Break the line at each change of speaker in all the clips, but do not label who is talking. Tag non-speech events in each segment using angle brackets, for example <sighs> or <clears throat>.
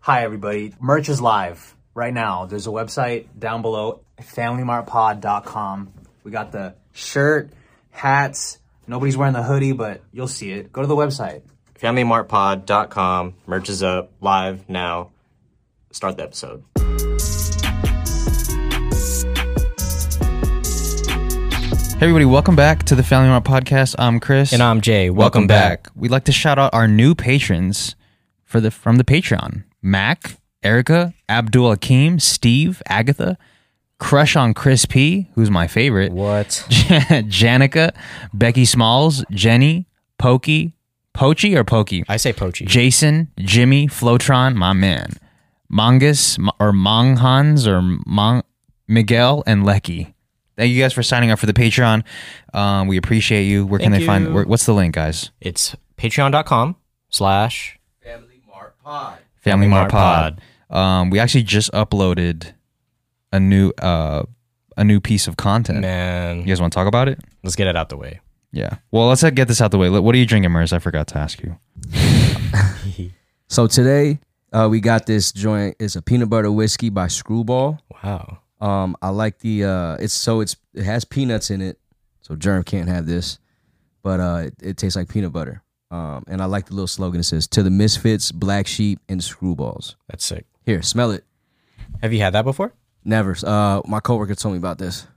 Hi, everybody. Merch is live right now. There's a website down below, familymartpod.com. We got the shirt, hats. Nobody's wearing the hoodie, but you'll see it. Go to the website.
FamilyMartPod.com. Merch is up live now. Start the episode.
Hey everybody, welcome back to the Family Mart Podcast. I'm Chris.
And I'm Jay. Welcome, back.
We'd like to shout out our new patrons for the from the Patreon. Mac, Erica, Abdul Akeem, Steve, Agatha, Crush on Chris P, who's my favorite.
What?
Janica, Becky Smalls, Jenny, Pokey, Pochi or Pokey?
I say Pochi.
Jason, Jimmy, Flotron, my man. Mongus m- or Monghans or Mon- Miguel and Lecky. Thank you guys for signing up for the Patreon. Um, we appreciate you. Where can
Thank
they find?
you.
Where, what's the link, guys?
it's patreon.com slash
Family Mart
Mart
Pod. Um, we actually just uploaded a new uh, a new piece of content.
man.
You guys want to talk about it?
Let's get it out the way.
Yeah. Well, let's uh, get this out the way. Look, What are you drinking, Mers? I forgot to ask you.
So today uh, we got this joint. It's a peanut butter whiskey by Screwball.
Wow.
Um, I like the uh, it's so it's it has peanuts in it, so Germ can't have this, but uh, it, it tastes like peanut butter. Um, and I like the little slogan. It says "To the misfits, black sheep, and screwballs."
That's sick.
Here, smell it.
Have you had that before?
Never. Uh, my coworker told me about this.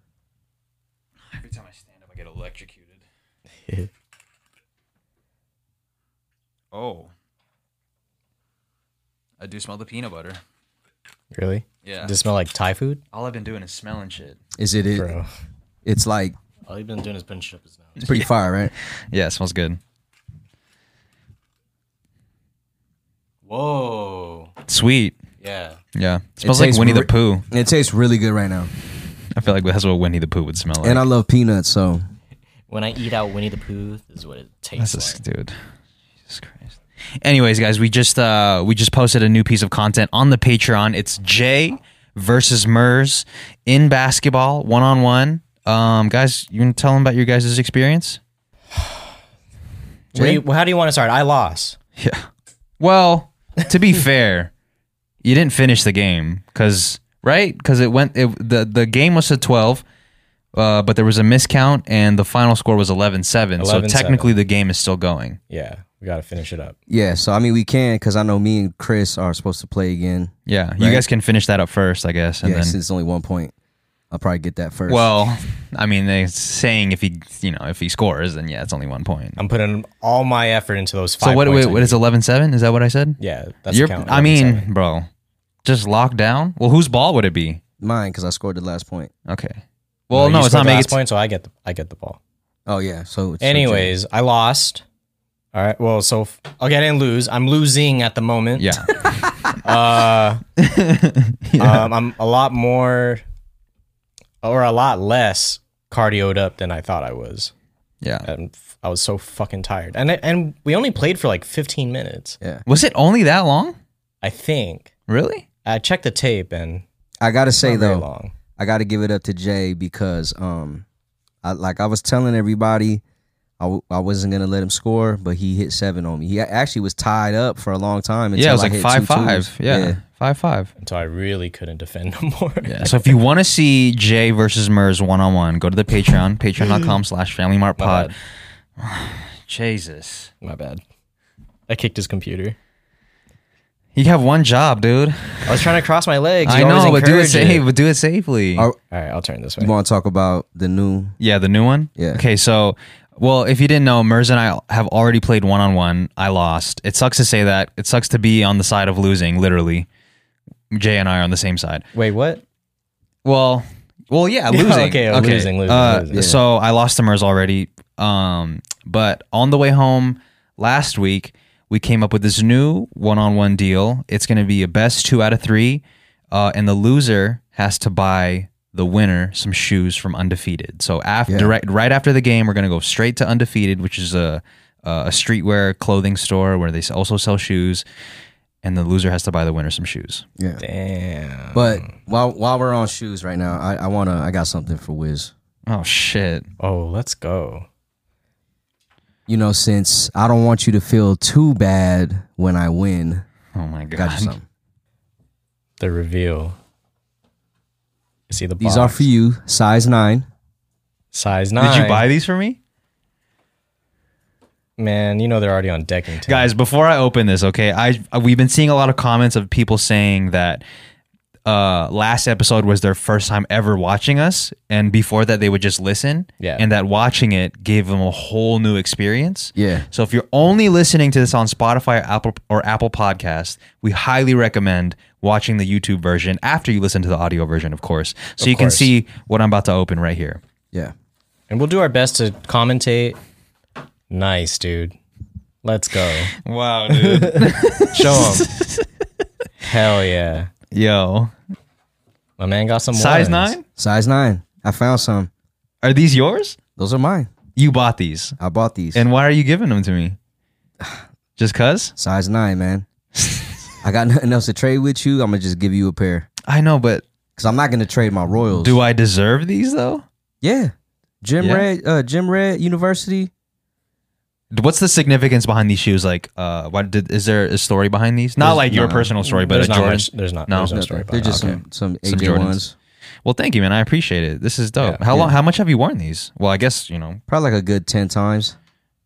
Every time I stand up, I get electrocuted. <laughs> oh. I do smell the peanut butter.
Really?
Yeah.
Does it smell like Thai food?
All I've been doing is smelling shit.
Is it? it
Bro.
it's like
All you've been doing is pinching up his nose.
it's pretty fire, right?
Yeah, it smells good.
Whoa.
Sweet.
Yeah.
Yeah. It smells like
tastes
Winnie the
re-
Pooh.
It tastes really good right now,
I feel like that's what Winnie the Pooh would smell like.
and I love peanuts. So
When I eat out Winnie the Pooh, this is what it tastes
That's just, dude. Jesus Christ. Anyways, guys, we just uh we just posted a new piece of content on the Patreon. It's Jay versus Mers in basketball, one on one. Um, guys, you gonna tell them about your guys' experience?
like. What do you- well, how do you want to start? I lost.
<laughs> Yeah. Well, to <laughs> be fair, you didn't finish the game because right because it went it, the the game was to twelve. Uh, but there was a miscount, and the final score was 11-7, so
11-7.
technically the game is still going.
Yeah. We got to finish it up.
yeah, so I mean we can because I know me and Chris are supposed to play again.
Yeah, you
Right.
guys can finish that up first, I guess, and
yeah,
then
since it's only one point, I'll probably get that first.
Well, I mean, they're saying if he, you know, if he scores, then yeah, it's only one point.
I'm putting all my effort into those five
so what?
points
Wait,
I
what is
need.
11-7? Is that what I said?
Yeah. That's
You're-
count.
I mean,
11-7.
bro, just lock down. Well, whose ball would it be?
Mine because I scored the last point.
Okay. Well,
you
no, it's
scored
not
the
making
last point, so I get the, I get the ball.
Oh yeah. So it's-
Anyways, I lost. All right. Well, so f- okay, I didn't lose. I'm losing at the moment.
Yeah.
Uh, <laughs> um, I'm a lot more, or a lot less cardioed up than I thought I was.
Yeah.
And f- I was so fucking tired. And I- and we only played for like 15 minutes,
Was it only that long?
I think.
Really?
I checked the tape and
I gotta say
not very
though,
long.
I gotta give it up to Jay because um, I like I was telling everybody, I, w- I wasn't gonna let him score, but he hit seven on me. He actually was tied up for a long time. Until
yeah, it was
I
like
hit two
five five.
twos.
Yeah, five five.
Until I really couldn't defend <laughs> no more.
Yeah. So if you want to see Jay versus Mers one on one, go to the
<laughs>
Patreon, patreon.com slash familymartpod. <sighs> Jesus.
My bad. I kicked his computer.
You have one job, dude.
I was trying to cross my legs.
I
You always
know, but do it
encourage
safe. But do it safely.
Are-
All right, I'll turn this way.
You want to talk about the new?
yeah, the new one.
Yeah.
Okay, so well, if you didn't know, Mers and I have already played one on one. I lost. It sucks to say that. It sucks to be on the side of losing. Literally, Jay and I are on the same side.
Wait, what?
Well, well,
<laughs>
yeah,
Yeah,
losing.
okay, losing, losing,
Uh,
losing.
So I lost to Mers already. Um, but on the way home last week, we came up with this new one-on-one deal. It's going to be a best two out of three, uh, and the loser has to buy the winner some shoes from Undefeated. So after right, right after the game, we're going to go straight to Undefeated, which is a a streetwear clothing store where they s- also sell shoes, and the loser has to buy the winner some shoes.
Yeah.
Damn.
But while while we're on shoes right now, I, I wanna I got something for Wiz.
Oh shit!
Oh, let's go.
You know, since I don't want you to feel too bad when I win,
Oh my god!
got you something.
The reveal. You see the
These are
box.
for you, size nine.
size nine.
Did you buy these for me?
Man, you know they're already on deck in ten.
guys before i open this okay i we've been seeing a lot of comments of people saying that uh last episode was their first time ever watching us and before that they would just listen
Yeah.
and that watching it gave them a whole new experience
Yeah.
so if you're only listening to this on spotify or apple or apple podcast we highly recommend watching the youtube version after you listen to the audio version of course so you can
course.
see what i'm about to open right here
Yeah.
And we'll do our best to commentate. Nice, dude. Let's go.
wow dude <laughs>
Show them. Hell yeah.
yo
My man got some
size
ones.
nine
Size nine. I found some.
are these yours
Those are mine.
you bought these
I bought these.
And why are you giving them to
<sighs>
me? Just cuz?
size nine, man. I got nothing else to trade with you. I'm gonna just give you a pair.
I know, but
Cause I'm not gonna trade my Royals.
do I deserve these though?
Yeah. Jim
Yeah.
Red, uh, Jim Red University.
What's the significance behind these shoes? Like, uh, what did is there a story behind these? Not like your
no.
personal story, but
there's
a
not
Jordan.
much. There's not.
No.
there's no
Nothing.
story.
They're
behind it.
just
Okay.
some some
Some
AJ
Jordans.
ones.
Well, thank you, man. I appreciate it. This is dope.
Yeah.
how long? How much have you worn these? Well, I guess you know.
Probably like a good ten times.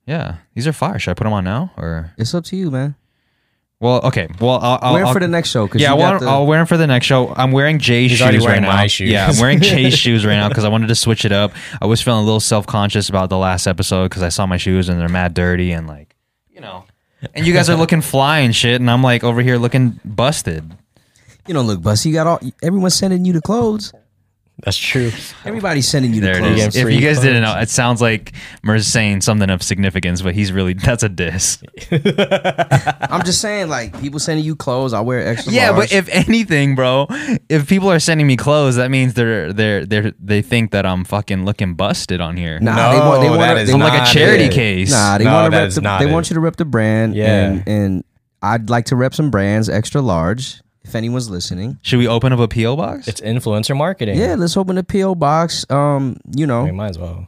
Yeah, these are fire. Should I put them on now or?
It's up to you, man.
Well, okay. Well, I'll, I'll
Wear 'em
I'll-
for the next show. 'cause
Yeah,
you
well,
got the-
I'll wear them for the next show. I'm wearing Jay's
He's
shoes
already
right
wearing
now.
my shoes.
Yeah, I'm wearing Jay's shoes right now because I wanted to switch it up. I was feeling a little self conscious about the last episode because I saw my shoes and they're mad dirty and like, you know. And you guys are looking fly and shit, and I'm like over here looking busted.
you don't look busty. You got all. Everyone's sending you the clothes.
That's true.
Everybody's sending you the
There it
clothes.
is.
Yeah,
If you
free
guys didn't know,
clothes.
it sounds like Mer's saying something of significance, but he's really that's a diss.
I'm just saying, like people sending you clothes. I wear extra.
Yeah,
large.
but if anything, bro, if people are sending me clothes, that means they're they're they're they think that I'm fucking looking busted on here.
nah,
No,
they want they
that
want
is
they
not
want
like a
Nah,
charity
dude.
case.
Nah, they
No,
want
that
to rep
is
the,
not
they
it.
want you to rep the brand.
Yeah.
and, and I'd like to rep some brands, extra large. If anyone's listening,
Should we open up a PO box?
It's influencer marketing.
yeah, let's open the PO box. Um, you know, uh,
We might as well.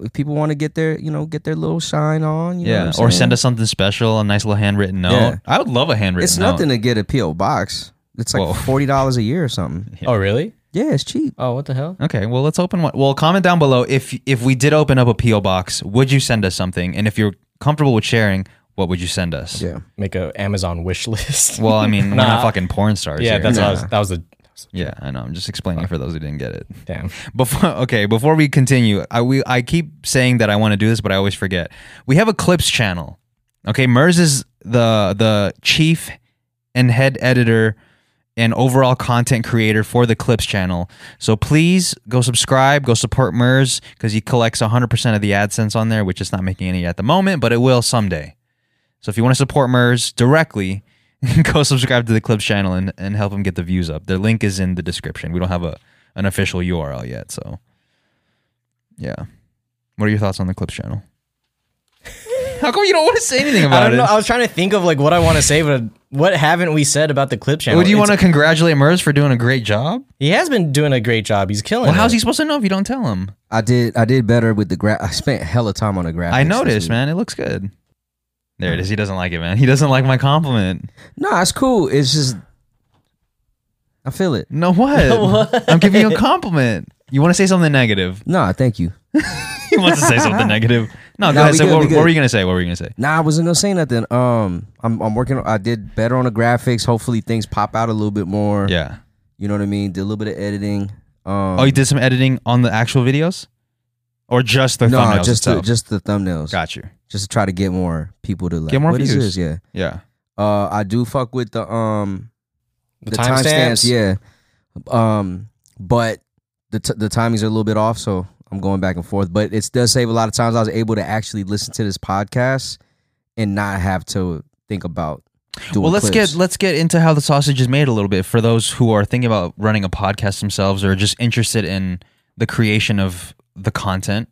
if people want to get their you know get their little shine on, you know
yeah,
what I'm
or
saying?
send us something special, a nice little handwritten note.
Yeah.
I would love a handwritten
It's
note.
nothing to get a PO box. It's like
Whoa.
forty dollars a year or something.
<laughs> Oh really?
Yeah, it's cheap.
Oh what the hell?
Okay, well let's open one. Well, comment down below if if we did open up a PO box, would you send us something? And if you're comfortable with sharing, what would you send us?
Yeah,
Make a Amazon wish list.
Well, I mean, we're not
Nah.
fucking porn stars.
<laughs> yeah,
here.
that's what I was, that was the
yeah. I know. I'm just explaining for those who didn't get it. <laughs>
damn.
Before okay, before we continue, I we I keep saying that I want to do this, but I always forget. We have a clips channel. Okay, Mers is the the chief and head editor and overall content creator for the clips channel. So please go subscribe, go support Mers because he collects 100% of the AdSense on there, which is not making any at the moment, but it will someday. So if you want to support Mers directly, <laughs> go subscribe to the Clips channel and, and help him get the views up. Their link is in the description. We don't have a an official URL yet, so yeah. What are your thoughts on the Clips
<laughs>
channel? How come you don't want to say anything about
I don't know.
it?
I was trying to think of like what I want to say, but what haven't we said about the clip channel?
Would you
It's-
want to congratulate Mers for doing a great job?
He has been doing a great job. He's killing.
Well, how's
it.
he supposed to know if you don't tell him?
I did. I did better with the graph. I spent hella time on the graphics.
I
this
noticed,
week.
man. It looks good. There it is. He doesn't like it, man. He doesn't like my compliment.
No, it's cool. It's just I feel it. <laughs>
No, what? I'm giving you a compliment. You want to say something
<laughs>
negative?
No, thank you.
He wants to say something negative. No, go
No,
ahead.
we
Say,
good,
what,
we good.
what were you gonna say? What were you gonna say?
Nah, I wasn't gonna say nothing. Um, I'm I'm working. I did better on the graphics. Hopefully, things pop out a little bit more.
Yeah.
you know what I mean. Did a little bit of editing. Um,
Oh, you did some editing on the actual videos, or just the
no,
thumbnails
just the,
itself?
just the thumbnails.
Got you.
Just to try to get more people to like,
Get more
what is
views.
this? Yeah.
Yeah.
Uh, I do fuck with the um
the, timestamps?
Yeah. Um, but the t- the timings are a little bit off, so I'm going back and forth. But it does save a lot of times. I was able to actually listen to this podcast and not have to think about. Doing
Well, let's
clips.
get let's get into how the sausage is made a little bit for those who are thinking about running a podcast themselves or just interested in the creation of the content.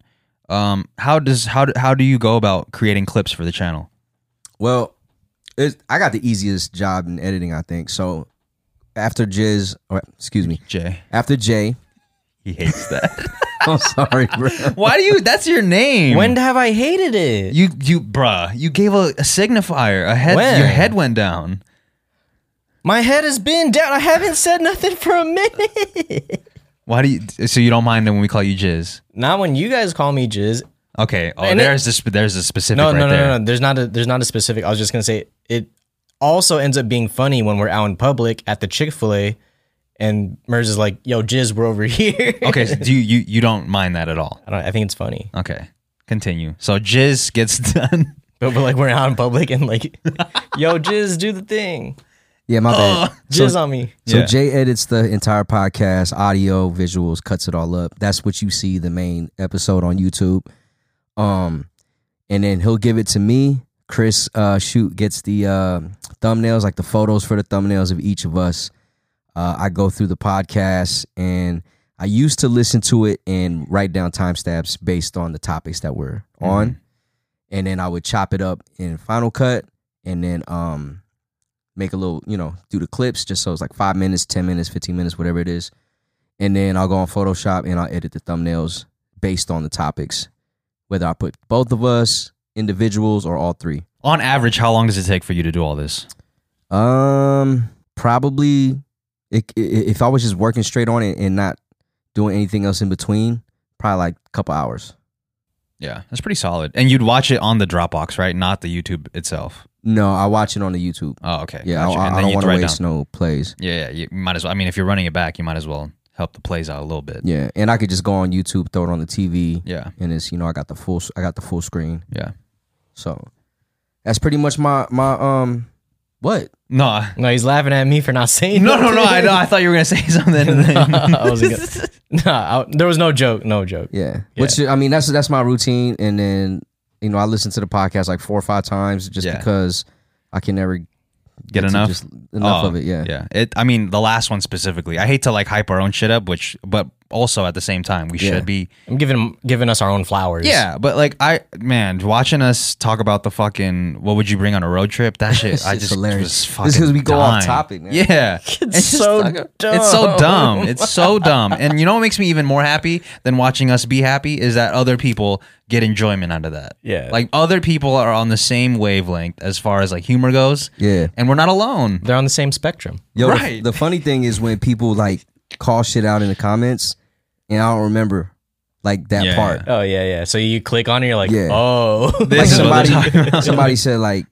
Um, how does how do, how do you go about creating clips for the channel?
Well, it's, I got the easiest job in editing, I think. So after Jizz, or excuse me,
Jay,
after Jay, <laughs>
he hates
<laughs>
that.
I'm sorry, bro.
Why do you? That's your name.
When have I hated it?
you you bruh, you gave a, a signifier. A head.
When?
Your head went down.
My head has been down. I haven't said nothing for a minute. <laughs>
Why do you? So you don't mind it when we call you Jizz?
Not when you guys call me jizz.
Okay. Oh,
And it-
there's this. There's a specific
No,
right
no, no,
there.
no, no. There's not a there's not a specific. I was just gonna say it also ends up being funny when we're out in public at the Chick Fil A, and Merz is like, "Yo, jizz, we're over <laughs> here."
Okay. So do you, you you don't mind that at all?
I don't. I think it's funny,
Okay. Continue. So Jizz gets <laughs> done.
but, but like we're out in public and like, <laughs> "Yo, jizz, do the thing,
Yeah, my
Oh.
bad.
jizz on me."
So
Yeah.
Jay edits the entire podcast, audio, visuals, cuts it all up. That's what you see the main episode on YouTube. Um, and then he'll give it to me. Chris uh, shoot gets the uh, thumbnails, like the photos for the thumbnails of each of us. Uh, I go through the podcast, and I used to listen to it and write down timestamps based on the topics that we're
Mm-hmm.
on, and then I would chop it up in Final Cut, and then um, make a little, you know, do the clips just so it's like five minutes, 10 minutes, 15 minutes, whatever it is. And then I'll go on Photoshop and I'll edit the thumbnails based on the topics, whether I put both of us, individuals, or all three.
On average, how long does it take for you to do all this?
Um, probably it, i if I was just working straight on it and not doing anything else in between, probably like a couple hours.
Yeah, that's pretty solid. And you'd watch it on the Dropbox, right? Not the YouTube itself.
No, I watch it on the YouTube.
Oh, okay.
Yeah, I-
Gotcha.
I,
And
I
then
don't
you'd
want to
write
waste no plays.
Yeah, yeah, you might as well. I mean, if you're running it back, you might as well help the plays out a little bit.
Yeah, and I could just go on YouTube, throw it on the TV,
Yeah,
and it's you know I got the full s- I got the full screen.
yeah.
So that's pretty much my my um what?
No, I- <laughs>
No, he's laughing at me for not saying.
no, no, no. I, know, I thought you were gonna <laughs> say something. and then-
<laughs> I was gonna-
<laughs>
no, I- there was no joke. No joke.
Yeah. Which I mean that's that's my routine and then you know I listen to the podcast like four or five times just
Yeah.
because I can never get,
Get
to
enough?
just <laughs>
<laughs>
enough
Oh,
of it, yeah.
yeah. It. I mean, the last one specifically. I hate to like hype our own shit up, which, but also at the same time, we should be.
I'm giving him giving us our own flowers.
Yeah, but like I, man, watching us talk about the fucking what would you bring on a road trip?
<laughs>
That shit, I
shit's
just
hilarious.
was
This
fucking.
'cause we go off
dying.
topic, man. <laughs>
Yeah, it's,
so
just like a- It's so dumb. It's so dumb. And you know what makes me even more happy than watching us be happy is that other people get enjoyment out of that.
Yeah.
like other people are on the same wavelength as far as like humor goes.
Yeah.
and we're not
<laughs>
alone.
they're on the same spectrum.
Yo, the-
Right.
the, funny thing is when people like call shit out in the comments and I don't remember like that
Yeah.
part.
Oh yeah, yeah. So you click on it, you're like,
Yeah.
oh, <laughs>
Like
This is what they're
somebody
talking about.
somebody said like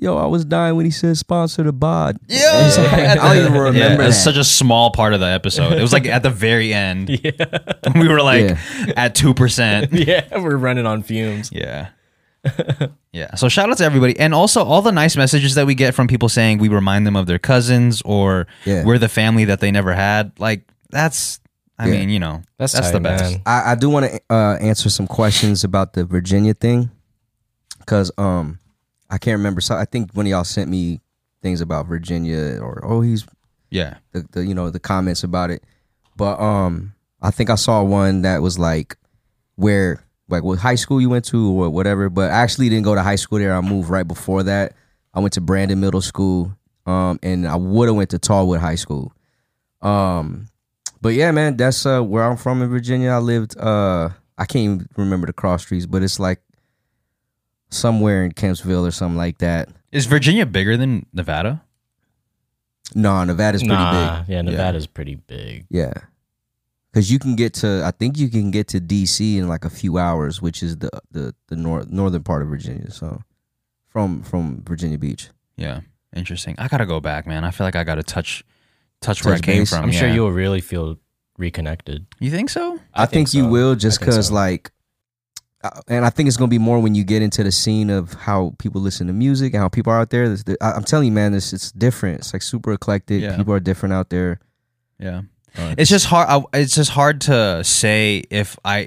Yo, I was dying when he said sponsor the bod.
Yeah,
<laughs> I don't
<laughs>
even remember
It's
that.
such a small part of the episode. It was like at the very
<laughs>
end. Yeah, <laughs> we were like at two percent.
<laughs> yeah, we're running on fumes.
Yeah. <laughs> yeah. So shout out to everybody. And also all the nice messages that we get from people saying we remind them of their cousins or
Yeah.
we're the family that they never had. Like that's I
Yeah.
mean, you know, that's,
tight,
the best.
man.
I, I do want to uh, answer some questions about the Virginia thing, because um, I can't remember. So I think one of y'all sent me things about Virginia, or oh, he's
Yeah.
the, the you know the comments about it. But um, I think I saw one that was like where like what high school you went to or whatever. But I actually didn't go to high school there. I moved right before that. I went to Brandon Middle School, um, and I would have went to Tallwood High School. Um, but yeah, man, that's uh where I'm from in Virginia. I lived uh I can't even remember the cross streets, but it's like somewhere in Kempsville or something like that.
Is Virginia bigger than Nevada?
No, Nevada's pretty
nah,
big.
yeah, Nevada's pretty big.
Yeah. Cause you can get to I think you can get to DC in like a few hours, which is the the, the nor- northern part of Virginia. So from from Virginia Beach.
Yeah. Interesting. I gotta go back, man. I feel like I gotta touch touch where I
Touch
came
base.
from.
I'm sure
yeah.
you'll really feel reconnected.
You think so?
I, think, you
so.
will just
I think
because
so.
like uh, and I think it's gonna be more when you get into the scene of how people listen to music and how people are out there. This- I- I'm telling you, man, this it's different. It's like super eclectic.
Yeah.
People are different out there.
Yeah. it's just hard I, it's just hard to say if i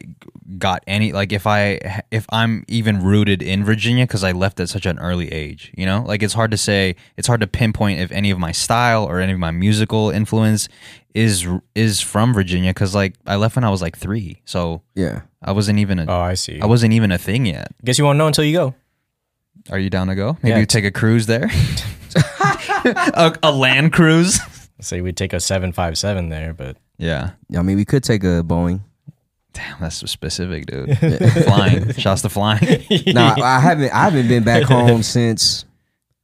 got any like if i if i'm even rooted in virginia because i left at such an early age you know like it's hard to say it's hard to pinpoint if any of my style or any of my musical influence is is from virginia because like i left when i was like three so
Yeah.
i wasn't even a
Oh, I see.
I wasn't even a thing yet.
Guess you won't know until you go.
Are you down to go? Maybe
Yeah.
you take a cruise
<laughs>
there, <laughs> a, a land cruise.
Say we take a seven five seven there, but
Yeah,
I mean, we could take a Boeing.
damn, that's so specific, dude. <laughs> flying, shouts to flying. <laughs>
no, I haven't. I haven't been back home since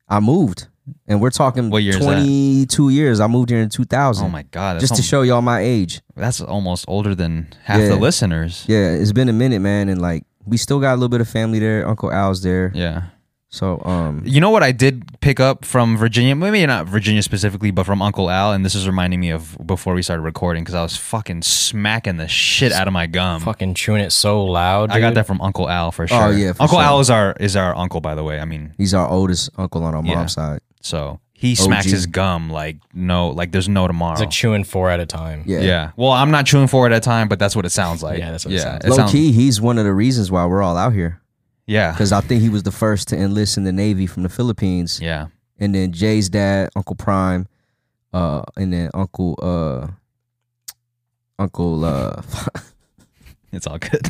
I moved. and we're talking
What year is that?
22 years. I moved here in 2000.
Oh my god, that's,
Just to
al-
show y'all my age.
that's almost older than half
Yeah.
the listeners.
Yeah, it's been a minute, man, and like we still got a little bit of family there. Uncle Al's there.
Yeah.
So um
You know what I did pick up from Virginia? Maybe not Virginia specifically, but from Uncle Al. And this is reminding me of before we started recording because I was fucking smacking the shit out of my gum.
Fucking chewing it so loud.
I got
dude.
that from Uncle Al for sure.
yeah, for
Uncle
sure.
Al is our is our uncle, by the way. I mean,
he's our oldest uncle on our
Yeah.
mom's side.
so he smacks
OG.
his gum like no, like there's no tomorrow.
It's like chewing four at a time.
Yeah.
yeah. Well, I'm not chewing for it at a time, but that's what it sounds like.
Yeah, that's what it sounds
Low key, he's one of the reasons why we're all out here.
Yeah.
Because I think he was the first to enlist in the Navy from the Philippines.
Yeah.
And then Jay's dad, Uncle Prime, uh, and then Uncle uh Uncle uh <laughs>
It's all good.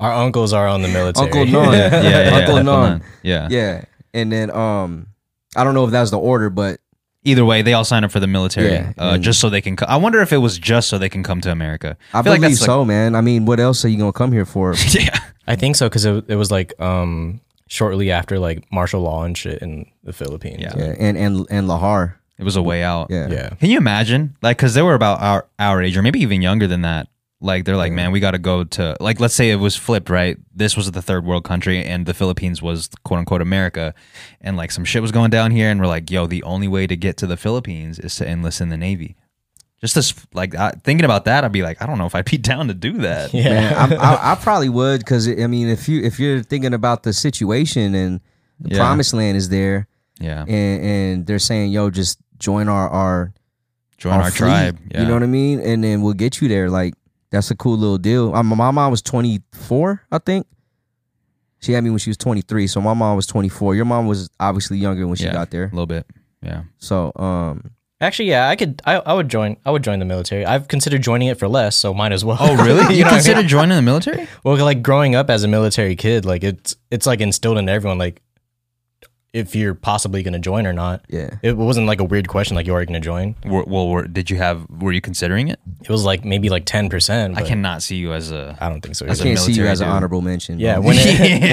Our uncles are on the military.
Uncle Non.
yeah, yeah, yeah,
Uncle
yeah,
Non.
Yeah.
Yeah. And then um I don't know if that was the order, but
Either way, they all sign up for the military
Yeah,
uh,
and-
just so they can. Co- I wonder if it was just so they can come to America.
I,
feel like
believe
that's like-
so, man. I mean, what else are you gonna come here for?
<laughs> yeah.
I think so because it, it was like um shortly after like martial law and shit in the Philippines.
Yeah.
yeah, and and and Lahar.
It was a way out.
Yeah.
Yeah.
Can you imagine? Like, because they were about our our age, or maybe even younger than that. Like, they're like, man, we got to go to like, let's say it was flipped, right? This was the third world country, and the Philippines was quote unquote America, and like some shit was going down here, and we're like, yo, the only way to get to the Philippines is to enlist in the Navy. Just this, like I, thinking about that, I'd be like, I don't know if I'd be <laughs> down to do that.
Yeah.
Man,
<laughs>
I'm, I, I probably would because I mean, if you if you're thinking about the situation and the
Yeah.
promised land is there,
Yeah,
and and they're saying, "Yo, just join our our
join our,
fleet,"
tribe. Yeah.
You know what I mean? And then we'll get you there. Like that's a cool little deal. I, my mom was 24, I think. She had me when she was 23, so my mom was 24. Your mom was obviously younger when she
Yeah.
got there.
A little bit. <laughs> Yeah.
So, um,
<laughs> Actually, yeah, I could. I, I would join. I would join the military. I've considered joining it for less, so might as well.
Oh, really?
<laughs> you,
you <laughs>
know, what I
considered
mean?
joining the military?
well, like growing up as a military kid, like it's it's like instilled in everyone, like if you're possibly going to join or not.
yeah,
It wasn't like a weird question, like you are going to join.
Were, well, were, did you have? Were you considering it?
It was like maybe like ten percent.
I cannot see you as a.
I don't think so.
I
either.
can't see you
military
as an
dude.
honorable mention.
Yeah,
bro.
when it,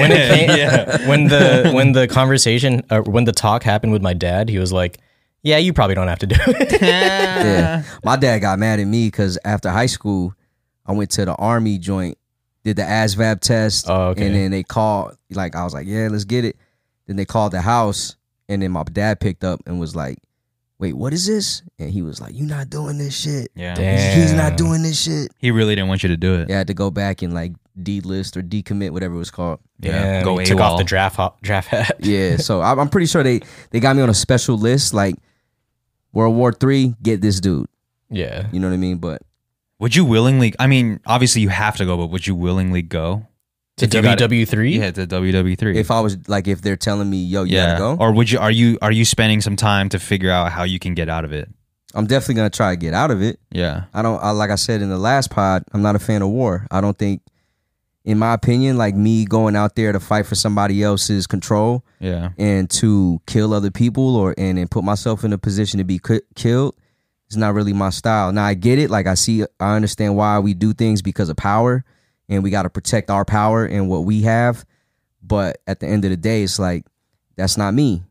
<laughs>
when it
Yeah,
came, when the when the conversation uh, when the talk happened with my dad, he was like, "Yeah, you probably don't have to do
<laughs>
it."
yeah. My dad got mad at me because after high school, I went to the army joint, did the ASVAB test,
Oh, okay.
and then they called. Like I was like, yeah, let's get it. Then they called the house, and then my dad picked up and was like, wait, what is this? And he was like, you not doing this shit.
Yeah.
Damn.
He's not doing this shit.
He really didn't want you to do it.
Yeah, I had to go back and like delist or decommit, whatever it was called.
Yeah,
Go
he took off the
AWOL.
draft ho- draft hat.
Yeah, so <laughs> I'm I'm pretty sure they they got me on a special list like World War Three. Get this dude.
<laughs> Yeah,
You know what I mean? But
Would you willingly? I mean, obviously you have to go, but would you willingly go?
to
If you got it-
WW three.
Yeah, to WW E three.
if I was like, if they're telling me, yo, you
yeah,
gotta go,
or would you? Are you? Are you spending some time to figure out how you can get out of it?
I'm definitely gonna try to get out of it.
Yeah.
I don't, I, like I said in the last pod, I'm not a fan of war. I don't think, in my opinion, like me going out there to fight for somebody else's control
Yeah.
and to kill other people or and, and put myself in a position to be ki- killed is not really my style. Now I get it. Like I see, I understand why we do things because of power, and we got to protect our power and what we have. But at the end of the day, it's like that's not me.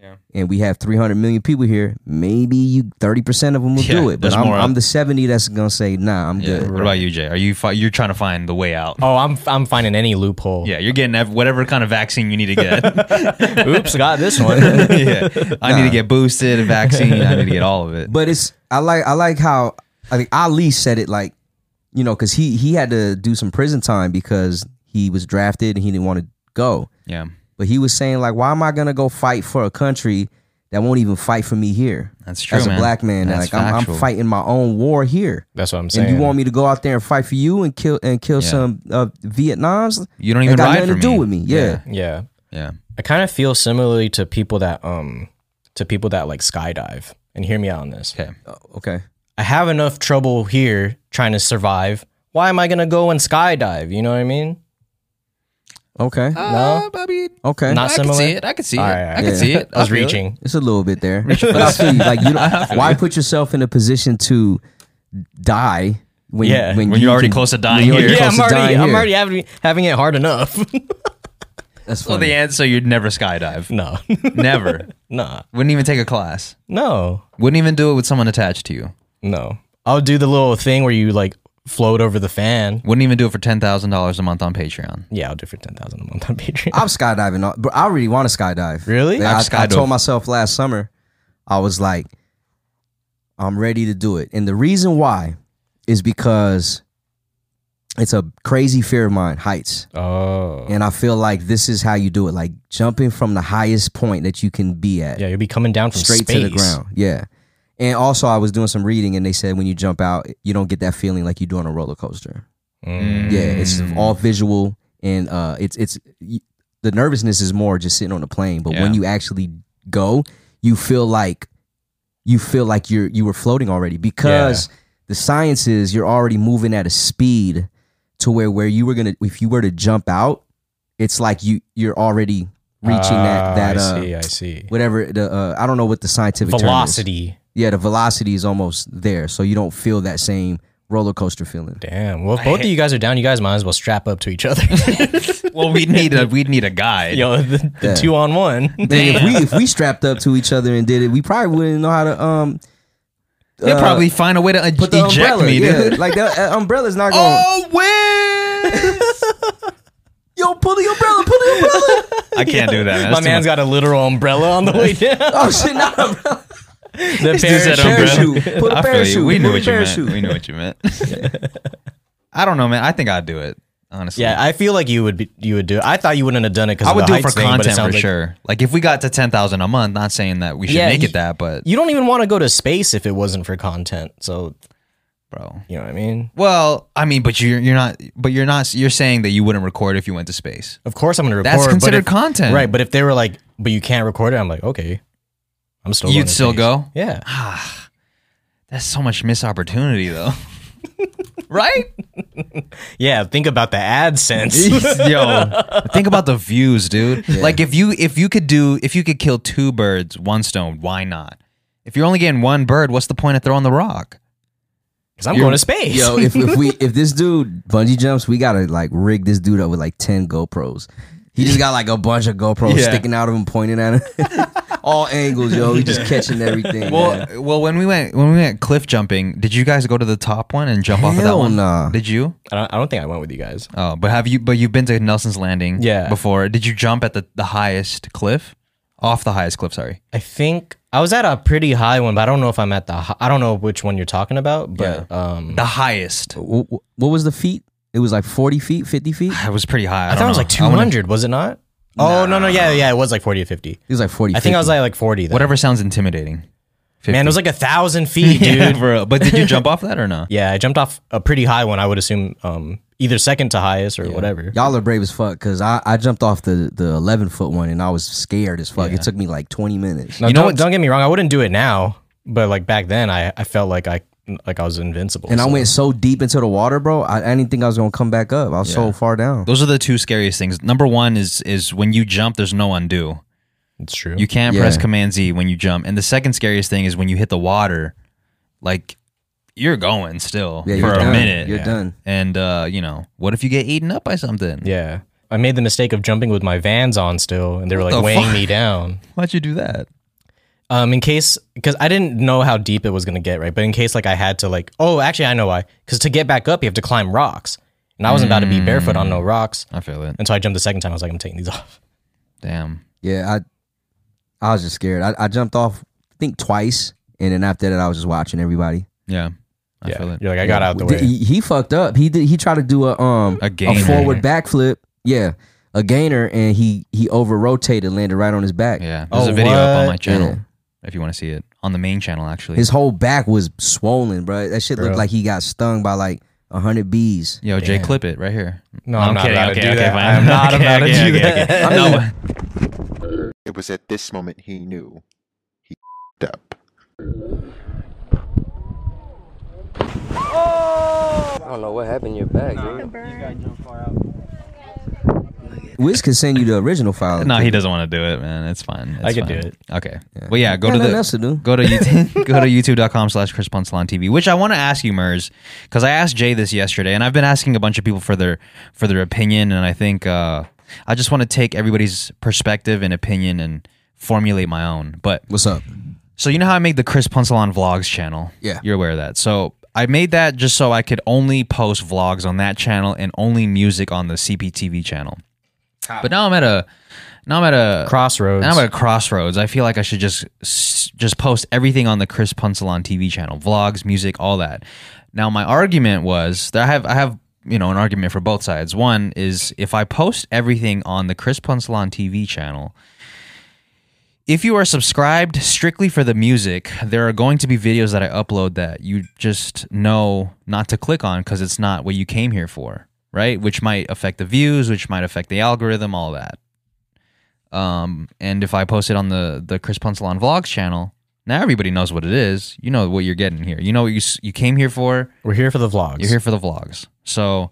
Yeah.
And we have 300 million people here. Maybe you 30 percent of them
<laughs>
will
Yeah,
do it, but
there's
I'm,
more out-
I'm the 70 that's gonna say, nah, I'm
Yeah.
good.
What about you, Jay? Are you? Fi- you're trying to find the way out.
Oh, I'm I'm finding any loophole.
Yeah, you're getting ev- whatever kind of vaccine you need to get.
<laughs>
Oops,
<laughs>
got this one.
yeah, I need to get boosted, a vaccine. I need to get all of it.
But it's I like I like how I think Ali said it like, you know, because he he had to do some prison time because he was drafted and he didn't want to go.
yeah,
But he was saying like, why am I gonna go fight for a country that won't even fight for me here?
That's true,
As a
man.
black man,
That's
like I'm,
factual.
I'm fighting my own war here.
That's what I'm
And
saying.
you want me to go out there and fight for you and kill and kill
Yeah.
some uh, Vietnams?
you don't
It
even
got
ride
nothing
for
to do
me.
with me. Yeah.
yeah,
yeah,
I kind of feel similarly to people that um to people that like skydive. And hear me out on this.
Okay.
Oh, Okay.
I have enough trouble here trying to survive. Why am I gonna go and skydive? You know what I mean?
Okay.
Uh,
No?
I mean,
Okay.
Not
I can
similar.
see it. I can see
All
it.
right, all
I
right.
can see it.
I was
feel it.
reaching.
It's a little
<laughs>
bit there. But I feel you, like you don't, why put yourself in a position to die when
Yeah,
when,
When you're already
can-
close to
when
dying
you're
here.
already
Yeah,
close
I'm
to
already
dying
I'm <laughs>
here.
already having having it hard enough.
That's
So
funny.
the answer you'd never <laughs> skydive.
No,
never.
nah,
Wouldn't even take a class.
no,
Wouldn't even do it with someone attached to you.
no. I'll do the little thing where you like float over the fan.
Wouldn't even do it for ten thousand dollars a month on <laughs> Patreon.
Yeah, I'll do it for ten thousand a month on
<laughs>
Patreon.
I'm skydiving, all- but I really want to skydive.
Really?
Yeah,
I've
I, I told
skydived.
myself last summer, I was like, I'm ready to do it, and the reason why is because it's a crazy fear of mine, heights,
Oh,
and I feel like this is how you do it, like jumping from the highest point that you can be at,
yeah, you'll be coming down from
straight to the
space.
ground. Yeah. And also, I was doing some reading, and they said when you jump out, you don't get that feeling like you do on a roller coaster.
Mm.
Yeah, it's all visual, and uh, it's it's y- the nervousness is more just sitting on the plane. But when
Yeah.
you actually go, you feel like you feel like you're you were floating already because the science is you're already moving at a speed to where where you were gonna if you were to jump out, it's like you you're already reaching
Ah,
that that
I
uh,
see. I see.
whatever the uh, I don't know what the scientific Term is.
Velocity.
Yeah, the velocity is almost there, so you don't feel that same roller coaster feeling.
Damn. Well, if both of you guys are down. You guys might as well strap up to each other. <laughs>
Well, we'd need a we'd need a guide.
Yo, the, the
Yeah.
two on one. <laughs>
Man, if we if we strapped up to each other and did it, we probably wouldn't know how to um
They'd
uh,
probably find a way to ej-
put the
eject
umbrella.
me,
yeah,
dude.
like that uh, umbrella's not going.
<laughs> Oh, Wiz!
Yo, pull the umbrella, pull the umbrella. <laughs>
I can't do that.
My man's got a literal umbrella on the way down.
oh shit, not umbrella.
the
dude's at umbrella.
parachute.
Parachute, put a
<laughs> I feel
parachute.
you. We
put
knew
a
what you meant.
parachute.
We knew what you meant. <laughs> I don't know, man. I think I'd do it. Honestly,
Yeah, I feel like you would be, you would do. it. I thought you wouldn't have done it because
I would do it for
thing, but it
content for
sounds like-
sure. Like if we got to ten thousand a month, not saying that we should
Yeah,
make
you-
it that, but
You don't even want to go to space if it wasn't for content. So
bro.
you know what I mean.
Well, I mean, but you're you're not, but you're not. You're saying that you wouldn't record if you went to space.
Of course, I'm going to record.
That's
but
considered
if-
content,
right? But if they were like, "But you can't record it," I'm like, okay, I'm still. going
You'd
to
still
space.
go.
Yeah.
That's so much missed opportunity, though. <laughs> right?
Yeah. Think about
<laughs>
the
<laughs>
AdSense. <laughs>
Yo, think about the views, dude. Like if you if you could do if you could kill two birds one stone, why not? If you're only getting one bird, what's the point of throwing the rock?
Because I'm going to space.
Yo, if, if we if this dude bungee jumps, we gotta like rig this dude up with like ten GoPros. He just got like a bunch of <laughs> GoPros
Yeah.
sticking out of him, pointing at him, <laughs> all angles. Yo, he just catching everything.
Well,
man.
well, when we went when we went cliff jumping, did you guys go to the top one and jump off of that
Hell
one?
nah.
Did you?
I don't, I don't think I went with you guys.
Oh, but have you? But you've been to Nelson's Landing,
Yeah.
Before, did you jump at the the highest cliff? Off the highest cliff, sorry.
I think I was at a pretty high one, but I don't know if I'm at the. Hi- I don't know which one you're talking about, but um,
The highest.
Wh- wh- what was the feet? It was like forty feet, fifty
<sighs>
feet.
I was pretty high. I,
I
don't
thought it was
know.
like
I wanna-
200. Was it not? Oh no no yeah yeah it was like 40 or 50.
It was like forty.
I think I was
50.
at like 40. Then.
Whatever sounds intimidating.
Man, it was like a thousand feet,
<laughs>
dude.
Yeah,
yeah.
for real. But did you jump off that or no?
I jumped off a pretty high one. I would assume um, either second to highest or whatever.
Y'all are brave as fuck because I, I jumped off the, the 11 foot one and I was scared as fuck. It took me like 20 minutes.
Now,
You know
don't,
what's-
don't get me wrong. I wouldn't do it now, but like back then, I, I felt like I like I was invincible.
and I
so-
went so deep into the water, bro. I, I didn't think I was going to come back up. I was so far down.
Those are the two scariest things. Number one is is when you jump, there's no undo.
It's true.
You can't
Yeah.
press Command Z when you jump. And the second scariest thing is when you hit the water, like you're going still
Yeah,
for
you're
a
done.
minute.
You're done.
And uh, you know, what if you get eaten up by something?
yeah, I made the mistake of jumping with my Vans on still, and they were
the
like weighing
fuck?
me down.
Why'd you do that?
Um, in case because I didn't know how deep it was gonna get, right? But in case like I had to like, oh, actually I know why. Because to get back up, you have to climb rocks, and I wasn't about to be barefoot on no
Mm.
rocks.
I feel it.
And so I jumped the second time. I was like, I'm taking these off.
Damn.
Yeah, I I was just scared. I, I jumped off, I think, twice. And then after that, I was just watching everybody.
Yeah. I feel it.
You're like, I got out the
Th-
way.
He, he fucked up. He did. He tried to do a um
A
a,
gainer.
forward backflip. Yeah, a gainer, and he he over rotated, landed right on his back.
Yeah. There's
Oh,
a video up on
what?
my channel if you want to see it. On the main channel actually.
His whole back was swollen, bro. That shit looked
Bro.
like he got stung by like a hundred bees.
Yo, Jay, clip it right here.
No, I'm not about to do that.
fine.
<laughs> I'm
<laughs>
not
Okay,
about to
okay,
do
okay, okay.
that.
No,
It was at this moment he knew he <laughs> up.
I don't know what happened to your back, dude.
Wiz can send you the original
<laughs>
file.
No, he doesn't want to do it, man. It's fine. It's
I can
fine.
do it.
Okay. Well, yeah. Go
Got
to
nothing
the
else to do.
go
<laughs>
to YouTube, <laughs> go to youtube.com slash Chris Poncelon TV, which I want to ask you, Mers, because I asked Jay this yesterday, and I've been asking a bunch of people for their for their opinion, and I think uh, I just want to take everybody's perspective and opinion and formulate my own. But
What's up?
so you know how I made the Chris Ponsalon vlogs channel?
Yeah.
You're aware of that. So I made that just so I could only post vlogs on that channel and only music on the CPTV channel. But now I'm at a now I'm at a
Crossroads.
now I'm at a crossroads. I feel like I should just s- just post everything on the Chris Punsalon TV channel, vlogs, music, all that. Now my argument was that I have I have you know an argument for both sides. One is if I post everything on the Chris Punsalon TV channel. If you are subscribed strictly for the music, there are going to be videos that I upload that you just know not to click on because it's not what you came here for, right? Which might affect the views, which might affect the algorithm, all that. Um, and if I post it on the the Chris Ponsalon Vlogs channel, now everybody knows what it is. You know what you're getting here. You know what you s- you came here for.
We're here for the vlogs.
You're here for the vlogs. So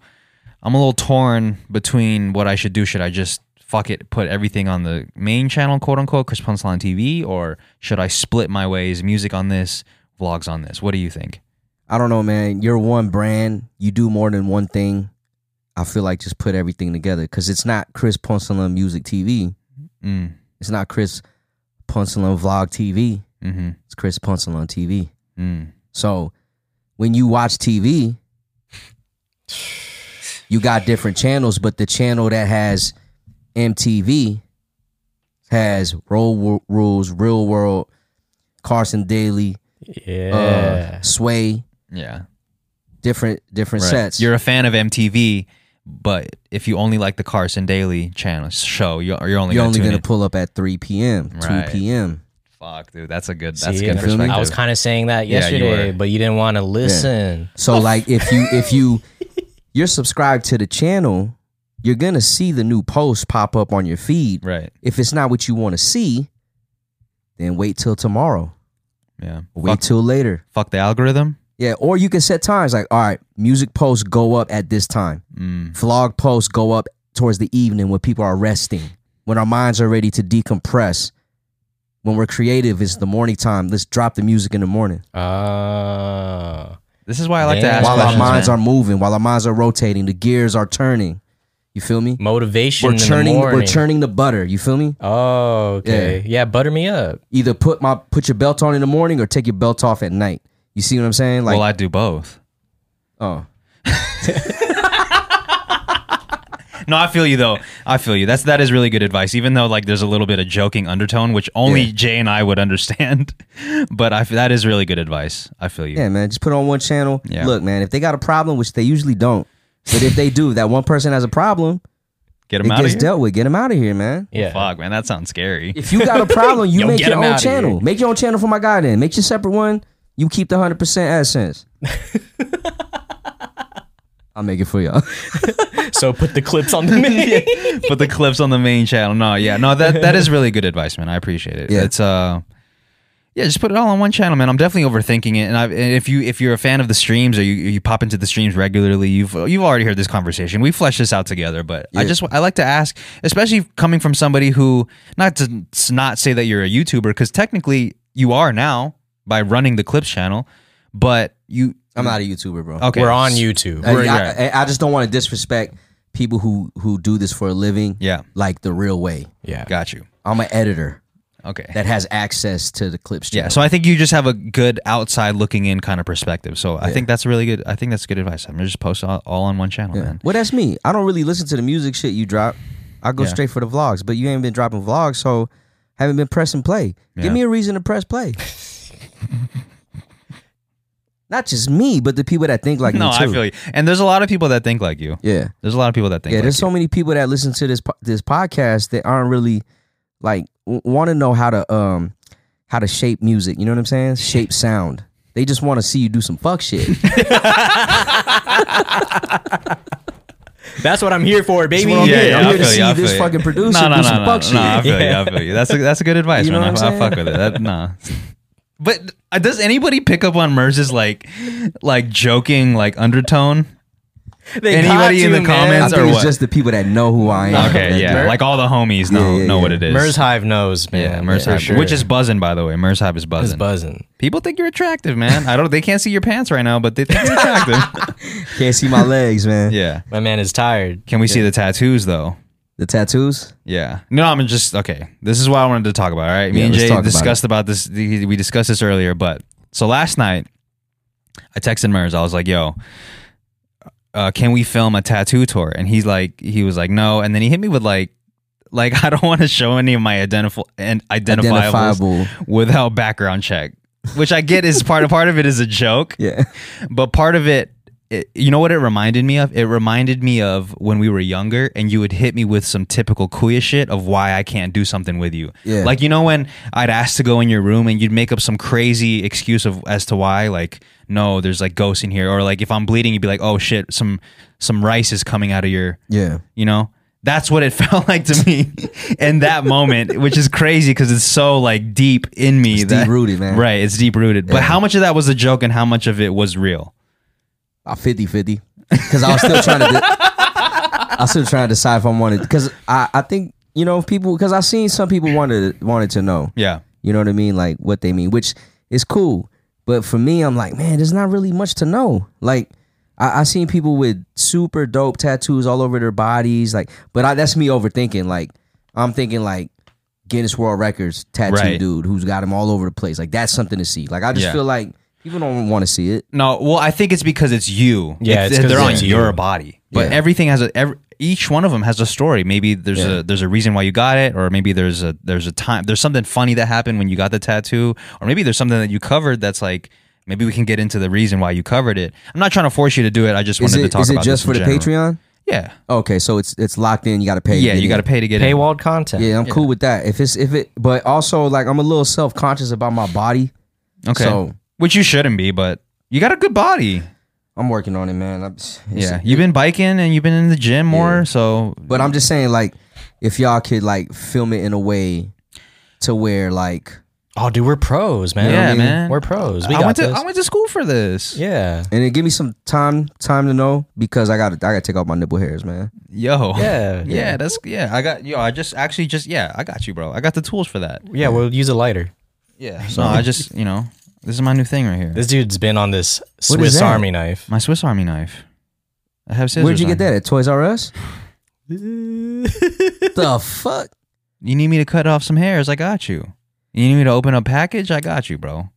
I'm a little torn between what I should do. Should I just fuck it, put everything on the main channel, quote unquote, Chris Ponsalon TV, or should I split my ways, music on this, vlogs on this? What do you think?
I don't know, man. You're one brand. You do more than one thing. I feel like just put everything together because it's not Chris Ponsalon Music TV.
Mm,
It's not Chris Ponsalon Vlog TV.
mm-hmm,
It's Chris Ponsalon TV.
mm.
So when you watch TV, you got different channels, but the channel that has MTV has Roll Wo- Rules, Real World, Carson Daly,
Yeah.
uh, Sway,
Yeah.
different different
Right.
sets.
You're a fan of MTV, but if you only like the Carson Daily channel show, you're, you're only
You're
gonna
only
tune
gonna
in.
pull up at 3 p.m., 2
Right.
p.m.
Fuck, dude, that's a good that's
See,
a good
feel me?
perspective.
I was kind of saying that
Yeah, you
yesterday,
were.
but you didn't want to listen.
So like if you
<laughs>
if you you're subscribed to the channel, you're gonna see the new posts pop up on your feed.
right.
If it's not what you want to see, then wait till tomorrow.
Yeah.
Wait
Fuck,
till later.
fuck the algorithm.
Yeah, or you can set times like, all right, music posts go up at this time.
Mm,
Vlog posts go up towards the evening when people are resting, when our minds are ready to decompress. When we're creative, it's the morning time. Let's drop the music in the morning.
Uh,
this is why I like to
Yeah.
ask
While our
questions,
minds
man.
are moving, while our minds are rotating, the gears are turning. You feel me?
motivation.
We're
in the
churning, we're
morning.
churning the butter. You feel me?
Oh, okay. Yeah. butter me up.
Either put my put your belt on in the morning or take your belt off at night. You see what I'm saying? Like,
well, I do both.
oh,
No, I feel you though. I feel you. That's that is really good advice. Even though like there's a little bit of joking undertone, which only
Yeah.
Jay and I would understand. <laughs> But I f- that is really good advice. I feel you.
Yeah, man. Just put it on one channel.
Yeah.
Look, man, if they got a problem, which they usually don't, but if they do, that one person has a problem,
Get
it
him out of
gets
here.
dealt with. Get them out of here, man.
Yeah.
Fuck, man, that sounds scary.
If you got a problem,
<laughs>
you
Yo,
make
get
your
'em
own
outta
channel.
here.
Make your own channel for my guy then. Make your separate one. You keep the 100%
<laughs>
AdSense. I'll make it for y'all.
so put the clips
<laughs>
on the mini.
put the clips on the main channel. No, yeah, no, that that is really good advice, man. I appreciate it.
Yeah.
It's uh, yeah, just put it all on one channel, man. I'm definitely overthinking it, and, I, and if you if you're a fan of the streams or you you pop into the streams regularly, you've you've already heard this conversation. We flesh this out together, but I just I like to ask, especially coming from somebody who not to s- not say that you're a YouTuber because technically you are now by running the clips channel, but you
I'm not a YouTuber, bro.
okay
We're on YouTube.
I,
Right,
I, I- I just don't want to disrespect people who who do this for a living
Yeah,
like the real way.
yeah.
got you.
I'm an editor
Okay.
that has access to the clips channel.
Yeah, so I think you just have a good outside looking in kind of perspective. So I think that's really good. I think that's good advice. I'm gonna just post all, all on one channel, man.
Well, that's me. I don't really listen to the music shit you drop. I go
Yeah.
straight for the vlogs, but you ain't been dropping vlogs, so haven't been pressing play.
Yeah.
Give me a reason to press
<laughs>
play. Not just me, but the people that think like
No,
me
I
too.
feel you. And there's a lot of people that think like you.
Yeah,
There's a lot of people that think.
yeah.
like
There's
you.
so many people that listen to this po- this podcast that aren't really like w- want to know how to um how to shape music. You know what I'm saying?
<laughs>
Shape sound. They just want to see you do some fuck shit.
That's what I'm here for, baby.
what I'm
yeah, <laughs>
here.
yeah,
I'm
I
here to
feel
see
you, I
this
feel you.
fucking producer
no, no,
do
no,
some
no,
fuck
no,
shit.
I feel you. I feel you. That's
<laughs>
a, that's a good advice,
You know
man.
what
I,
I'm
I fuck with it.
<laughs>
That, nah. But uh, does anybody pick up on Merz's like like joking like undertone?
They
Anybody
got
in
you,
the
man.
I
comments?
think
or
it's
what?
just the people that know who I am.
Okay,
<laughs> that
yeah,
do it.
like all the homies know
yeah,
know
yeah.
what it is.
Mers Hive knows, man.
yeah, Merz
for
Hive,
sure.
which is buzzing by the way. Merz Hive is
It's
buzzing.
buzzing.
People think you're attractive, man. I don't. They can't see your pants right now, but they think you're
<laughs>
attractive.
Can't see my legs, man.
yeah.
My man is tired.
Can we see the tattoos though?
The tattoos?
Yeah. No, I'm just okay. This is why I wanted to talk about. All right. Me
Yeah,
and
let's talk
Jay
about
discussed about, this. We discussed this earlier, but so last night, I texted Mers. I was like, "Yo, uh, can we film a tattoo tour?" And he's like, he was like, "No." And then he hit me with like, like <laughs> I don't want to show any of my identif- and identifiables
Identifiable.
without background check, which I get is part of part of it is a joke
Yeah.
but part of it, it you know what it reminded me of it reminded me of when we were younger and you would hit me with some typical kuya shit of why i can't do something with you
Yeah.
like you know when i'd ask to go in your room and you'd make up some crazy excuse of as to why like no there's like ghosts in here or like if i'm bleeding you'd be like oh shit some some rice is coming out of your
Yeah.
you know that's what it <laughs> felt like to
<laughs>
me in that moment which is crazy because it's so like deep in me
It's
that-
deep-rooted, man.
right it's deep rooted but how much of that was a joke and how much of it was real
I 50 50. Because I was still trying to. De- I was still trying to decide if I wanted. Because I, I think, you know, if people. Because I've seen some people wanted wanted to know.
yeah
You know what I mean? Like what they mean, which is cool. But for me, I'm like, man, there's not really much to know. Like, I, I seen people with super dope tattoos all over their bodies. Like, but I, that's me overthinking. Like, I'm thinking like Guinness World Records tattoo
Right.
dude who's got him all over the place. Like, that's something to see. Like, I just
Yeah.
feel like people don't want to see it.
No, well, I think it's because it's you.
Yeah,
It's-
it's 'cause
they're on
it's
your
you.
body. But
Yeah.
everything has a every, each one of them has a story. Maybe there's a there's a reason why you got it, or maybe there's a there's a time there's something funny that happened when you got the tattoo, or maybe there's something that you covered that's like maybe we can get into the reason why you covered it. I'm not trying to force you to do it. I just
Is
wanted to
it
talk
is it
about
just
this
for
in
the
general.
Patreon?
Yeah,
Okay, so it's it's locked in. You got to pay. to
yeah,
get
you
in.
got to pay to get in.
Paywalled content.
Yeah, I'm cool with that. If it's if it, but also like I'm a little self conscious about my body.
Okay,
So-
which you shouldn't be, but you got a good body.
I'm working on it, man. I'm, it's-
Yeah, you've been biking and you've been in the gym more, so
But I'm just saying, like, if y'all could like film it in a way to where like,
Oh, dude, we're pros, man.
Yeah, man.
We're pros. We
I
got
went to
this.
I went to school for this.
yeah.
and it give me some time time to know because I got to I got to take off my nipple hairs, man.
Yo.
Yeah.
<laughs> Yeah, that's yeah. I got yo. I just actually just yeah. I got you, bro. I got the tools for that.
Yeah, we'll use a lighter.
Yeah. So I just you know this is my new thing right here.
This dude's been on this
What is
Swiss
that?
Army
<laughs>
knife.
my Swiss Army knife. I have scissors.
Where'd you get
on.
that at Toys R Us? the fuck?
You need me to cut off some hairs? I got you. You need me to open a package? I got you, bro.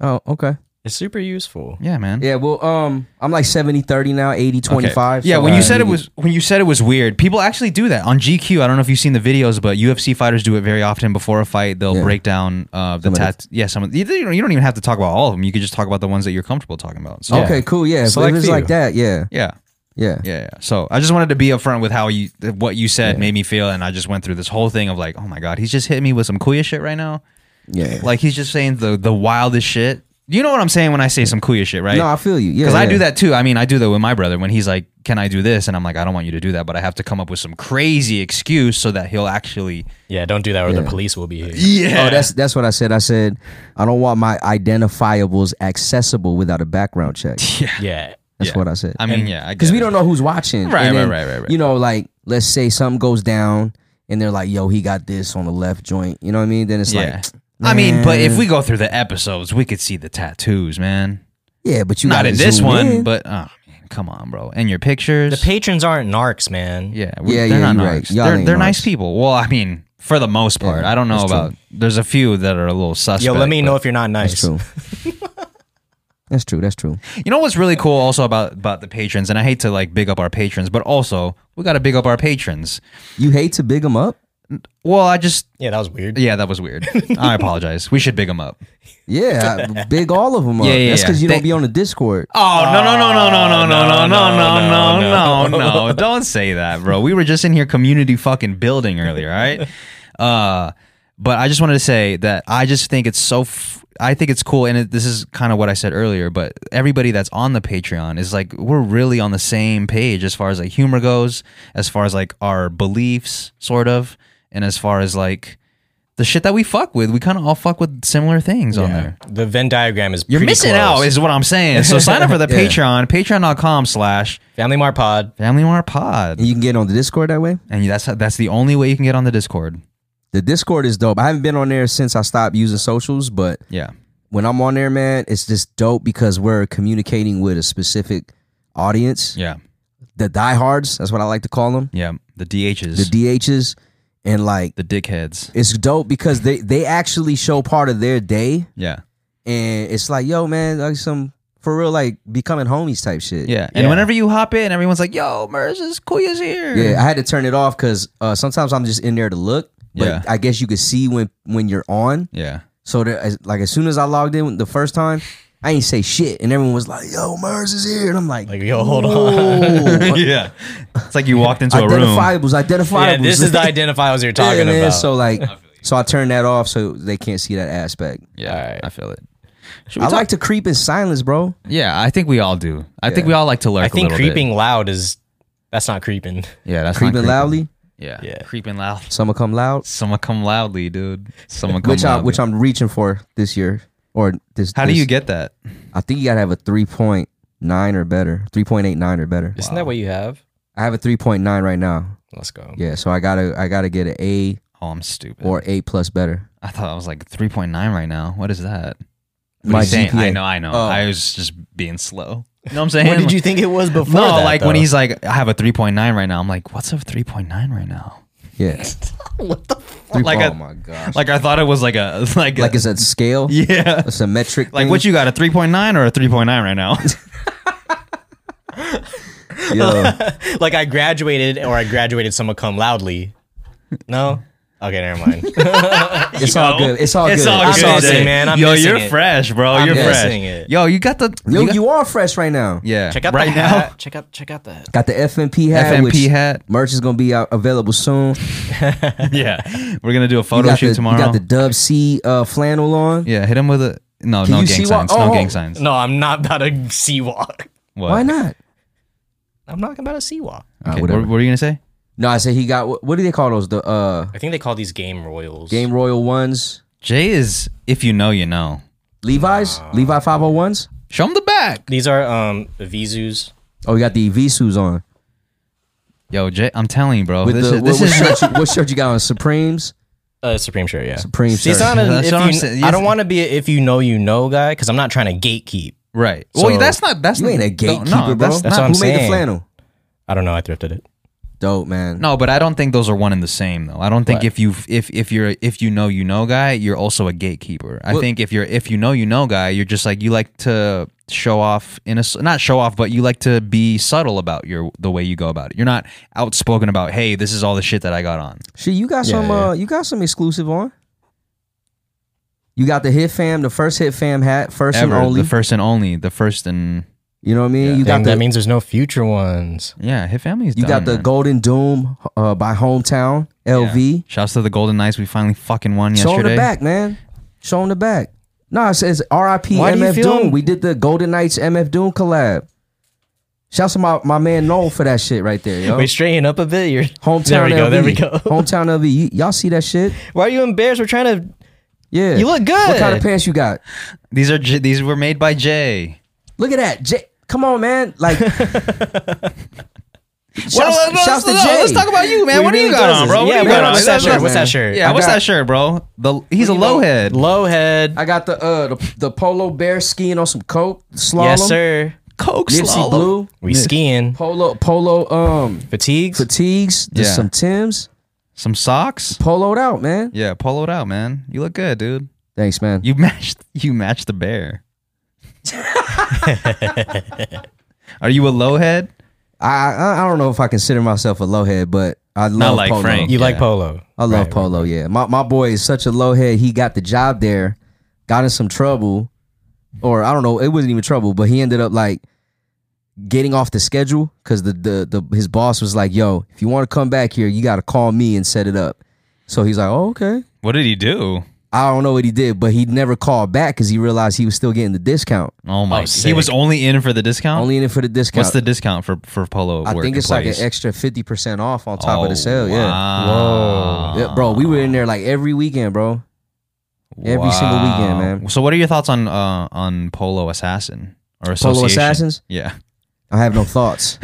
Oh, okay.
It's super useful.
Yeah, man.
Yeah, well, um, I'm like 70 30 now, 80 25.
Yeah,
so
when
I
you said it
need-
was when you said it was weird, people actually do that on GQ. I don't know if you've seen the videos, but UFC fighters do it very often before a fight. They'll
Yeah.
break down uh, the
Some of the-
tat. Yeah, some of you don't you don't even have to talk about all of them. You could just talk about the ones that you're comfortable talking about. So,
okay, cool. Yeah, if it
Select
was
few.
like that, yeah,
Yeah.
yeah.
yeah, yeah. So I just wanted to be upfront with how you th- what you said made me feel, and I just went through this whole thing of like, oh my god, he's just hitting me with some kuya shit right now.
Yeah.
Like he's just saying the the wildest shit. You know what I'm saying when I say some kuya shit, right?
No, I feel you. Yeah,
because I
yeah.
do that too. I mean, I do that with my brother when he's like, "Can I do this?" and I'm like, "I don't want you to do that," but I have to come up with some crazy excuse so that he'll actually.
Yeah, don't do that or the police will be here.
Yeah.
Oh, that's that's what I said. I said I don't want my identifiables accessible without a
<laughs>
background check.
Yeah.
That's
Yeah.
what I said.
I mean, yeah, I
because
get
we
it.
don't know who's watching.
Right,
And
right,
then,
right, right, right.
You know, like let's say something goes down, and they're like, "Yo, he got this on the left joint." You know what I mean? Then it's
Yeah.
like,
I mean, but if
man.
we go through the episodes, we could see the tattoos, man.
yeah, but you
Not
gotta
in this
zoom
one,
in.
but oh, man, come on, bro. And your pictures.
The patrons aren't narcs, man.
Yeah, we,
Yeah,
they're
yeah,
not
you're
narcs.
right. Y'all
They're,
ain't
they're nice
narcs.
people. Well, I mean, for the most part, I don't know
that's
about. There's a few that are a little suspect.
Yo, let me
but-
know if you're not
that's
nice.
true. <laughs> that's true. That's true.
You know what's really cool also about about the patrons, and I hate to like big up our patrons, but also we got to big up our patrons.
You hate to big him up.
Well, I just
Yeah, that was weird.
yeah, that was
<laughs>
weird. I apologize. We should big them up.
Yeah,
<laughs>
I- big all of them up.
Yeah, yeah,
That's
yeah.
because you
They-
don't be on the Discord.
Oh no no no no no no no no no
no,
Oh, no no no! Don't say that, bro. We were just in here community fucking building earlier, all <laughs> right? Uh, but I just wanted to say that I just think it's so. F- I think it's cool, and it, this is kind of what I said earlier. But everybody that's on the Patreon is like we're really on the same page as far as like humor goes, as far as like our beliefs, sort of, and as far as like the shit that we fuck with. We kind of all fuck with similar things on there.
The Venn diagram is
You're
pretty
missing
close.
out, is what I'm saying. So sign up for the
<laughs>
Patreon, patreon.com slash
Family Mart Pod.
Family Noir Pod.
And you can get on the Discord that way.
And that's that's the only way you can get on the Discord.
The Discord is dope. I haven't been on there since I stopped using socials, but
Yeah.
when I'm on there, man, it's just dope because we're communicating with a specific audience.
Yeah.
the diehards. That's what I like to call them.
Yeah, the DHs,
The
the,
DHs and like
dickheads.
it's dope because they they actually show part of their day
Yeah,
and it's like yo man like some for real like becoming homies type shit.
yeah. And
Yeah.
whenever you hop in, everyone's like, "Yo, Merz is Kuya's here."
Yeah, I had to turn it off because uh, sometimes I'm just in there to look. But
Yeah.
I guess you could see when when you're on. <laughs>
yeah.
So that as- like as soon as I logged in the first time, I ain't say shit, and everyone was like, "Yo, Murs is here," and I'm like, <laughs>
Like, yo, hold
"Whoa."
yeah. <laughs> It's like you walked into a room.
identifiables,
<laughs>
identifiables."
Yeah, this is the
<laughs>
<laughs>
identifiers you're talking
Yeah, man,
about.
So like, so I turned that off so they can't see that aspect.
Yeah,
Alright.
I feel it. Should
I
we talk-
like to creep in silence, bro.
yeah, I think we all do. I think we all like to lurk.
I
a
think
little bit.
creeping loud is that's not creeping.
Yeah, that's not
Creeping loudly,
Yeah.
Yeah.
creeping loud. <laughs>
someone come loud,
Someone come loudly, dude. Someone come
which I
loudly.
which I'm reaching for this year or this.
How do
this-
you get that?
I think you gotta have a three point nine or better, three point eight nine or better.
Isn't that what you have?
I have a three point nine right now.
Let's go.
Yeah, so I gotta I gotta get an A
Oh, I'm stupid.
or A plus better.
I thought I was like 3.9 right now. What is that? What
My
are you saying?
GPA.
I know, I know.
Oh.
I was just being slow. You know what I'm saying?
What did you think it was before?
No,
that,
like when
though?
he's like, I have a 3.9 right now. I'm like, what's a 3.9 right now? <laughs>
Yeah.
what the f-
Three,
Like
oh
a- <laughs>
my gosh. Like,
Like I thought it was like a <laughs> like
it's a scale.
yeah.
It's a metric.
Like
thing.
what you got a 3.9 or a 3.9 right now? <laughs>
Yo,
like I graduated or I graduated summa cum loudly. No? Okay, never mind.
it's all good. It's all good.
It's all
I'm
good,
missing
dude.
it, man. I'm
Yo,
missing
you're
it.
fresh, bro.
I'm
you're fresh.
missing it.
Yo, you got the
Yo,
you
you,
got-
are fresh right now.
yeah.
check out
right
the
now.
hat. Check out check out that.
Got the FMP hat.
FMP
which
hat.
Merch is gonna be out available soon. You
<laughs> yeah, we're gonna do a photo
got
shoot
the,
tomorrow.
You got the Dub C uh, flannel on.
yeah, hit him with a no,
Can
no
you
gang
see why-
signs, no
oh,
gang
oh.
signs.
No, I'm not about a sea walk.
What?
Why not?
I'm not about a sea walk.
All right,
Okay,
whatever.
what, what are you gonna say?
No, I said he got. What, what do they call those? The uh,
I think they call these game royals.
Game Royal ones.
Jay is if you know, you know.
Levi's, Levi five hundred ones.
Show him the back.
These are um Vizus.
Oh, you got the Evisus on.
Yo, Jay, I'm telling you, bro.
With
Oh, this
the,
is this
what,
is
what, shirt you, what shirt you got on? Supremes.
Uh, Supreme shirt, yeah.
Supreme
See, it's
shirt.
not an
That's
if
what I'm
you-
saying.
I don't want to be a if you know you know guy because I'm not trying to gatekeep.
right.
So-
well, that's not that's
You ain't a
no,
gatekeeper,
no,
bro.
That's,
That's
not,
what
Who
I'm
made the
saying.
flannel?
I don't know. I thrifted it.
Dope, man.
No, but I don't think those are one and the same though. I don't think if you if if you're if you know you know guy, you're also a gatekeeper. I think if you're if you know you know guy, you're just like you like to show off in a s- not show off, but you like to be subtle about your the way you go about it. You're not outspoken about, hey, this is all the shit that I got on.
Shit, you got some. Uh, you got some exclusive on. You got the Hit Fam, the first Hit Fam hat, first
Ever
and only.
the first and only, the first and
you know what I mean? you got
Dang,
the
that means there's no future ones.
yeah, hit family's.
you
done,
got the
man.
Golden Doom uh, by Hometown LV.
Shouts to the Golden Knights. We finally fucking won
Show 'em
yesterday.
the back, man. Show 'em the back. Nah, it says R.I.P.
Why do you
MF
feel-
Doom. We did the Golden Knights MF Doom collab. Shouts to my, my man Noel for that shit right there, yo.
We straighten up a bit. You're
Oh. Hometown
There we
LV.
go. There we go. <laughs>
Hometown LV. You, y'all see that shit?
Why are you embarrassed? We're trying to.
Yeah.
You look good.
What kind of pants you got?
These are J- these were made by Jay.
Look at that. Jay, come on, man.
<laughs>
Like, shouts,
Well, let's-
shouts to
let's-
Jay.
Let's talk about you, man.
We
What do you
really
got
does
on,
this.
bro? What
Yeah,
do you
what
got
on?
on?
What's that shirt? What's that
shirt?
Yeah,
I
what's
got-
that shirt, bro? The he's a low head.
Low head.
I got the uh the, the polo bear skiing on some coke slalom.
Yes, sir.
Coke
Nipsey
slalom.
blue
We skiing.
polo polo um
Fatigues.
fatigues. Just
Yeah.
some Tims.
Some socks.
Poloed out, man.
Yeah, polo it out, man. You look good, dude.
Thanks, man.
You matched. <laughs> You matched the <laughs> bear. Are you a low head?
I, I I don't know if I consider myself a low head, but I love
like
polo.
Frank.
you like
Yeah.
polo?
I love
Right.
polo. Yeah, my my boy is such a low head. He got the job there, got in some trouble, or I don't know. It wasn't even trouble, but he ended up like getting off the schedule because the, the the his boss was like, "Yo, if you want to come back here, you got to call me and set it up." So he's like, "Oh, okay."
What did he do?
I don't know what he did, but he never called back because he realized he was still getting the discount.
Oh my! he
sick.
was only in for the discount.
Only in it for the discount.
What's the discount for for polo?
I
work
think it's like
employees?
an extra fifty percent off on top of
Oh,
the sale. Yeah.
wow.
Yeah, bro, we were in there like every weekend, bro. Every single weekend, man.
So, what are your thoughts on uh, on Polo Assassin or Association?
Polo Assassins?
Yeah,
I have
<laughs>
no thoughts.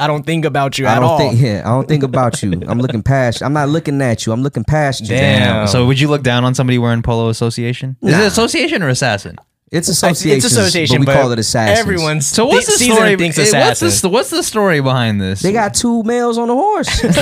I don't think about you
I
at
don't
all.
think. Yeah, I don't think about you. I'm looking past. I'm not looking at you. I'm looking past you.
Damn.
So, would you look down on somebody wearing Polo Association? Is it Association or Assassin?
It's
It's
association.
it's association,
but we
but
call it assassins.
Everyone's
So what's the
Caesar
story?
Thinks
eh, what's,
assassin.
the, st- what's the story behind this?
They got two males on
<laughs>
the horse. nah,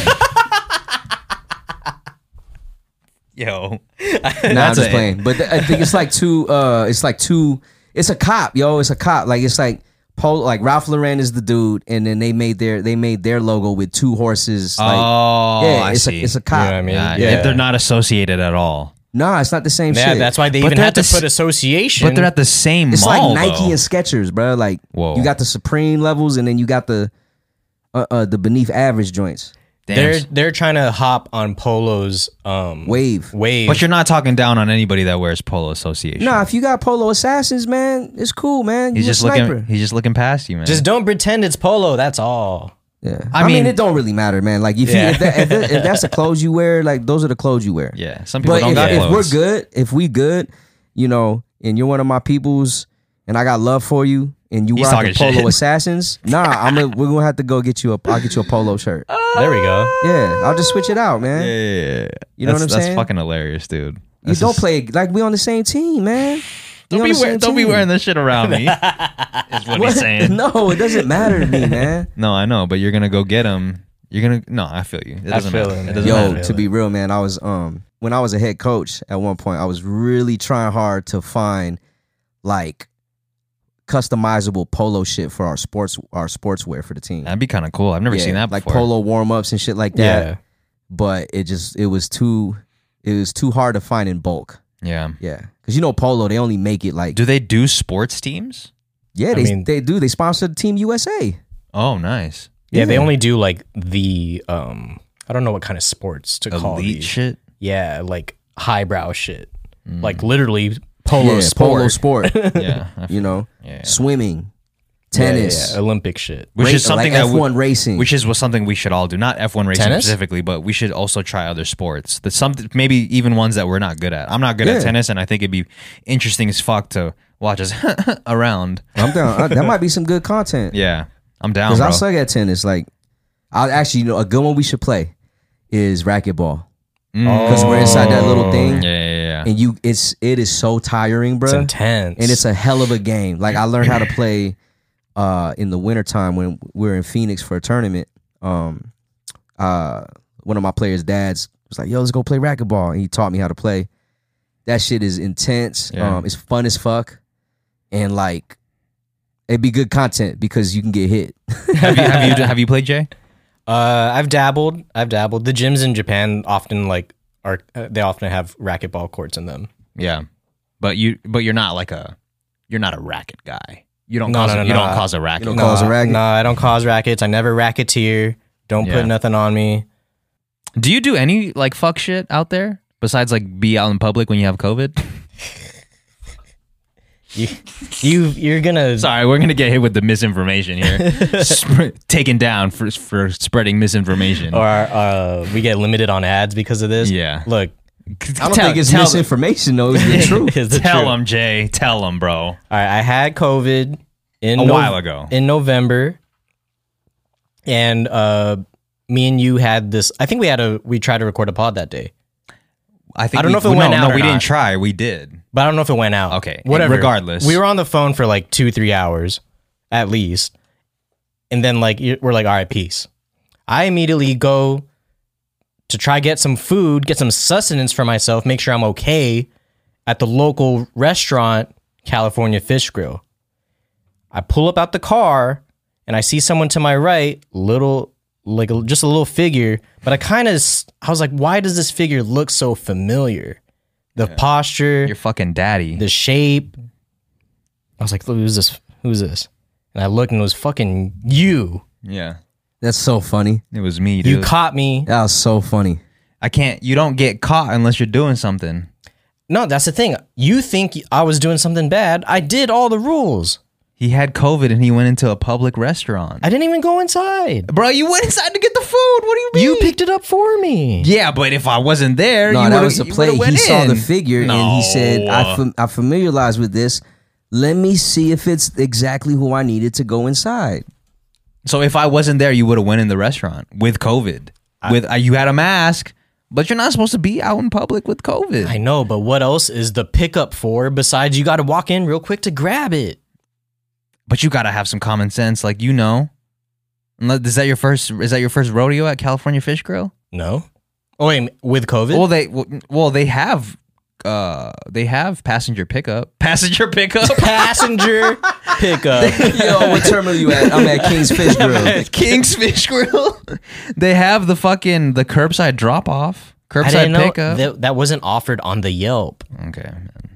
yo.
I'm
That's
just
a-
playing. But th- I think it's like two. Uh, it's like two. It's a cop, yo. It's a cop. Like it's like Paul. Like Ralph Lauren is the dude, and then they made their they made their logo with two horses. Like,
oh,
yeah,
I
it's
see.
a it's a
You know
cop.
what I mean?
Uh,
yeah,
If they're not associated at all,
Nah, it's not the same
yeah,
shit.
that's why they
But
even
they're
had
at
to
the
put
s-
association.
but they're at the same
It's
mall.
like Nike
though.
and Skechers, bro. Like
Whoa.
you got the Supreme levels, and then you got the uh, uh the beneath average joints.
Damn.
they're they're trying to hop on Polo's um
Wave.
wave.
But you're not talking down on anybody that wears Polo Association.
Nah, if you got Polo Assassins, man, it's cool, man.
he's
you
just
a sniper.
looking. He's just looking past you, man.
just don't pretend it's Polo. That's all.
Yeah.
I
I, mean,
mean-
it don't really matter, man. Like if,
Yeah.
you, if, that, if, that- if that's the clothes you wear, like those are the clothes you wear.
yeah. Some people
But
don't
if,
got
if
clothes.
we're good, if we good, you know, and you're one of my peoples, and I got love for you, and you
He's
rock
talking
Polo
shit. <laughs>
Assassins, nah, I'm gonna, we're gonna have to go get you a. I'll get you a polo shirt.
There we go.
Yeah, I'll just switch it out, man.
Yeah.
You
that's,
know what I'm
that's
saying?
fucking hilarious, dude.
You
That's
don't
just-
play like we on the same team, man. We
Don't
on
be
the
wear,
same
don't be
team. <laughs>
wearing this shit around me. is what, he's saying.
no, it doesn't matter
<laughs>
to me, man.
No, I know, but you're gonna go get him. You're gonna no. I feel you. It doesn't
feel
matter.
it,
It
man.
doesn't
Yo,
matter.
to be real, man, I was um when I was a head coach at one point, I was really trying hard to find like customizable polo shit for our sports our sportswear for the team.
That'd be kind of cool. I've never
Yeah,
seen that
like
before.
polo warm ups and shit like that.
Yeah.
But it just it was too it was too hard to find in bulk.
Yeah.
Yeah, because you know polo, they only make it like
Do they do sports teams?
yeah
I
they
mean-
they do they sponsor the team USA.
Oh, nice.
yeah, They
Yeah.
only do like the um. I don't know what kind of sports to call
Elite
these.
shit.
Yeah, like highbrow shit. Like literally polo
Mm. yeah,
sport.
polo sport.
<laughs> Yeah. I
<laughs> you know,
Yeah.
swimming,
Yeah, yeah,
tennis,
yeah, Olympic shit.
which
ra-
is something
like
that we-
F1 racing.
which is was something we should all do. Not F one racing
Tennis?
specifically, but we should also try other sports. That some maybe even ones that we're not good at. I'm not good
Yeah.
at tennis, and I think it'd be interesting as fuck to watch us <laughs> around.
<laughs> I'm down. I- that might be some good content.
Yeah, I'm down,
Because
bro.
I suck at tennis. Like, I actually, you know, a good one we should play is racquetball. Because we're inside that little thing,
Mm. Oh, yeah, yeah, yeah.
and you, it's it is so tiring, bro.
It's intense.
and it's a hell of a game. Like I learned how to play uh, in the wintertime when we were in Phoenix for a tournament. Um, uh, one of my players' dads was like, "Yo, let's go play racquetball," and he taught me how to play. That shit is intense.
Yeah.
Um, it's fun as fuck, and like it'd be good content because you can get hit.
have, you, have you have you played Jay?
Uh, I've dabbled. I've dabbled. The gyms in Japan often like are uh, they often have racquetball courts in them.
Yeah, but you but you're not like a you're not a racket guy. You don't
No,
cause
no,
a,
no,
you
no.
don't cause a racket.
don't cause a racket?
No, I don't cause rackets. I never racketeer. Don't
Yeah.
put nothing on me.
Do you do any like fuck shit out there besides like be out in public when you have COVID?
You, you you're gonna.
Sorry, we're gonna get hit with the misinformation <laughs> here. Sp- taken down for for spreading misinformation.
Or uh, we get limited on ads because of this.
Yeah.
Look,
I don't <laughs> think it's misinformation though. It's the
true. <laughs>
truth.
is the
Tell
truth.
him, Jay. Tell him, bro.
All right, I had COVID in
A while ago.
in November, and uh, me and you had this. I think we had a we tried to record a pod that day,
think
I don't know if it
no,
went
no,
out or
we
not.
didn't try. We did.
but I don't know if it went out.
Okay,
whatever.
regardless.
we were on the phone for like two three hours at least, and then like you- we're like, all right, peace. I immediately go to try get some food, get some sustenance for myself, make sure I'm okay at the local restaurant, California Fish Grill. I pull up out the car and I see someone to my right, little like a- just a little figure, but I kind of I was like, why does this figure look so familiar? The posture,
Your fucking daddy.
the shape. I was like, who's this? Who's this? And I looked and it was fucking you.
yeah,
That's so funny.
it was me,
You
dude.
caught me.
That was so funny.
I can't. You don't get caught unless you're doing something.
No, that's the thing. You think I was doing something bad. I did all the rules.
He had COVID and he went into a public restaurant.
I didn't even go inside.
bro, you went inside to get the food. What do you mean?
You picked it up for me.
Yeah, but if I wasn't there,
No,
you
that
would've-
was a
you
play.
would've
He
went
saw the
in.
figure and he said,
No.
I, fam- I familiarize with this. Let me see if it's exactly who I needed to go inside.
So if I wasn't there, you would have went in the restaurant with COVID. with uh, you had a mask, But you're not supposed to be out in public with COVID.
I know, but what else is the pickup for besides you got to walk in real quick to grab it?
but you gotta have some common sense, like you know. Unless- Is that your first? Is that your first rodeo at California Fish Grill?
No. Oh, wait, with COVID?
Well, they well, well they have uh they have passenger pickup. <laughs> Passenger pickup.
<laughs>
<laughs>
passenger
<laughs>
pickup.
Yo, what terminal you at? I'm at King's
<laughs>
Fish Grill.
King's Fish Grill. <laughs> they have the fucking the curbside drop off.
I didn't
Curbside
know
pickup.
that, that wasn't offered on the Yelp.
okay.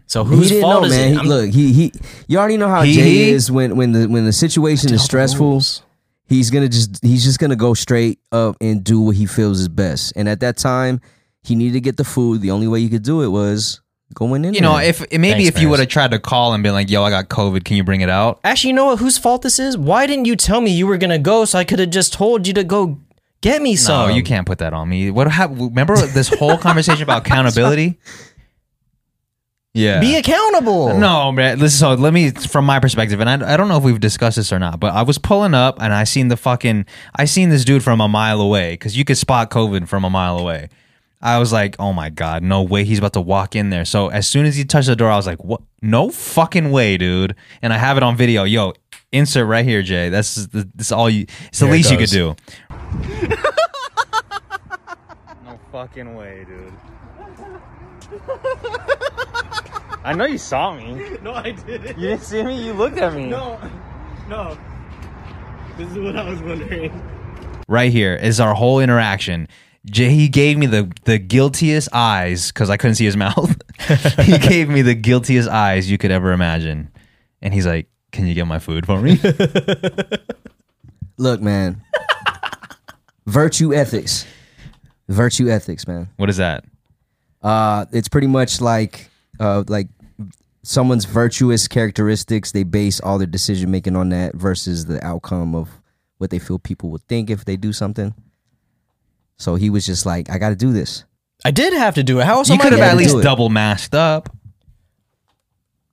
So
He
whose
didn't
fault
know,
is
man.
it?
He,
I'm-
look, he he. You already know how
He-
Jay is when when the when the situation is stressful.
rules.
He's gonna just he's just gonna go straight up and do what he feels is best. And at that time, he needed to get the food. The only way you could do it was going in.
You know,
there.
if maybe
Thanks,
if you
Paris.
would have tried to call and been like, "Yo, I got COVID. Can you bring it out?"
Actually, you know what? Whose fault this is? Why didn't you tell me you were gonna go? So I could have just told you to go get me
No,
some.
Oh, you can't put that on me. What hap- remember this <laughs> whole conversation about <laughs> accountability? Yeah.
Be accountable.
No, man. Listen, so let me, from my perspective, and I, I don't know if we've discussed this or not, but I was pulling up and I seen the fucking, I seen this dude from a mile away because you could spot COVID from a mile away. I was like, oh my God, no way he's about to walk in there. So as soon as he touched the door, I was like, what? No fucking way, dude. And I have it on video. Yo, insert right here, Jay. That's, that's all you, it's the
Here it
least you could
goes.
do. no fucking way, dude. I know you saw me. <laughs>
No, I didn't.
You didn't see me? You looked at me.
No, no. This is what I was wondering.
right here is our whole interaction. Jay, he gave me the the guiltiest eyes because I couldn't see his <laughs> mouth. he gave me the guiltiest eyes you could ever imagine, and he's like, "Can you get my food for
<laughs>
me?"
look, man, virtue ethics, virtue ethics, man.
what is that?
Uh, it's pretty much like uh, like someone's virtuous characteristics. They base all their decision making on that versus the outcome of what they feel people would think if they do something. So he was just like, I got to do this.
I did have to do it. How else
you
am I
could have
gonna
at
do
least
it.
double masked up.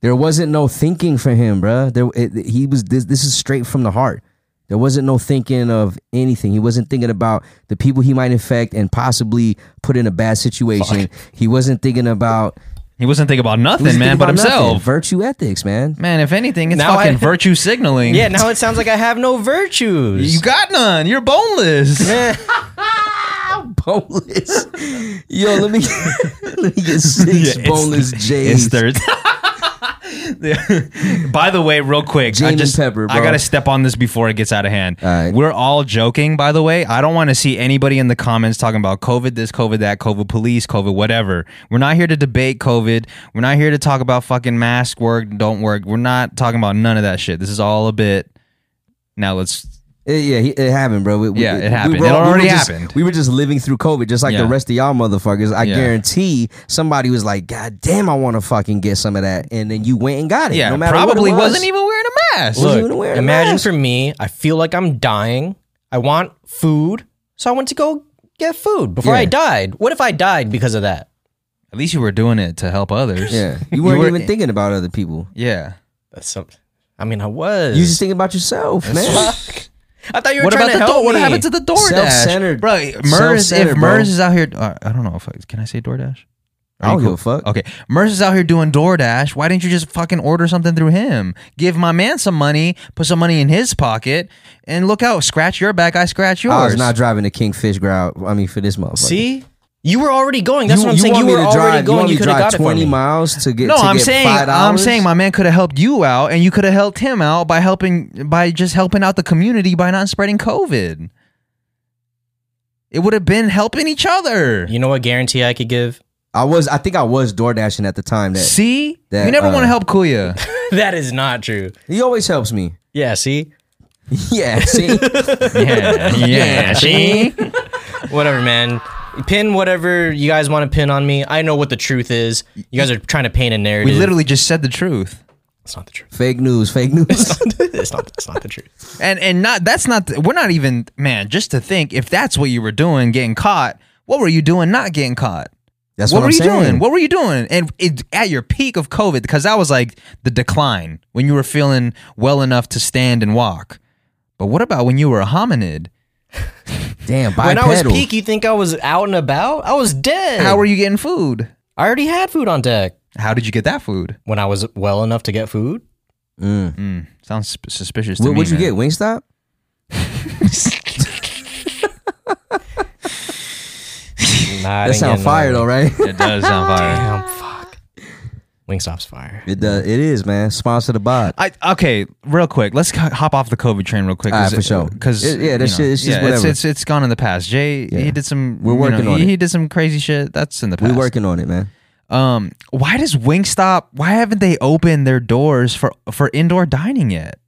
There wasn't no thinking for him, bruh. There, it, it- he was. This, this is straight from the heart. There wasn't no thinking of anything. He wasn't thinking about the people he might infect and possibly put in a bad situation. He wasn't thinking about
He wasn't thinking about
he wasn't
nothing, man,
thinking
but
about nothing.
himself.
Virtue ethics, man.
<laughs> Man, if anything, it's
Now
fucking
I-
virtue
<laughs>
signaling.
<laughs> Yeah, now it sounds like I have no virtues.
you got none. You're boneless.
boneless. Yo, let me <laughs> let me get six
Yeah, it's- <laughs>
boneless J's.
It's
<laughs>
Thursday. By the way, real quick,
Jamie
I just
Pepper,
I
bro.
gotta step on this before it gets out of hand.
All right.
We're all joking, by the way. I don't want to see anybody in the comments talking about COVID this, COVID that, COVID police, COVID whatever. We're not here to debate COVID. We're not here to talk about fucking mask work, don't work. We're not talking about none of that shit. This is all a bit. Now let's.
It- yeah, he- it happened, bro. We- we-
Yeah, it happened. It
all-
already
just,
happened.
We were just living through COVID, just like
Yeah.
the rest of y'all motherfuckers. I
Yeah.
guarantee somebody was like, "God damn, I want to fucking get some of that," and then you went and got it.
Yeah,
no matter what it
probably
was.
wasn't even wearing a mask.
Wasn't
Look,
even wearing a
imagine
mask.
for me, I feel like I'm dying. I want food, so I went to go get food before
Yeah.
I died. What if I died because of that?
At least you were doing it to help others. <laughs>
Yeah, you weren't
were-
even thinking about other people.
Yeah.
That's something. I mean, I was.
You just thinking about yourself, man.
I thought you were
What
trying
about
to
the
help
door? What
me.
happened to the DoorDash?
Self-centered.
Bro, Mers, if
Self-centered, bro.
Mers is out here, uh, I don't know if I- can I say DoorDash.
I don't give a fuck.
Okay, Mers is out here doing DoorDash. Why didn't you just fucking order something through him? Give my man some money, put some money in his pocket, and look out, scratch your back, I scratch yours.
I was not driving the Kingfish growl. I mean, for this motherfucker.
See, you were already going. That's what I'm saying.
want
You
me
were
to
already
drive- You,
going.
want
You
me to
could have
drive
got it for
twenty
me.
miles to get.
no,
to
I'm
get
saying
$5?
I'm saying my man could have helped you out, and you could have helped him out by helping by just helping out the community by not spreading COVID. It would have been helping each other.
You know what guarantee I could give? <laughs>
I was. I think I was door dashing at the time. That
See,
that,
you never
uh,
want to help
<laughs>
Kuya.
that is not true.
he always helps me. <laughs>
Yeah. See,
<laughs>
Yeah. See.
yeah, yeah, see?
whatever, man. Pin whatever you guys want to pin on me. I know what the truth is. You guys are trying to paint a narrative.
We literally just said the truth,
It's not the truth.
Fake news, fake <laughs> news.
it's not. It's not the
<laughs>
truth.
and and not that's not we're not even man. Just to think, if that's what you were doing, getting caught, what were you doing? Not getting caught.
That's
what
what,
were
I'm
you
saying.
doing? What were you doing? And it, at your peak of COVID, because that was like the decline when you were feeling well enough to stand and walk. But what about when you were a hominid?
Damn,
When I was
bipedal.
peak, you think I was out and about? I was dead.
How are you getting food?
I already had food on deck.
How did you get that food?
When I was well enough to get food,
Mm.
Mm, sounds sp- suspicious to
What
me.
would you
man.
get? Wingstop?
nah, I
That
didn't
sound
get
fire
no-
though, right? <laughs>
It does sound fire.
Damn, fuck. Wingstop's fire.
it does. It is, man. Sponsor the bot.
I okay, real quick. Let's co- hop off the COVID train real quick.
Ah, for sure.
Because
It- yeah, that shit- it's just
It's,
whatever.
it's it's gone in the past. Jay,
Yeah.
he did some.
We're
you
working
know,
on
he,
it.
He did some crazy shit. That's in the past.
We working on it, man.
Um, why does Wingstop? Why haven't they opened their doors for for indoor dining yet?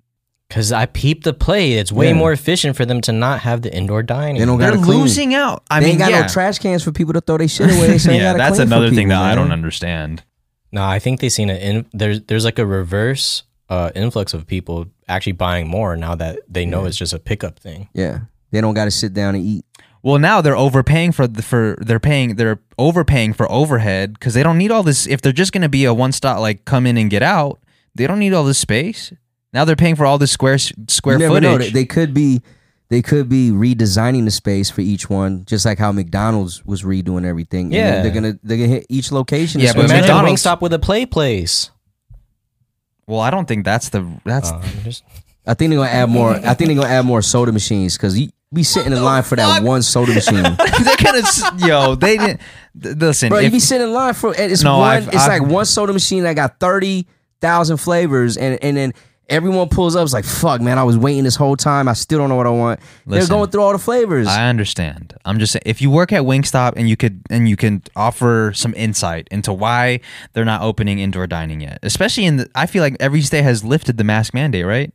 Because I peeped the plate. It's way
Yeah.
more efficient for them to not have the indoor dining.
They don't
They're
gotta clean.
losing out. I
they
mean,
ain't got
yeah,
no trash cans for people to throw their shit away. So
<laughs>
they
yeah,
gotta
that's
clean for
another thing that
people,
I
man.
don't understand.
No, I think they seen an in, there's there's like a reverse uh, influx of people actually buying more now that they know it's just a pickup thing.
Yeah, they don't gotta sit down and eat.
Well, now they're overpaying for the for they're paying they're overpaying for overhead because they don't need all this. If they're just going to be a one stop like come in and get out, they don't need all this space. Now they're paying for all this square s- square
you never
footage.
know. They, they could be, they could be redesigning the space for each one, just like how McDonald's was redoing everything. And
Yeah.
they're gonna they're gonna hit each location.
Yeah,
is
But
gonna-
Imagine
McDonald's-
Wingstop with a play place.
well, I don't think that's the that's
Uh, just-
I think they're gonna add more. I think they're gonna add more soda machines because we sitting in line for that one soda
<laughs>
machine.
they're gonna s- yo they didn't th- listen.
Bro, you
if-
be sitting in line for and it's
No,
one.
I've-
it's
I've-
like one soda machine that got thirty thousand flavors, and and then everyone pulls up. It's like fuck, man. I was waiting this whole time. I still don't know what I want.
Listen.
They're going through all the flavors.
I understand. I'm just saying if you work at Wingstop and you could and you can offer some insight into why they're not opening indoor dining yet, especially in the, I feel like every state has lifted the mask mandate, right?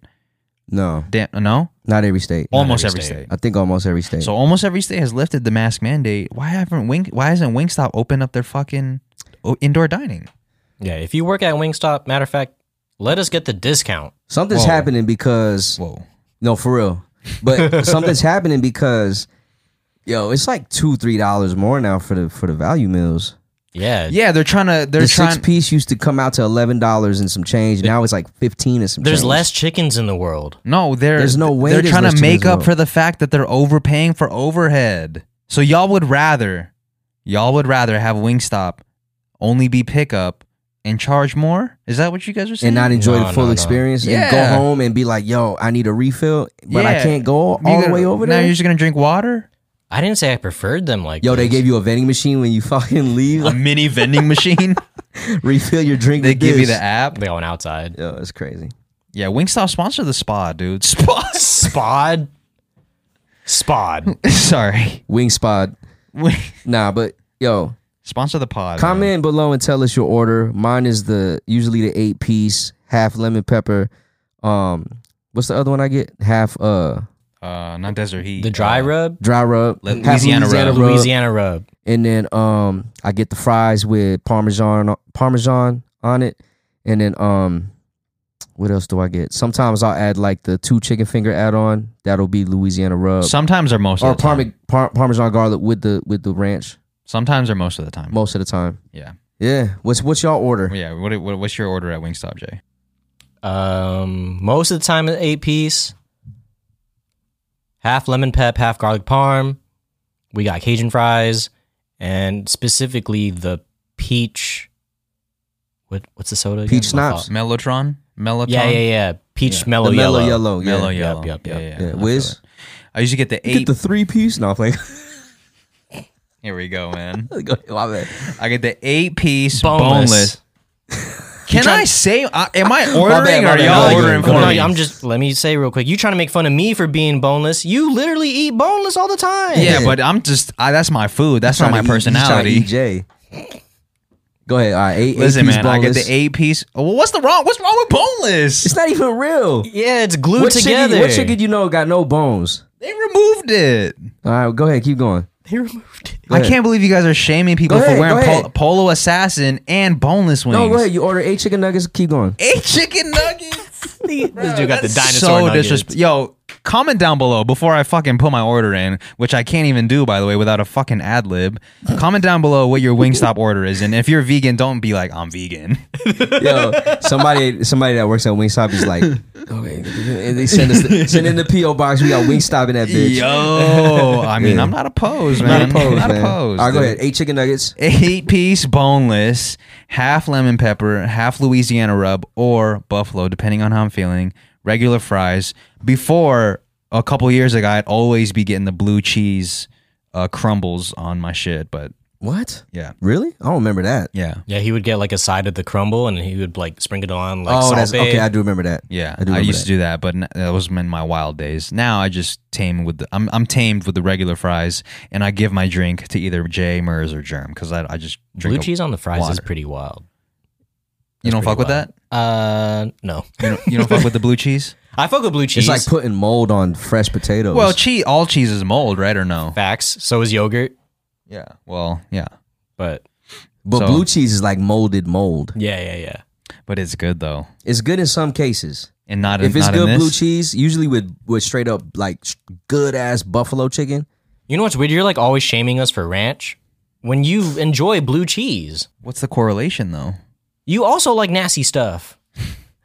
no,
Damn, no,
not every state.
almost
every
every
state.
state.
I think almost every state.
So almost every state has lifted the mask mandate. Why haven't Wing? Why hasn't Wingstop opened up their fucking o- indoor dining?
yeah, if you work at Wingstop, matter of fact, let us get the discount.
Something's
Whoa.
happening because
Whoa.
no, for real.
<laughs>
But something's happening because yo, it's like two, three dollars more now for the for the value meals.
Yeah,
Yeah, they're trying to. They're
the
trying.
six piece used to come out to eleven dollars and some change. Now it's like fifteen and some.
There's
change.
less chickens in the world.
no, they're.
There's no way
They're
there's
trying
less
to make
chickens
up
though.
for the fact that they're overpaying for overhead. So y'all would rather, y'all would rather have Wingstop only be pickup and charge more. Is that what you guys are saying?
and not enjoy
No,
the full
no, no.
experience and
Yeah.
go home and be like, yo, I need a refill, but I
Yeah.
can't go all,
You
the
gonna-
way over
Now
there.
you're just gonna drink water.
I didn't say I preferred them like
Yo, they
this.
gave you a vending machine when you <laughs> fucking leave.
A <laughs>
Like, <laughs>
mini vending machine.
refill your drink.
they
with
give you
this.
the app.
they went outside.
Yo, it's crazy.
Yeah, Wingstop sponsored the spa, dude. <laughs> Spa.
Spod. Spod.
Sorry.
Wing spot.
Wing-
Nah, but yo,
<laughs> Sponsor the pod. man.
comment below and tell us your order. Mine is the usually the eight piece, half lemon pepper. Um, what's the other one I get? Half uh
Uh, not desert heat.
The dry
uh,
rub.
dry rub,
Le-
half
Louisiana rub.
Louisiana rub.
and then um I get the fries with parmesan parmesan on it, and then um what else do I get? Sometimes I'll add like the two chicken finger add on. That'll be Louisiana rub
Sometimes or most
or
of the time.
parme par- parmesan garlic with the with the ranch
Sometimes or most of the time.
most of the time.
yeah.
Yeah, what's what's y'all order?
Yeah. What, what What's your order at Wingstop, Jay?
Um, most of the time, an eight piece, half lemon pep, half garlic parm. We got Cajun fries, and specifically the peach. What what's the soda?
Peach
again? My
schnapps.
fault.
Mellotron. Mellotron.
Yeah, yeah, yeah. Peach
Yeah.
mellow,
The mellow
yellow.
yellow, yeah.
Mellow
Yep,
Oh, yellow.
yep,
yeah,
yep.
yeah,
Yeah,
I feel
Wiz?
it. I usually get the
Get
eight.
the three piece. No, I'm playing. <laughs>
Here we go, man.
Go ahead, my bad.
I get the eight piece boneless.
<laughs> Boneless.
Can
trying-
I say? I, am I ordering
<laughs> my
or
bad.
y'all
No, you-
ordering
no,
for
No,
me?
I'm just. Let me say real quick. You trying to make fun of me for being boneless? You literally eat boneless all the time.
yeah, but I'm just. I, that's my food. That's not
Trying to
my
eat- he's
personality.
trying to eat Jay. Go ahead. All right, eight,
Listen,
eight piece
man. I get
boneless.
the eight piece. Well, what's the wrong? What's wrong with boneless?
It's not even real.
yeah, it's glued
what
together.
Chicken,
<laughs>
what chicken you know got no bones?
They removed it.
All right, go ahead, keep going.
they removed it.
Go
I
ahead.
can't believe you guys are shaming people
Go
for
ahead, go
wearing pol-
ahead.
polo assassin and boneless wings.
No, go ahead. You order eight chicken nuggets. Keep going.
Eight chicken <laughs> nuggets.
This dude got the
That's
dinosaur
so
nuggets.
disrespect. Yo, comment down below before I fucking put my order in, which I can't even do by the way without a fucking ad lib. Comment down below what your Wingstop order is, and if you're vegan, don't be like I'm vegan. <laughs>
Yo, somebody, somebody that works at Wingstop is like, okay, And they send us <laughs> the, send in the PO box. We got wing stopping that bitch.
Yo, I mean, I'm not opposed,
Not
man.
opposed,
Not
man.
opposed.
All right, go
dude.
ahead. Eight chicken nuggets.
Eight piece boneless, half lemon pepper, half Louisiana rub, or buffalo, depending on how I'm feeling. Regular fries. Before a couple years ago, I'd always be getting the blue cheese uh, crumbles on my shit, but
What?
yeah,
Really? I don't remember that.
yeah,
Yeah, he would get like a side of the crumble and he would like sprinkle it on like
oh,
salt
that's
bae.
okay. I do remember that.
yeah.
I do
I,
remember
used
that.
to do that, but n- that was in my wild days. Now I just tame with the I'm I'm tamed with the regular fries, and I give my drink to either Jay Murs or Germ because I I just drink
Blue
a-
cheese on the fries is
water.
pretty wild.
You don't fuck with that.
Uh, no.
You don't, you don't fuck with the blue
<laughs>
cheese.
<laughs> I fuck with blue cheese.
It's like putting mold on fresh potatoes.
Well, cheese all cheese is mold, right or no?
facts. So is yogurt,
Yeah. Well, yeah.
but
but
so-
blue cheese is like molded mold.
yeah, yeah, yeah.
But it's good though,
It's good in some cases.
and not in,
If it's
not
good
in
blue
this.
cheese, usually with with straight up like good ass buffalo chicken.
You know what's weird? You're like always shaming us for ranch when you enjoy blue cheese.
What's the correlation though?
You also like nasty stuff.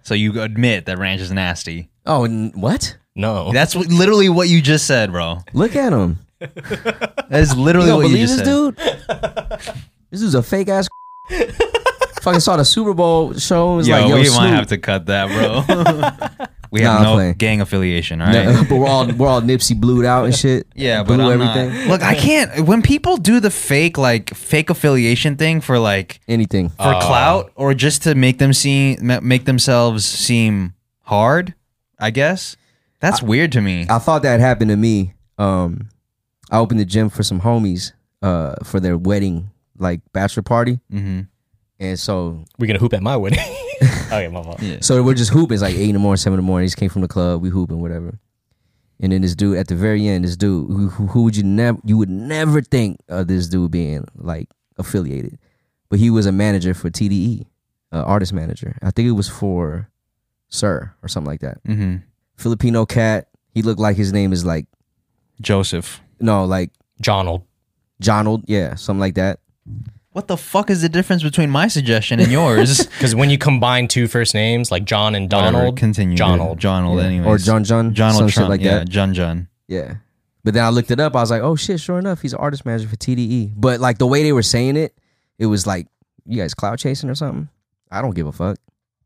So you admit that ranch is nasty.
Oh, n- what?
No.
That's what, literally what you just said, bro.
Look at him.
That is
You
literally
don't
what you
believe
just
this
said.
dude? <laughs> This dude's a fake ass. <laughs> Fucking saw the Super Bowl show. It was
Yo,
like, yo,
we
Snoop.
might have to cut that, bro.
<laughs>
we have
Nah, I'm
no
playing.
gang affiliation, all
No,
right?
<laughs> but we're all we're all Nipsey blued out and shit.
<laughs> Yeah,
Blue
but I'm
everything.
not. Look, I can't. When people do the fake, like fake affiliation thing for like
Anything.
for clout or just to make them seem ma- make themselves seem hard, I guess that's weird to me.
I thought that happened to me. Um, I opened the gym for some homies uh, for their wedding, like bachelor party,
mm-hmm.
and so
We're gonna hoop at my
<laughs>
wedding. <laughs> okay, my fault.
so we're just hooping. It's like eight in the morning, seven in the morning. These came from the club. We hooping, whatever. And then this dude at the very end, this dude who, who, who would you never you would never think of this dude being like affiliated, but he was a manager for TDE, uh, artist manager. I think it was for Sir or something like that.
Mm-hmm.
Filipino cat. He looked like his name is like
Joseph.
no like
Jonald.
Johnald, yeah, something like that.
What the fuck is the difference between my suggestion and yours?
Because when you combine two first names like John and <laughs> Donald,
Whatever, Continue.
Johnald.
Johnald.
Yeah.
Anyways.
Or John John,
Donald
some
Trump.
shit like
yeah.
that.
John John.
Yeah. But then I looked it up. I was like, oh shit, sure enough, he's an artist manager for TDE. But like the way they were saying it, it was like, you guys cloud chasing or something? I don't give a fuck.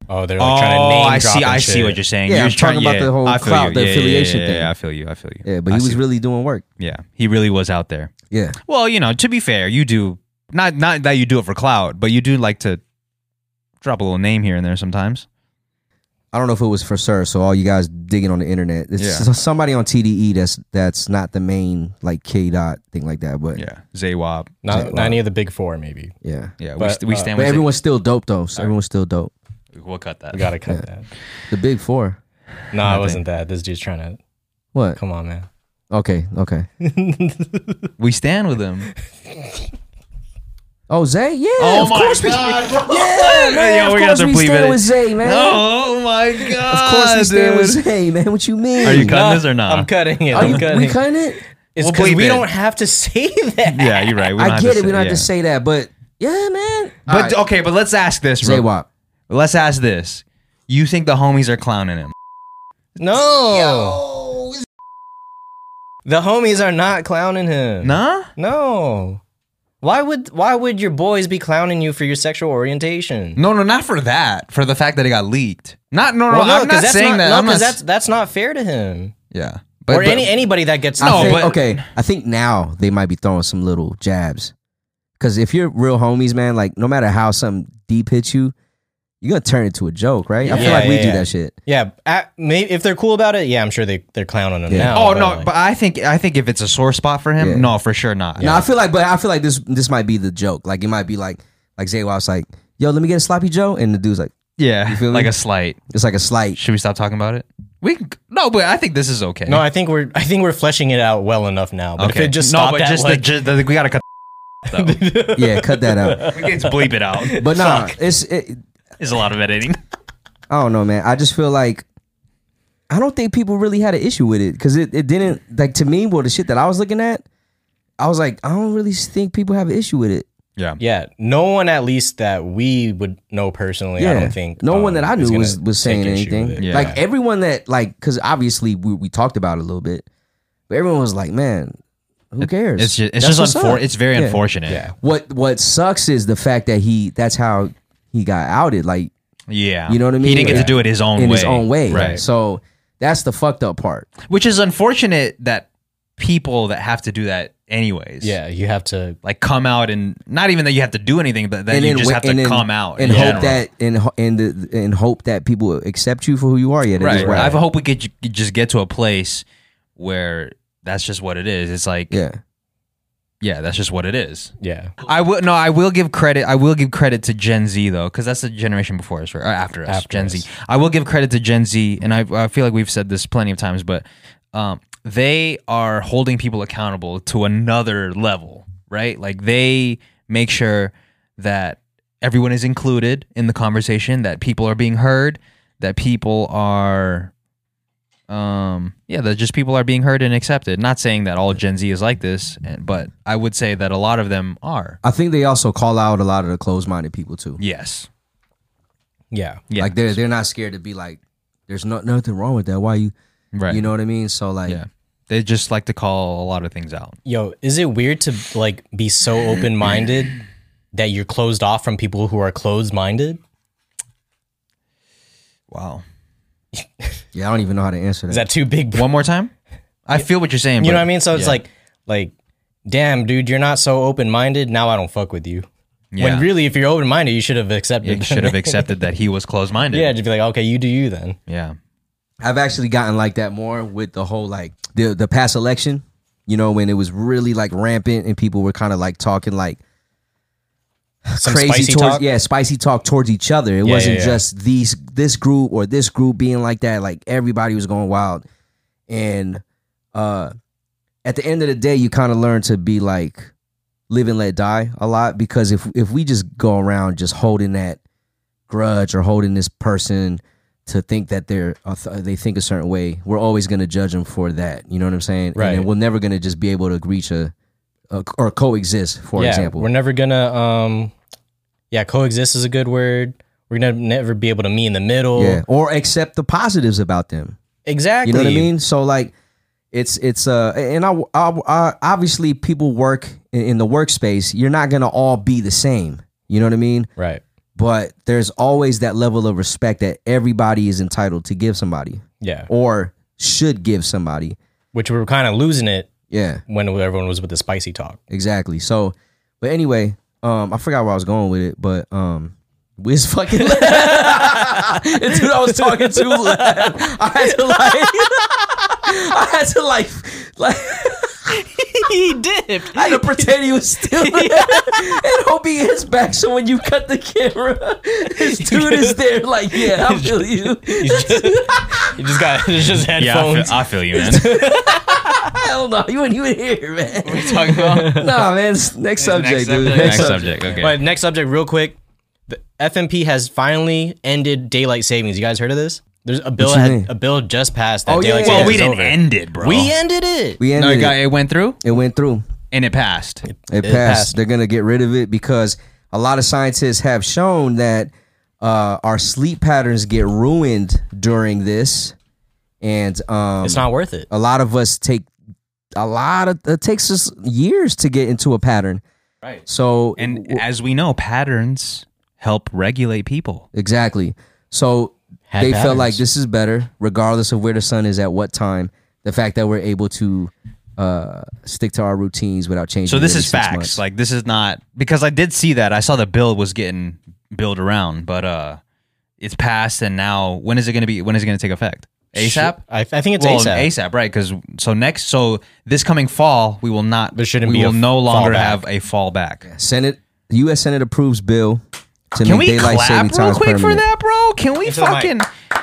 Oh, they're like trying to name
I
drop
see.
and
I see
shit.
what you're saying.
Yeah,
you're
I'm talking
trying-
about the whole
I feel
clout,
you.
the
Yeah, yeah,
affiliation
yeah, yeah,
thing.
yeah, I feel you. I feel you.
Yeah, but
I
he was
see.
really doing work.
Yeah, he really was out there.
Yeah.
Well, you know, to be fair, you do not not that you do it for clout, but you do like to drop a little name here and there sometimes.
I don't know if it was for sure. So all you guys digging on the internet, it's
Yeah.
somebody on TDE that's that's not the main like K dot thing like that. But yeah,
Yeah, Zaywab.
Not, not any of the big four, maybe.
yeah.
Yeah, we,
But,
st- we
uh,
stand.
But
with
everyone's still dope though. So everyone's still dope.
Zay- We'll cut that.
We gotta cut that.
The big four.
No, it wasn't that. This dude's trying to.
What?
Come on, man.
Okay, okay.
We stand with them.
Oh, Zay? Yeah. of course
<laughs>
we
god!
Yeah, man.
Yeah,
of
we got
course
to
we
bleep
stand
it.
with Zay, man.
<laughs> Oh my god!
Of course we stand with
dude.
Zay, man. What you mean?
Are you cutting this or not?
I'm cutting it.
Are
I'm
you-
cutting.
we
it.
cutting it?
It's
We'll
because
bleep
we
it.
don't have to <laughs> say that.
<laughs> yeah, you're right. We don't
I
have
get
to
it. We don't have
yeah.
to say that, but yeah, man.
But okay, but let's ask this.
Zay
Bro.
Wap.
Let's ask this. You think the homies are clowning him?
No. The homies are not clowning him.
Nah.
No. Why would why would your boys be clowning you for your sexual orientation?
No, no, not for that. For the fact that it got leaked. Not no, no.
Well,
I'm
'cause
not
that's
saying that.
No,
I'm not. s-
because that's that's not fair to him
yeah.
or any anybody that gets.
No,
I think,
but-
okay. I think now they might be throwing some little jabs. Because if you're real homies, man, like no matter how something deep hits you, you're gonna turn it to a joke, right? I feel
Yeah,
like we
yeah,
do
yeah.
that shit.
yeah, at, maybe if they're cool about it, yeah, I'm sure they they're clowning him
Yeah.
now.
Oh no,
like-
but I think I think if it's a sore spot for him,
Yeah.
no, for sure not.
No, I feel like, but I feel like this this might be the joke. Like it might be like like Zay Wap's like, yo, let me get a sloppy Joe, and the dude's like,
yeah,
feel me?
like a slight.
it's like a
<laughs>
slight.
Should we stop talking about it? We can, no, but I think this is okay.
no, I think we're I think we're fleshing it out well enough now. But
okay.
if it just
no,
stopped
but
at,
just,
like,
the, just the, we gotta cut. though.
Yeah, cut that out.
we can just bleep it out.
<laughs> But nah, it's it,
There's a lot of editing.
I don't know, man. I just feel like I don't think people really had an issue with it because it, it didn't like to me. Well, the shit that I was looking at, I was like, I don't really think people have an issue with it.
Yeah.
Yeah, no one at least that we would know personally. I don't think
no
um,
one that I
is gonna
knew was was
take
saying
issue with
anything.
it.
Yeah.
Like everyone that like because obviously we, we talked about it a little bit, but everyone was like, man, who cares?
It's just it's
That's
just
what's
unfor-
up.
it's very
Yeah.
unfortunate.
Yeah.
What what sucks is the fact that he that's how he got outed. Like
Yeah.
You know what I
He
mean?
didn't get
Yeah.
to do it his own
in
way.
his own way.
Right.
So that's the fucked up part.
Which is unfortunate that people that have to do that anyways.
Yeah, you have to.
Like come out and not even that you have to do anything, but that you
then
just
wa-
have to
and then-
come out
and
in
hope
general.
that and ho- and the, and hope that people accept you for who you are. Yeah, that is
right.
right.
I hope we could ju- just get to a place where that's just what it is. It's like yeah,
yeah,
that's just what it is.
Yeah,
I will no, I will give credit. I will give credit to Gen Z though, because that's the generation before us, right? Or after us,
After
Gen
us.
Z. I will give credit to Gen Z, and I, I feel like we've said this plenty of times, but um, they are holding people accountable to another level, right? Like they make sure that everyone is included in the conversation, that people are being heard, that people are, um, yeah, that just people are being heard and accepted. Not saying that all Gen Z is like this, and, but I would say that a lot of them are.
I think they also call out a lot of the closed minded people too.
Yes.
yeah,
Yeah.
Like they're they're not scared to be like, there's no, nothing wrong with that. Why you
Right.
you know what I mean? So like,
Yeah. They just like to call a lot of things out.
yo, is it weird to like be so open minded that you're closed off from people who are closed minded?
Wow.
yeah, I don't even know how to answer
Is
that.
that too big?
One more time? I feel what you're saying.
You
but-
know what I mean? So it's
Yeah.
like, like, damn, dude, you're not so open minded. Now I don't fuck with you.
Yeah.
When really, if you're open minded, you should have accepted.
you should
<laughs>
have accepted that he was closed minded.
yeah, just be like, okay, you do you
<laughs>
then.
Yeah.
I've actually gotten like that more with the whole like the the past election. You know when it was really like rampant and people were kind of like talking like
Some
crazy
spicy
towards
talk.
yeah spicy talk towards each other. It
yeah,
wasn't
yeah.
just these this group or this group being like that. Like everybody was going wild, and uh, at the end of the day, you kind of learn to be like live and let die a lot because if if we just go around just holding that grudge or holding this person to think that they're a th- they think a certain way, we're always going to judge them for that. You know what I'm saying?
Right.
And then we're never going to just be able to reach a, a or coexist. For
yeah,
example,
we're never gonna. um Yeah, coexist is a good word. We're gonna never be able to meet in the middle.
yeah, or accept the positives about them.
Exactly.
You know what I mean? So like, it's it's uh, and I, I, I obviously people work in, in the workspace. You're not gonna all be the same. You know what I mean?
Right.
But there's always that level of respect that everybody is entitled to give somebody
Yeah.
or should give somebody.
Which we were kind of losing it
Yeah,
when everyone was with the spicy talk.
exactly. So, but anyway, um, I forgot where I was going with it, but um. Wiz fucking <laughs> dude I was talking to laughed. I had to like <laughs> I had to like like
<laughs> he did.
I had to pretend he was
<laughs>
still there and hope he hits back. So when you cut the camera,
<laughs>
this dude is there, like, yeah, I feel you.
You just got <laughs> it's just
Yeah, I
<laughs> headphones.
feel, I feel you, man.
<laughs> Hell no, you ain't even here,
<laughs>
man.
Talking about
Nah, man. Next <laughs>
next
subject, dude.
subject. Next subject. Okay.
But next subject, real quick. The FMP has finally ended daylight savings. You guys heard of this? There's a bill
you
had,
mean?
a bill just passed that
Oh, yeah,
daylight savings
yeah, yeah.
well, we
is
didn't
over.
end it, bro.
We ended it.
We
no,
ended
it, got,
it.
it went through
It went through.
and it passed.
It, passed.
passed.
They're gonna get rid of it because a lot of scientists have shown that uh, our sleep patterns get ruined during this, and um,
It's not worth it.
a lot of us take a lot of it takes us years to get into a pattern. Right. So
And as we know, patterns help regulate people.
exactly. So
Had
they felt
patterns.
like this is better, regardless of where the sun is at what time. The fact that we're able to uh, stick to our routines without changing.
So this
every
is
six
facts.
months.
Like this is not because I did see that. I saw the bill was getting billed around, but uh it's passed and now when is it going to be when is it going to take effect? ASAP?
I, I think it's
well,
ASAP.
ASAP, right? Because so next, so this coming fall, we will not.
There shouldn't
we
be a
will no longer
fallback.
have a fallback.
Senate, the U.S. Senate approves bill to
Can
make
we
daylight saving
clap real
times
quick for
permanent.
that, bro? Can we
Into the mic.
fucking?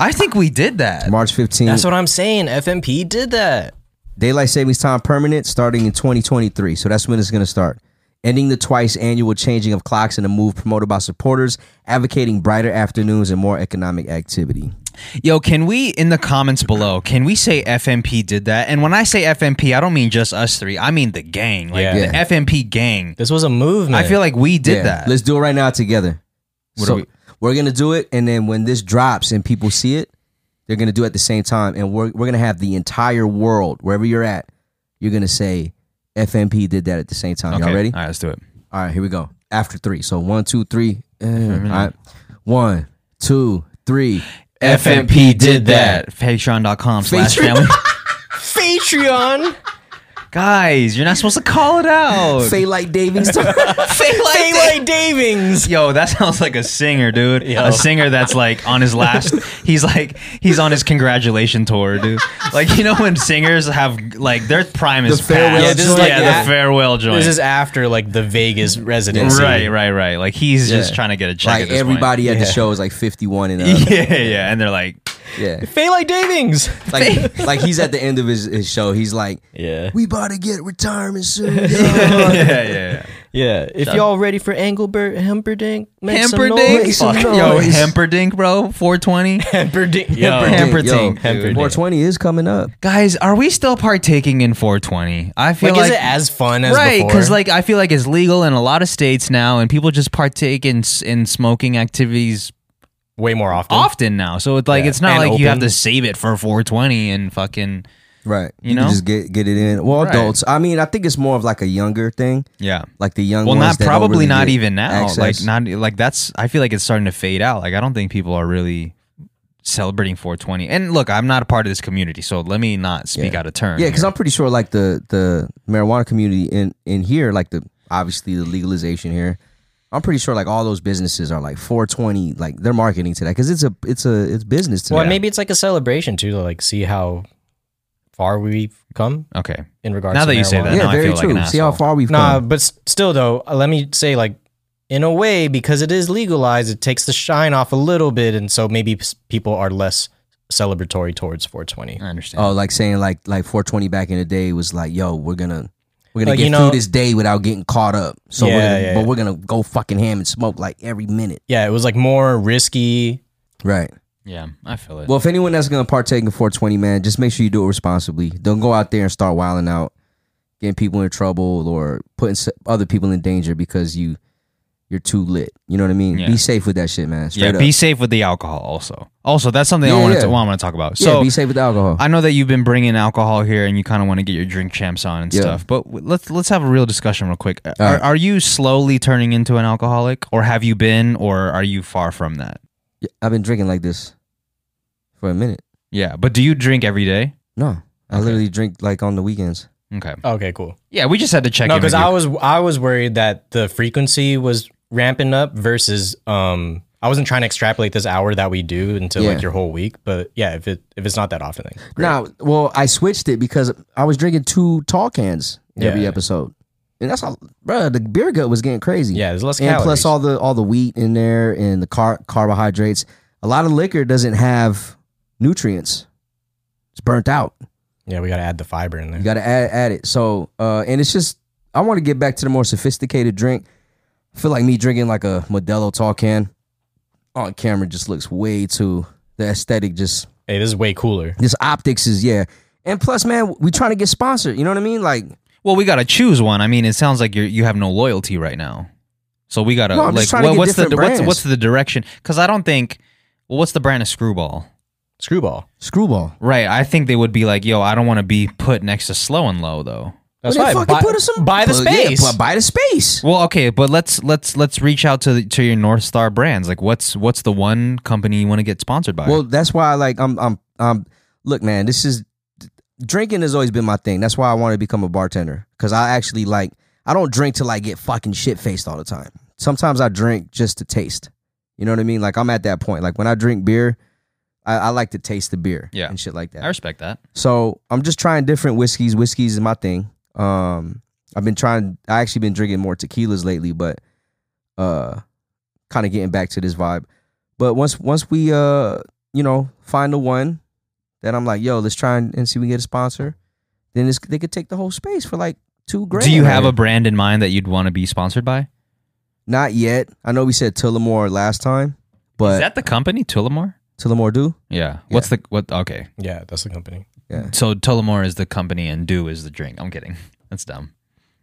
I think we did that.
March 15th,
That's what I'm saying. FMP did that.
daylight savings time permanent starting in 2023. So that's when it's going to start. Ending the twice annual changing of clocks in a move promoted by supporters, advocating brighter afternoons and more economic activity.
Yo, can we in the comments below? Can we say FMP did that? And when I say FMP, I don't mean just us three. I mean the gang, like
Yeah.
Yeah.
the FMP gang.
This was a movement.
I feel like we did
Yeah,
that.
Let's do it right now together.
What
so
are we-
we're gonna do it, and then when this drops and people see it, they're gonna do it at the same time, and we're we're gonna have the entire world wherever you're at. You're gonna say FMP did that at the same time. Y'all ready?
All right, let's do it.
All right, here we go. After three, so one, two, three. Eh, all right. One, two, three.
Patreon.com slash
Patreon.
<laughs>
family.
Patreon.
Guys, you're not supposed to call it out.
<laughs> Say
<laughs>
like Davies.
Fake like
Hey,
that.
like <laughs> Davings.
Yo, that sounds like a singer, dude. A singer that's like on his last. He's like he's on his congratulation tour, dude. Like you know when singers have like their prime is
farewell
past.
Yeah, this is joint. like
yeah,
that.
the farewell joint.
This is after like the Vegas residency.
right, right, right. Like he's just
Yeah.
trying to get a check.
like
at this
everybody at the
Yeah.
show is like 51 and
Point. <laughs>
up.
Yeah, yeah, and they're like, <laughs>
yeah.
Fay like Davings.
Like, like he's at the end of his, his show. He's like,
Yeah.
we about to get retirement
<laughs>
soon. yo."
yeah, yeah, yeah.
Yeah. If y'all ready for Engelbert Humperdinck, make some
Hamperdink,
noise.
fuck,
Fuck.
yo, Hamperdink, bro, 420.
Hamperdinck. Yo.
Hamperdinck. Hamperdinck,
Yo,
dude.
420 is coming up.
Guys, are we still partaking in 420? I feel
Like,
like,
is it as fun as
right
before?
because like i feel like it's legal in a lot of states now and people just partake in s- in smoking activities
way more
Oh.
often.
often now so it's like
Yeah.
it's not
And
like you have
open.
to save it for 420 and fucking
Right.
You
You, know?
know?
just get get it in. Well,
Right.
adults. I mean, I think it's more of like a younger thing.
yeah
Like the young
well
ones
not
that don't
probably
really
not
get
even now
access.
like not like that's i feel like it's starting to fade out like i don't think people are really celebrating 420 and look i'm not a part of this community so let me not speak out of turn
Yeah, because
here.
I'm pretty sure like the the marijuana community in in here, like the obviously the legalization here. I'm pretty sure like all those businesses are like 420, like they're marketing to that because it's a it's a it's business to
Well,
them.
maybe it's like a celebration too, to like see how far we've come
okay
in regards.
Now
to
that you say
marijuana.
that, now
yeah,
I
very
feel like
true.
an
See how
asshole.
far we've
Nah,
come.
but s- still though, uh, let me say like in a way because it is legalized, it takes the shine off a little bit, and so maybe p- people are less celebratory towards 420.
i understand
Oh, like saying like like 420 back in the day was like, yo, we're gonna we're gonna
Like,
get
you know-
through this day without getting caught up. So we're
Yeah,
gonna,
yeah,
but
yeah.
we're gonna go fucking ham and smoke like every minute.
Yeah, it was like more risky.
Right.
yeah i feel it
Well, if anyone that's gonna partake in 420, man, just make sure you do it responsibly. Don't go out there and start wilding out, getting people in trouble or putting s- other people in danger because you you're too lit. You know what I mean?
Yeah.
Be safe with that shit, man. Straight
yeah
up.
be safe with the alcohol also also that's something i
Yeah,
want
yeah.
to i want to talk about
yeah,
so
be safe with alcohol.
I know that you've been bringing alcohol here, and you kind of want to get your drink champs on and
Yeah.
stuff. But w- let's let's have a real discussion real quick. Are,
right.
are you slowly turning into an alcoholic, or have you been, or are you far from that?
Yeah, I've been drinking like this for a minute.
Yeah, but do you drink every day?
No, I literally drink like on the weekends.
Okay.
Okay, cool.
Yeah, we just had to check.
No,
in
because
with you.
I was I was worried that the frequency was ramping up versus um I wasn't trying to extrapolate this hour that we do into
Yeah.
like your whole week, but yeah, if it if it's not that often, then great.
Now, well, I switched it because I was drinking two tall cans every
Yeah.
episode, and that's how, bro. The beer gut was getting crazy.
yeah, there's less
and
calories.
plus all the all the wheat in there and the car- carbohydrates. A lot of liquor doesn't have nutrients. It's burnt out.
yeah, we got to add the fiber in there.
You got to add add it. So, uh, and it's just I want to get back to the more sophisticated drink. I feel like me drinking like a Modelo tall can on camera just looks way too the aesthetic just
hey, this is way cooler.
this optics is yeah. And plus, man, we trying to get sponsored. You know what I mean? Like,
well, we gotta choose one. I mean, it sounds like you you have no loyalty right now, so we gotta
No, I'm
like
just trying to
what-
get
what's the
different
what's
brands.
what's the direction? Because I don't think well, what's the brand of Screwball?
Screwball.
screwball.
Right. I think they would be like, yo, I don't want to be put next to Slow and Low though.
That's
Well,
right.
they fucking
buy,
put us some
buy the
but yeah,
space.
but buy the space.
Well, okay, but let's let's let's reach out to the, to your North Star brands. Like, what's what's the one company you want to get sponsored by?
Well, that's why like I'm I'm um look man, this is drinking has always been my thing. That's why I want to become a bartender cuz I actually like I don't drink till I get fucking shit-faced all the time. Sometimes I drink just to taste. You know what I mean? Like I'm at that point. Like when I drink beer, I, I like to taste the beer
Yeah.
and shit like that.
I respect that.
So I'm just trying different whiskeys. Whiskeys is my thing. Um, I've been trying. I actually been drinking more tequilas lately, but uh, kind of getting back to this vibe. But once once we uh, you know, find the one that I'm like, yo, let's try and, and see if we can get a sponsor. Then this, they could take the whole space for like two grand.
Do you have a brand in mind that you'd want to be sponsored by?
Not yet. I know we said Tullamore last time, but
Is that the company Tullamore?
Tullamore Dew?
Yeah. What's the what? Okay.
Yeah, that's the company.
So Tullamore is the company and Dew is the drink. I'm kidding. <laughs> That's dumb.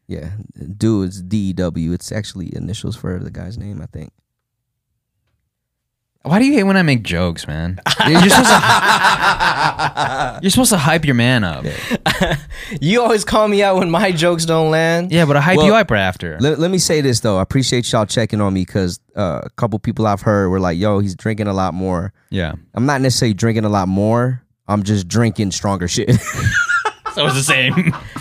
Yeah. Dew is D E W. It's actually initials for the guy's name, I think.
Why do you hate when I make jokes, man? You're supposed to, you're supposed to hype your man up. Yeah,
You always call me out when my <laughs> jokes don't land.
but I hype
Well,
you up right after.
Let, let me say this though. I appreciate y'all checking on me because uh, a couple people I've heard were like, "Yo, he's drinking a lot more."
yeah.
I'm not necessarily drinking a lot more. I'm just drinking stronger shit. <laughs>
So it's the same.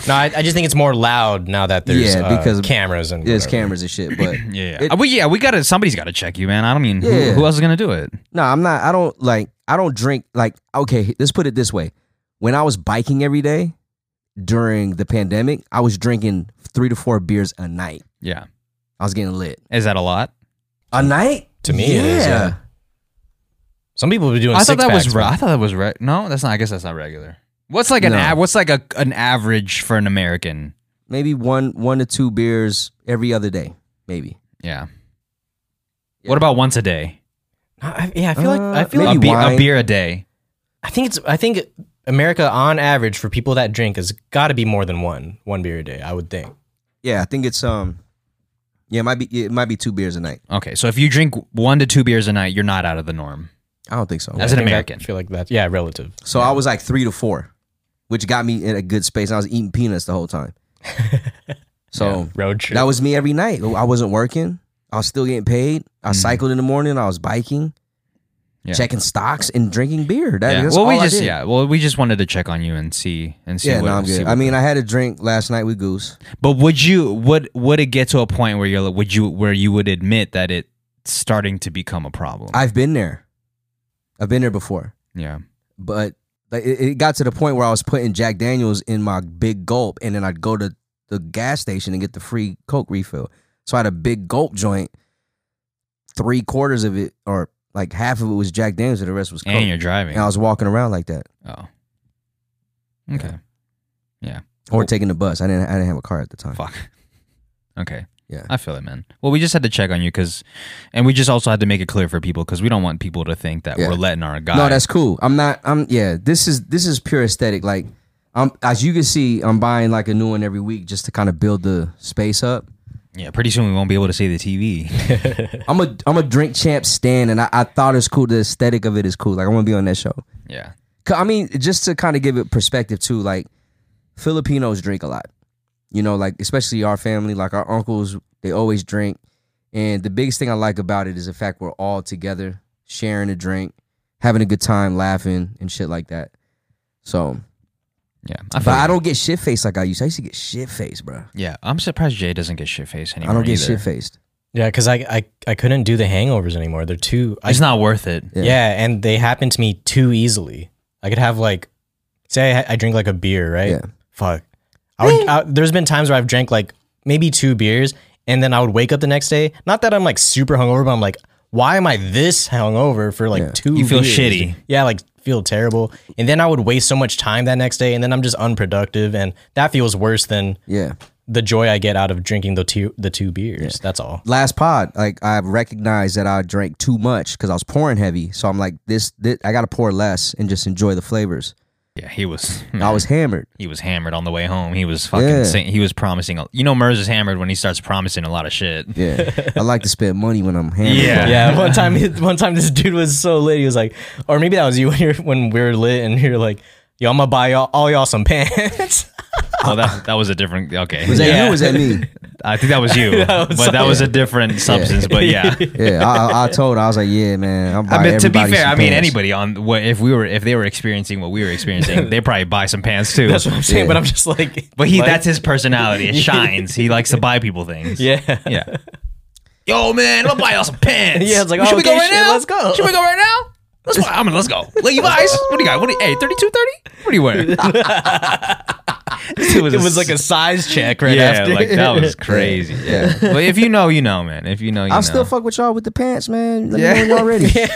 No, I, I just think it's more loud now that there's
Yeah,
uh,
because
cameras and
There's
whatever.
cameras and
<laughs>
shit, but
<laughs> yeah.
It-
Uh, we, yeah. We got to. Somebody's got to check you, man. I don't mean
Yeah.
who, who else is gonna do it.
No, I'm not. I don't like. I don't drink. Like, okay, let's put it this way: when I was biking every day during the pandemic, I was drinking three to four beers a night.
Yeah.
I was getting lit
Is that a lot?
a night.
To me, it is, yeah. Some people were doing.
I thought that
six-packs,
was. Re-
man.
I thought that was. Re- no, that's not. I guess that's not regular. What's like an
No.
av- What's like a an average for an American?
maybe one one to two beers every other day, maybe.
Yeah. What about once a day?
I- yeah, I feel like I
Uh,
feel
a,
Maybe
like
be- a
wine.
beer a day.
I think it's I think America on average for people that drink has got to be more than one one beer a day. I would think.
Yeah, I think it's um, yeah, it might be it might be two beers a night.
Okay, so if you drink one to two beers a night, you're not out of the norm.
I don't think so.
As an
I think that-
American.
I feel like that's yeah, relative.
So I was like three to four, which got me in a good space. I was eating peanuts the
<laughs>
whole time. So
Road trip.
that was me every night. I wasn't working. I was still getting paid. I cycled in the morning. I was biking,
Mm-hmm. Yeah.
checking stocks, and drinking beer. That,
yeah.
That's
Well, we
all I
just
did.
yeah. Well, we just wanted to check on you and see and see.
Yeah,
what,
no, I'm
see
good.
what-
I mean, I had a drink last night with Goose.
but would you would would it get to a point where you're like- would you where you would admit that it's starting to become a problem?
I've been there. I've been there before.
yeah.
but like, it, it got to the point where I was putting Jack Daniels in my big gulp, and then I'd go to the gas station and get the free Coke refill. So I had a big gulp joint. Three quarters of it, or like half of it, was Jack Daniels, and the rest was Coke.
And you're
And,
driving.
I was walking around like that,
Oh. Okay.
or taking the bus. I didn't. I didn't have a car at the time.
Fuck. <laughs> Okay.
Yeah.
I feel it, man. Well, we just had to check on you because, and we just also had to make it clear for people because we don't want people to think that
Yeah.
we're letting our guy.
No, that's cool. I'm not. I'm yeah. This is this is pure aesthetic. Like, I'm as you can see, I'm buying like a new one every week just to kind of build the space up.
yeah. Pretty soon we won't be able to see the
<laughs>
TV.
I'm a I'm a drink champ stand, and I, I thought it's cool. The aesthetic of it is cool. Like I want to be on that show.
yeah.
'Cause, I mean, just to kind of give it perspective too. Like Filipinos drink a lot, you know. Like especially our family, like our uncles, they always drink. And the biggest thing I like about it is the fact we're all together, sharing a drink, having a good time, laughing and shit like that. So,
Yeah. I
but
feel
I
you.
don't get shit faced like I used. to. I used to get shit faced, bro.
Yeah, I'm surprised Jay doesn't get shit faced
I
anymore.
don't get
either.
shit faced.
yeah, because I, I I couldn't do the hangovers anymore. They're too. I,
It's not worth it.
Yeah.
yeah. and they happen to me too easily. I could have like, say I, I drink like a beer, right?
Yeah.
Fuck. I would. I, there's been times where I've drank like maybe two beers, and then I would wake up the next day. Not that I'm like super hungover, but I'm like, why am I this hungover for like two?
You feel
beers?
shitty.
Yeah, like feel terrible, and then I would waste so much time that next day, and then I'm just unproductive, and that feels worse than
Yeah.
the joy I get out of drinking the two the two beers. That's all.
last pod, like I recognized that I drank too much because I was pouring heavy. So I'm like, this, this I gotta pour less and just enjoy the flavors.
Yeah, he was.
<laughs> I was hammered.
he was hammered on the way home. He was fucking.
Yeah.
Saying, he was promising. a- You know, Mers is hammered when he starts promising a lot of shit.
Yeah, I like to spend money when I'm hammered.
Yeah.
Yeah, <laughs> one time, one time, this dude was so lit. He was like, or maybe that was you <laughs> when you're when we were lit, and you're like, "Yo, I'm gonna buy y'all all y'all some pants." <laughs>
Oh, that that was a different. Okay,
Was that you?
Yeah.
or Was
<laughs>
that me?
I think that was you, but that was a different substance. But yeah,
Yeah, I, I- I told. her, I was like, yeah, man. I'm
I mean, to be fair, I mean anybody on what if we were if they were experiencing what we were experiencing, they probably buy some pants too.
That's what I'm saying. <laughs> But I'm just like,
but he
like,
that's his personality. It shines. He likes to buy people things.
yeah,
Yeah. <laughs> Yo, man, I'm gonna buy y'all some <laughs> pants.
Yeah, it's like,
should we
okay,
go right
shit,
now?
let's go.
Should we go right now? Let's buy. I mean, let's go. Like, you guys, <laughs> what do you got? What do you, hey, 32, 30? What do you <laughs> wear? it was,
it was like a size check right
yeah,
after.
like that <laughs> was crazy. Yeah. but if you know, you know, man. If you know, you
I'm
know.
still fuck with y'all with the pants, man. Let me know when
<laughs>
y'all ready.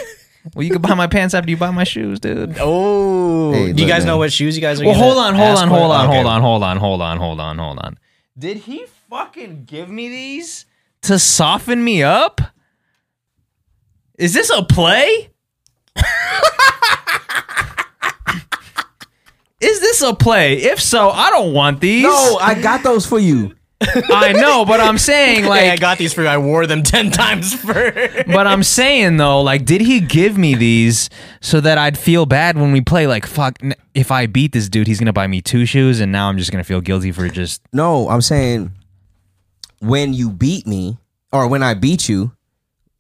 well, you can buy my pants after you buy my shoes, dude. <laughs>
<laughs> oh,
Hey,
do you
look,
guys
man.
know what shoes you guys are?
Well,
gonna
hold on, hold
ask
on,
for?
hold on,
Okay.
hold on, hold on, hold on, hold on, hold on. Did he fucking give me these to soften me up? Is this a play? Is this a play? If so, I don't want these.
No, I got those for you.
I know, but I'm
<laughs>
saying like
hey, I got these for you. I wore them <laughs> ten times for.
but I'm saying though, like, did he give me these so that I'd feel bad when we play? Like, fuck, n- if I beat this dude, he's gonna buy me two shoes, and now I'm just gonna feel guilty for just.
No, I'm saying when you beat me or when I beat you,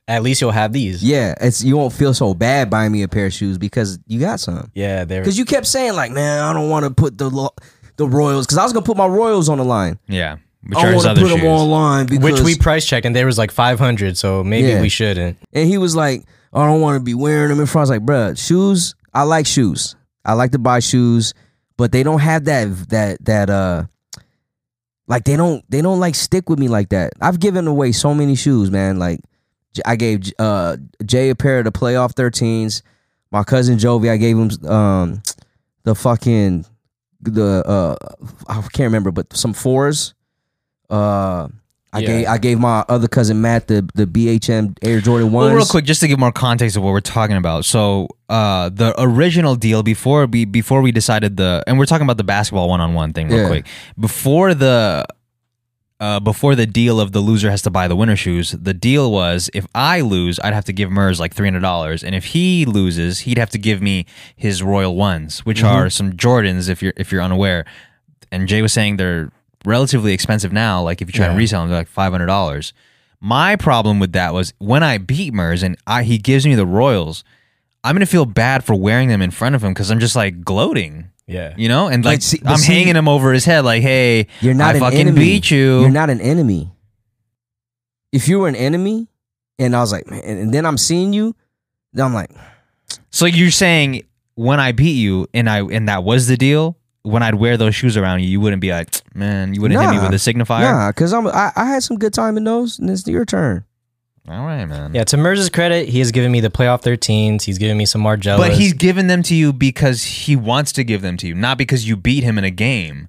At least you'll have these.
yeah, it's you won't feel so bad buying me a pair of shoes because you got some.
Yeah, they're
Because you kept saying like, man, I don't want to put the lo- the Royals because I was gonna put my Royals on the line.
Yeah, which
I
are
don't
his
want
other
to put them
shoes.
online because
which we price checked and there was like five hundred. So maybe
Yeah.
we shouldn't.
and he was like, I don't want to be wearing them in front. I was like, bruh, shoes. I like shoes. I like to buy shoes, but they don't have that that that uh like they don't they don't like stick with me like that. I've given away so many shoes, man. Like J- I gave J- uh Jay a pair of the playoff 13s. My cousin Jovi, I gave him um the fucking the uh I can't remember, but some fours. Uh I
Yeah.
gave I gave my other cousin Matt the the BHM Air Jordan ones.
Well, real quick, just to give more context of what we're talking about. So, uh, the original deal before we before we decided the, and we're talking about the basketball one on one thing, real
Yeah.
quick. Before the, uh, before the deal of the loser has to buy the winner shoes, the deal was if I lose, I'd have to give Murs like three hundred dollars, and if he loses, he'd have to give me his royal ones, which are some Jordans. If you're if you're unaware, and Jay was saying they're relatively expensive now. Like if you try to resell them, they're like five hundred dollars. My problem with that was when I beat Mers and I, he gives me the Royals, I'm gonna feel bad for wearing them in front of him because I'm just like gloating,
Yeah.
you know, and like
see- but
I'm
see-
hanging him over his head, like, hey,
You're
I
not an
fucking
enemy.
beat you.
You're not an enemy. If you were an enemy, and I was like, man, and then I'm seeing you, then I'm like,
so you're saying when I beat you and I and that was the deal. When I'd wear those shoes around you, you wouldn't be like, man, you wouldn't hit me
Nah.
with a signifier.
nah, because I'm I, I had some good time in those, and it's your turn.
All right, man.
Yeah, to Merz's credit, he has given me the playoff 13s. He's given me some Margellas.
But he's given them to you because he wants to give them to you, not because you beat him in a game.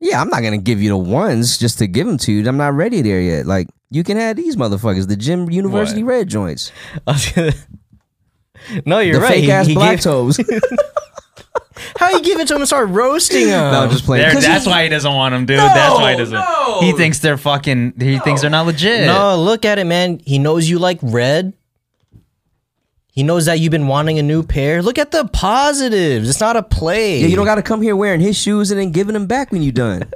Yeah, I'm not gonna give you the ones just to give them to you. I'm not ready there yet. Like you can have these motherfuckers, the Jim University
What?
red joints,
<laughs> no, you're
the
right.
fake
He-
ass
he
black
<laughs>
gave-
toes.
<laughs> How you give it to him and start roasting him?
<laughs> no, I'm just playing.
There-
'Cause
that's
he-
why he doesn't want them, dude. that's why he doesn't. he thinks they're fucking. He thinks they're not legit.
No, look at it, man. He knows you like red. He knows that you've been wanting a new pair. Look at the positives. It's not a play.
Yeah, you don't got to come here wearing his shoes and then giving them back when
<laughs>
you done.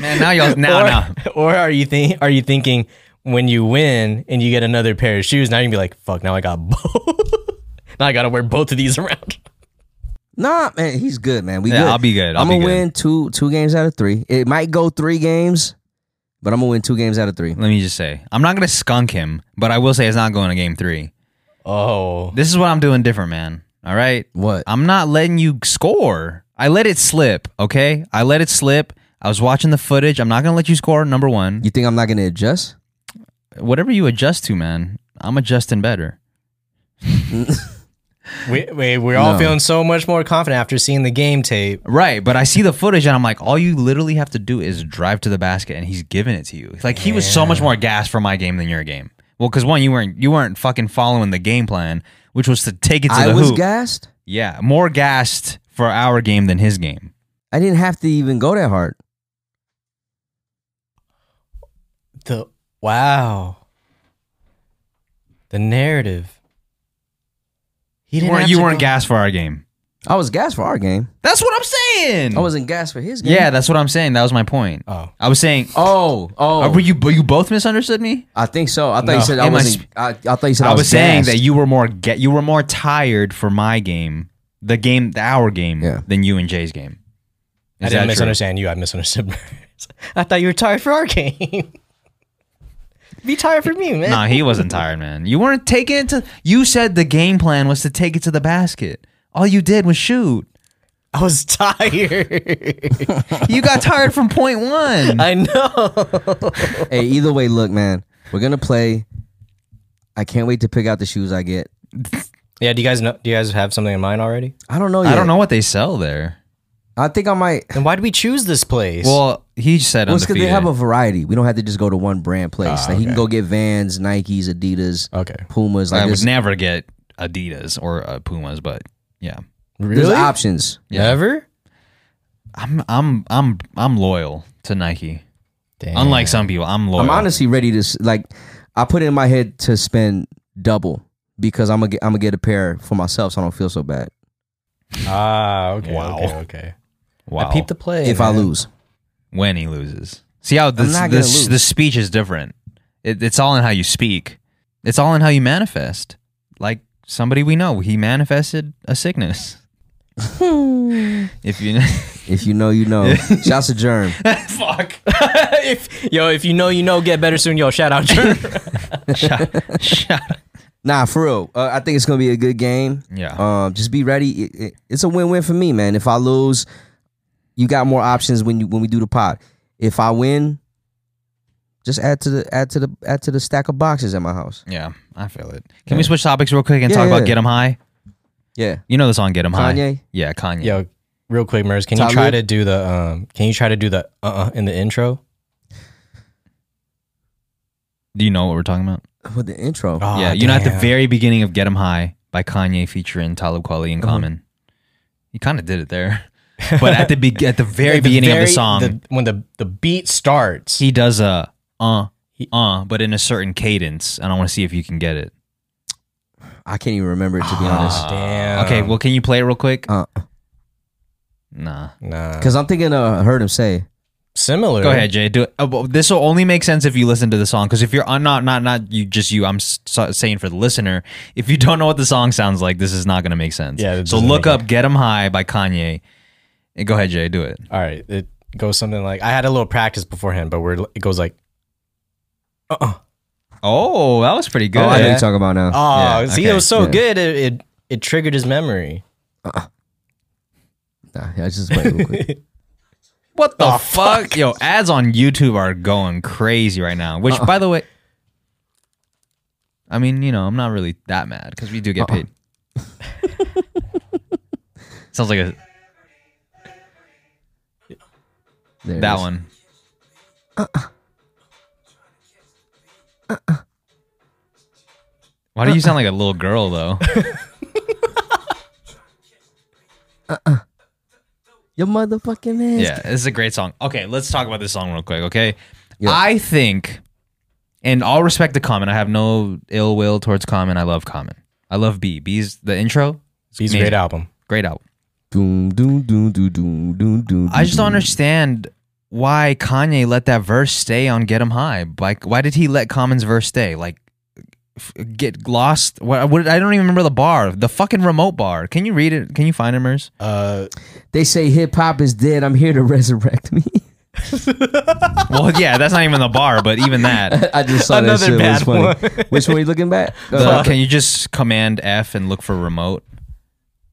man. Now y'all. Now,
<laughs>
or,
now.
<laughs> or are you think are you thinking when you win and you get another pair of shoes, now you can be like, fuck, now I got <laughs> both. now I gotta wear both of these around. <laughs>
Nah, man, he's good, man. We
Yeah,
good.
I'll be good. I'll
am
be
gonna
good.
win two two games out of three. It might go three games, but I'm gonna win two games out of three.
Let me just say, I'm not gonna skunk him, but I will say it's not going to game three.
Oh.
This is what I'm doing different, man. All right.
What?
I'm not letting you score. I let it slip. Okay. I let it slip. I was watching the footage. I'm not gonna let you score. Number one.
You think I'm not gonna adjust?
Whatever you adjust to, man. I'm adjusting better.
We, we, we're all
No.
feeling so much more confident after seeing the game tape.
Right, but I see the footage and I'm like, all you literally have to do is drive to the basket, and he's giving it to you. Like he was so much more gassed for my game than your game. Well, because one, you weren't you weren't fucking following the game plan, which was to take it to
I
the
was
hoop.
gassed.
yeah, more gassed for our game than his game.
I didn't have to even go that hard.
The wow. The narrative. He
You
didn't
weren't,
have
you
to
weren't
go-
gassed for our game.
I was gassed for our game.
That's what I'm saying.
I wasn't gassed for his game.
yeah, that's what I'm saying. That was my point.
Oh.
I was saying,
Oh, oh.
uh, were you but you both misunderstood me?
I think so. I thought
No.
you said I
Am I
wasn't.
sp-
I, I thought you said I,
I was saying that
gassed.
you were more get you were more tired for my game, the game, the our game,
Yeah.
than you and Jay's game.
I
Is that
didn't
true?
misunderstand you. I misunderstood. <laughs> Merz. I thought you were tired for our game. <laughs> Be tired for me,
<laughs>
man.
Nah, he wasn't tired, man. You weren't taking it to. You said the game plan was to take it to the basket. All you did was shoot.
I was tired. <laughs>
You got tired from point
<laughs>
one.
I know.
Hey, either way, look, man, we're gonna play. I can't wait to pick out the shoes I get.
Yeah. Do you guys know? Do you guys have something in mind already?
I don't know. Yet.
I don't know what they sell there.
I think I might.
Then why do we choose this place?
Well, he said
Well, it's because
undefeated. Ah,
they have a variety. We don't have to just go to one brand place. like he can go get Vans, Nikes, Adidas,
okay.
Pumas. Like
I would
this.
never get Adidas or uh, Pumas, but yeah,
There's options.
Yeah.
Never.
I'm I'm I'm I'm loyal to Nike.
Damn.
Unlike some people, I'm loyal.
I'm honestly ready to s- like. I put it in my head to spend double because I'm gonna get, I'm gonna get a pair for myself, so I don't feel so bad
Ah, okay.
Wow.
Okay. okay.
wow.
I peep the play.
if I
man.
lose.
when he loses. See how
I'm
this
not gonna
this,
lose.
this speech is different. It, it's all in how you speak. It's all in how you manifest. Like somebody we know, he manifested a sickness. if you <laughs>
If you know, you know. Shouts to Germ.
fuck,
<laughs> if yo, if you know, you know. Get better soon, yo. Shout
<laughs>
out. Jer-
shut, shut.
Nah, for real. Uh, I think it's gonna be a good game.
Yeah.
Um, just be ready. It- it- it's a win-win for me, man. If I lose, you got more options when you when we do the pod. If I win, just add to the add to the add to the stack of boxes at my house.
yeah, I feel it. Can we switch topics real quick and
Yeah,
talk
yeah.
about "Get 'Em High"?
Yeah.
You know the song "Get 'Em High."
Kanye?
Yeah, Kanye.
yo, real quick, Mers, can you
Talib?
try to do the um? Can you try to do the uh uh in the intro?
Do you know what we're talking about?
With the intro.
Oh,
yeah, you know, at the
damn.
very beginning of "Get 'Em High" by Kanye featuring Talib Kweli
Uh-huh.
and Common. You kind of did it there, <laughs> but at the be- at the very
At
beginning of the
very-
song,
when the the beat starts.
he does a uh uh, but in a certain cadence, and I want to see if you can get it.
I can't even remember it to be
Ah.
honest.
damn.
okay, well, can you play it real quick?
Ah. Uh,
Nah.
nah.
Cause I'm thinking uh heard him say.
Similar.
Go ahead, Jay. Do it. Uh, this will only make sense if you listen to the song. Because if you're I'm not not not you, just you. I'm s- so- saying for the listener, if you don't know what the song sounds like, this is not gonna make sense.
Yeah, that
So
doesn't
look
make
up "Get 'Em High" by Kanye. And go ahead, Jay. Do it.
All right. It goes something like I had a little practice beforehand, but we're it goes like. Uh uh
Oh, that was pretty good.
Oh, I know
Yeah.
you're talking about now.
Oh,
Yeah,
see,
okay.
it was so
Yeah.
good. It, it it triggered his memory.
Nah, yeah, just wait
<laughs>
real quick.
What
Oh,
the fuck? Yo, ads on YouTube are going crazy right now.
Uh-uh.
Which, by the way, I mean, you know, I'm not really that mad because we do
Uh-uh.
get paid. Sounds like a
There it
that
is. Uh-uh.
one. Why do
Uh-uh.
you sound like a little girl though?
Your motherfucking ass.
Yeah, this is a great song. Okay, let's talk about this song real quick, okay?
Yeah.
I think, and all respect to Common, I have no ill will towards Common. I love Common. I love B. B's the intro. It's
He's a
amazing.
great album.
Great album.
Doom, doom, doom, doom, doom, doom, doom,
I just don't
doom.
understand why Kanye let that verse stay on Get 'Em High. Like, why did he let Common's verse stay? Like, f- get lost. What, what? I don't even remember the bar. The fucking remote bar. Can you read it? Can you find it, Mers?
Uh,
They say hip hop is dead. I'm here to <laughs> resurrect me.
well, yeah, that's not even the bar, but even
<laughs>
that.
I just saw
Another
that shit.
bad
It was funny.
<laughs>
one.
Which one are you
<laughs>
looking back?
The-
Uh,
can you just command F and look for remote?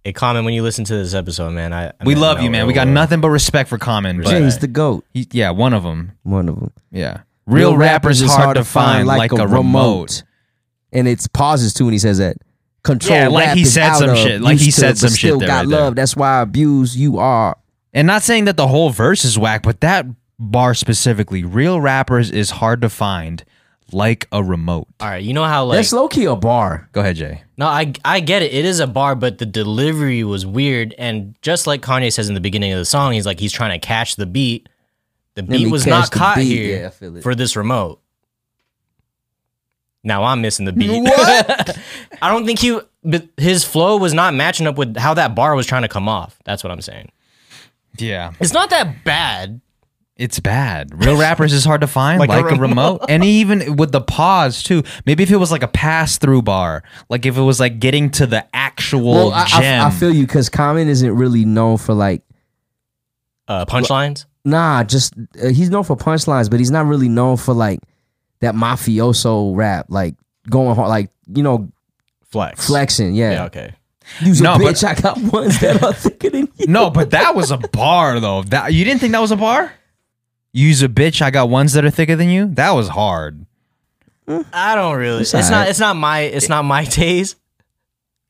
a comment when you listen to this episode, man. I, I
we
mean,
love
no,
you, man. We
uh,
got nothing but respect for Common. But
James the goat.
he- yeah, one of them.
One of them.
Yeah. Real, rappers is hard to find like, a, remote.
And it pauses too when he says that. Control.
Yeah, like
rap
he
is
said
out
some
of,
shit. Like he
used to,
said
but
some shit
still
there
Got
right there.
love. That's why I abuse you are.
And not saying that the whole verse is whack, but that bar specifically, real rappers is hard to find like a remote.
All right, you know how like
That's low key a bar.
Go ahead, Jay.
no, I I get it. It is a bar, but the delivery was weird. And just like Kanye says in the beginning of the song, he's like he's trying to catch the beat. The
me
beat was
catch
not
the
caught
beat.
here
Yeah, I feel it.
for this remote. Now I'm missing the beat. What? <laughs> I don't think he. But his flow was not matching up with how that bar was trying to come off. That's what I'm saying.
Yeah.
It's not that bad.
It's bad. Real rappers is hard to find <laughs> like,
a
a, remote. And even with the pause too. Maybe if it was like a pass through bar, like if it was like getting to the actual
Well, I,
gem.
I, I feel you because Common isn't really known for like
Uh, punchlines.
Nah, just uh, he's known for punchlines, but he's not really known for like that mafioso rap, like going hard, like you know
Flex.
flexing. Yeah,
Yeah. Okay.
use
No,
a
but-
bitch. I got ones that are thicker than
<laughs>
you.
no, but that was a bar though. That you didn't think that was a bar? Use a bitch. I got ones that are thicker than you. That was hard.
I don't really. It's, not.
alright.
It's not my. It's not my <laughs> taste.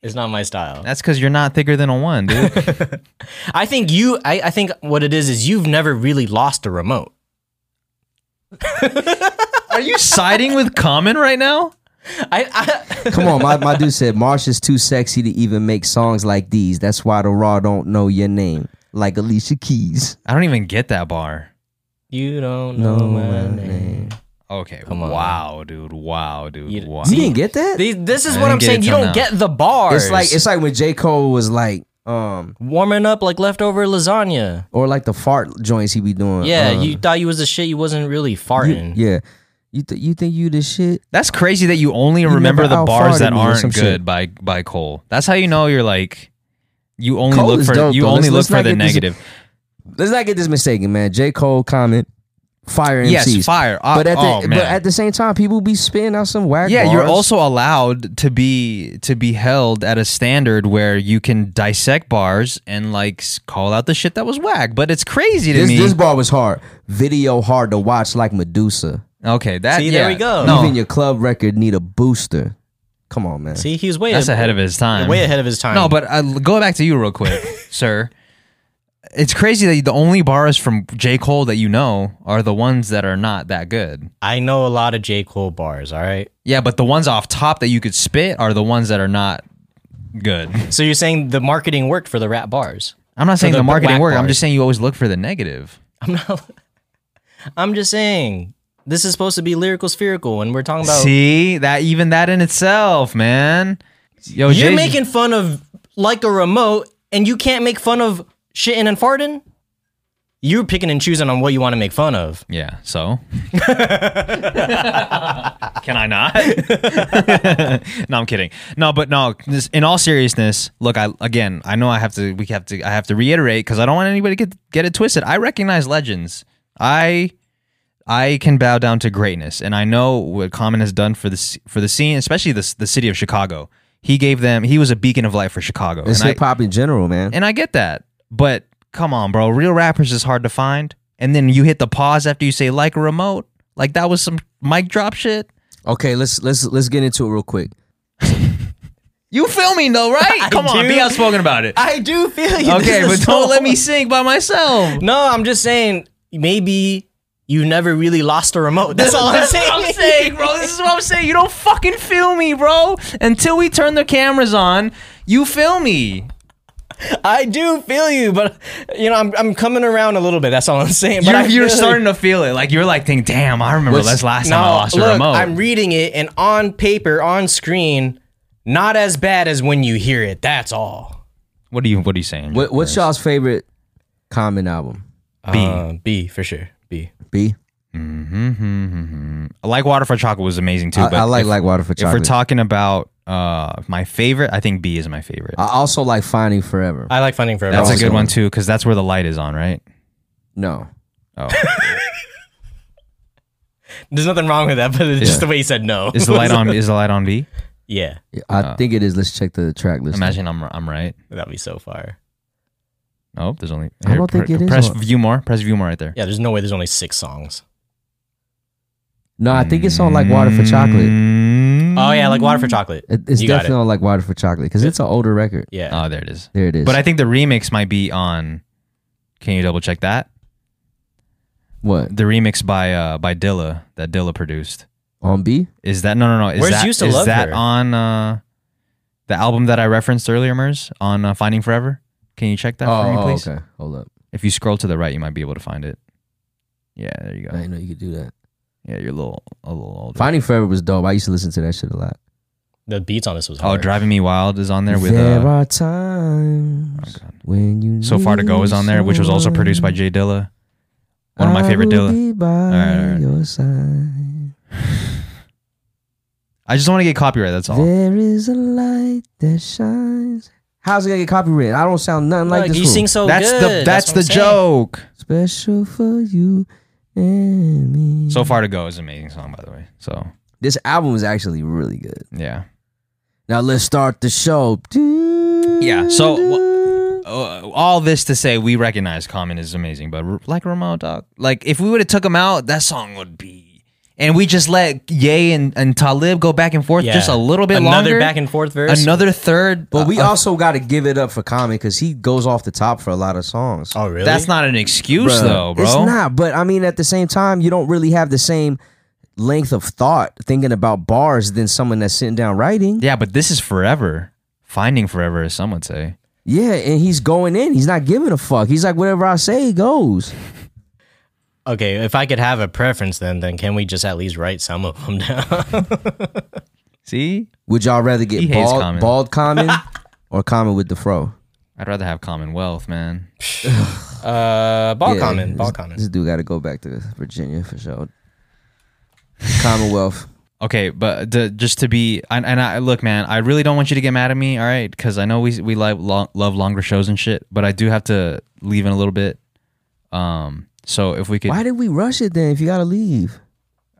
It's not my style.
That's because you're not thicker than a one,
<laughs>
dude.
I think you. I, I think what it is is you've never really lost a remote.
Are you siding with Common right now?
I, I <laughs>
Come on, my, my dude said Marsh is too sexy to even make songs like these. That's why the raw don't know your name, like Alicia Keys.
I don't even get that bar.
you don't know my name.
Okay.
Come on.
Wow, dude. Wow, dude.
You-
wow.
You didn't get that?
These- This is
I
what
didn't
I'm
get it
saying. You
till
don't
now.
get the bars.
It's like it's like when J Cole was like, um,
warming up like leftover lasagna.
or like the fart joints he be doing.
Yeah,
um,
you thought you was the shit. You wasn't really farting.
yeah. You th- you think you the shit?
That's crazy that you only
You
remember
never
the bars
out-farted
that
me or
aren't
some
good
shit.
by by Cole. That's how you know you're like you only
Cole
look
is
for
dope,
you
though.
only look
Let's- let's
for
not
the
get this-
negative.
Let's not get this mistaken, man. J Cole comment, fire MCs.
Yes, fire. Uh,
But at
oh,
the
man.
but at the same time, people be spitting out some whack.
yeah, you're
bars.
also allowed to be to be held at a standard where you can dissect bars and like s- call out the shit that was whack. But it's crazy to
this,
me.
this bar was hard. Video hard to watch, like Medusa.
okay, that
See,
yeah.
there we go.
No,
Even your club record need a booster. Come on, man.
See, he was way
that's ahead of his time.
Way ahead of his time.
No, but uh, go back to you real
<laughs>
quick, sir. It's crazy that the only bars from J. Cole that you know are the ones that are not that good.
I know a lot of J Cole bars. All right.
Yeah, but the ones off top that you could spit are the ones that are not
<laughs>
good.
So you're saying the marketing worked for the rap bars? <laughs>
I'm not saying
the
the, marketing
whack
work. I'm
bars.
just saying you always look for the negative.
I'm not. I'm just saying this is supposed to be lyrical spherical, and we're talking about
See that even that in itself, man. Yo,
you're
Jay-
making fun of like a remote, and you can't make fun of shitting and farting. You're picking and choosing on what you want to make fun of.
yeah. So can I not? <laughs> no, I'm kidding. No, but no. This, in all seriousness, look. I again, I know I have to. We have to. I have to reiterate because I don't want anybody to get get it twisted. I recognize legends. I I can bow down to greatness, and I know what Common has done for this for the scene, especially this the city of Chicago. He gave them. He was a beacon of light for Chicago.
it's
and I-
hip hop in general, man.
And I get that. But come on, bro. Real rappers is hard to find. And then you hit the pause after you say like a remote. Like that was some mic drop shit.
Okay, let's let's let's get into it real quick.
You filming though, <laughs> right? come on,
do.
be outspoken about <laughs> it.
I do feel you.
okay,
This
but
is
don't
so- <laughs>
let me sing by <laughs> myself.
No, I'm just saying maybe you never really lost a remote. That's all I'm saying.
I'm saying, bro. This is what I'm saying. You don't fucking film me, bro. Until we turn the cameras on, you film me.
I do feel you, but you know, I'm I'm coming around a little bit. That's all I'm saying. But I
You're, you're
feel you.
starting to feel it. Like you're like, think, damn, I remember
What's-
that's last time I lost
look,
a remote.
I'm reading it, and on paper, on screen, not as bad as when you hear it. That's all.
what are you? What are you saying?
What, what's y'all's favorite common album?
B Uh, B for sure. B.
B.
Mm-hmm, Like Water for Chocolate was amazing too.
I,
but
I like
if-
like water for
If we're
chocolate.
talking about uh, my favorite, I think B is my favorite.
I also like finding forever.
I like Finding Forever.
that's a
also-
good one too, because that's where the light is on, right?
no,
Oh,
There's nothing wrong with that, but it's just the way he said no.
is the light
<laughs>
on? Is the light on B?
<laughs> yeah,
I think it is. Let's check the track list.
Imagine I'm I'm right.
that'd be so far.
Oh, there's only.
I don't think it is
Press
on-
view more. Press view more right there.
Yeah, there's no way. There's only six songs.
No, I think it's on like water for chocolate.
Mm-hmm.
Oh yeah, like Water for Chocolate.
It, it's
you got
definitely
it.
on like water for chocolate because it's an older record.
Yeah.
Oh, there it is.
There it is.
But I think the remix might be on. Can you double check that?
what
The remix by uh by Dilla that Dilla produced.
on B?
Is that no no no? Is
Where's
that,
Used to
is
Love
that
Her?
on uh the album that I referenced earlier, Mers, on uh, Finding Forever? Can you check that for me,
Oh,
please?
okay. Hold up.
If you scroll to the right, you might be able to find it. Yeah, there you
I
go.
didn't know you could do that.
Yeah, you're a little a little older.
Finding Forever was dope. I used to listen to that shit a lot.
the beats on this was
Oh,
hard.
Driving Me Wild is on there with
there
uh, Oh,
are times
God.
when you
So Far to Go is on there, which was also produced by
Jay.
Jay Dilla. One of my favorite Dilla. right, all right. I just don't want to get copyright. That's all.
There is a light that shines. How's it gonna get copyrighted? I don't sound nothing like
Look,
this.
you
fool.
sing so
that's
good.
the that's,
what
the
I'm saying.
joke.
special for you and me.
So Far to Go is an amazing song, by the way. So
this album is actually really good.
yeah.
Now let's start the show.
Yeah, so wh- Uh, all this to say, we recognize Common is amazing, but r- like Ramon, dog, like if we would have took him out, that song would be. And we just let Ye and, and Talib go back and forth
Yeah.
just a little bit
Another
longer.
back and forth verse.
Another third.
but we
uh,
also got to give it up for Common because he goes off the top for a lot of songs.
Oh really?
That's not an excuse,
Bruh,
though, bro.
It's not, but I mean, at the same time, you don't really have the same length of thought thinking about bars than someone that's sitting down writing.
Yeah, but this is forever. Finding forever, as some would say.
Yeah, and he's going in. He's not giving a fuck. He's like, whatever I say goes.
Okay, if I could have a preference, then then can we just at least write some of them <laughs> down?
See?
Would y'all rather
He
get
hates
bald,
Common. <laughs>
bald common or common with the fro?
I'd rather have Commonwealth, man.
uh, ball
Yeah,
common, ball
this-
common.
This dude got to go back to Virginia for sure. Commonwealth.
Okay, but to, just to be, and, and I look, man, I really don't want you to get mad at me, all right? Because I know we we like lo- love longer shows and shit, but I do have to leave in a little bit. Um, so if we could,
Why did we rush it then? If you gotta leave,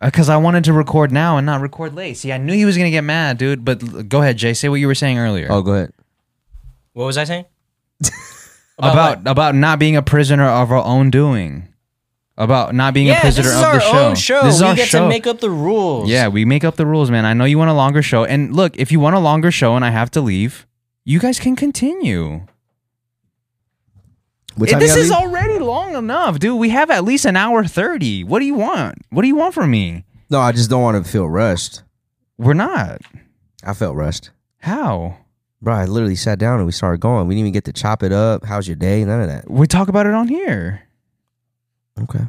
because I wanted to record now and not record late. See, I knew he was gonna get mad, dude. But l- go ahead, Jay. Say what you were saying earlier
oh, go ahead.
What was I saying?
about about not being a prisoner of our own doing, about not being a
yeah, this
prisoner
is
of
our
the show.
own show.
Oh, This is
we
our
get
show.
to make up the rules.
Yeah, we make up the rules, man. I know you want a longer show. And look, if you want a longer show and I have to leave, you guys can continue.
What
Eh,
time
this
y'all
is
leave?
already long enough, dude. We have at least an hour 30. What do you want? What do you want from me?
No, I just don't want to feel rushed.
We're not.
I felt rushed,
How?
bro. I literally sat down and we started going. We didn't even get to chop it up. How's your day? None of that.
We talk about it on here.
Okay.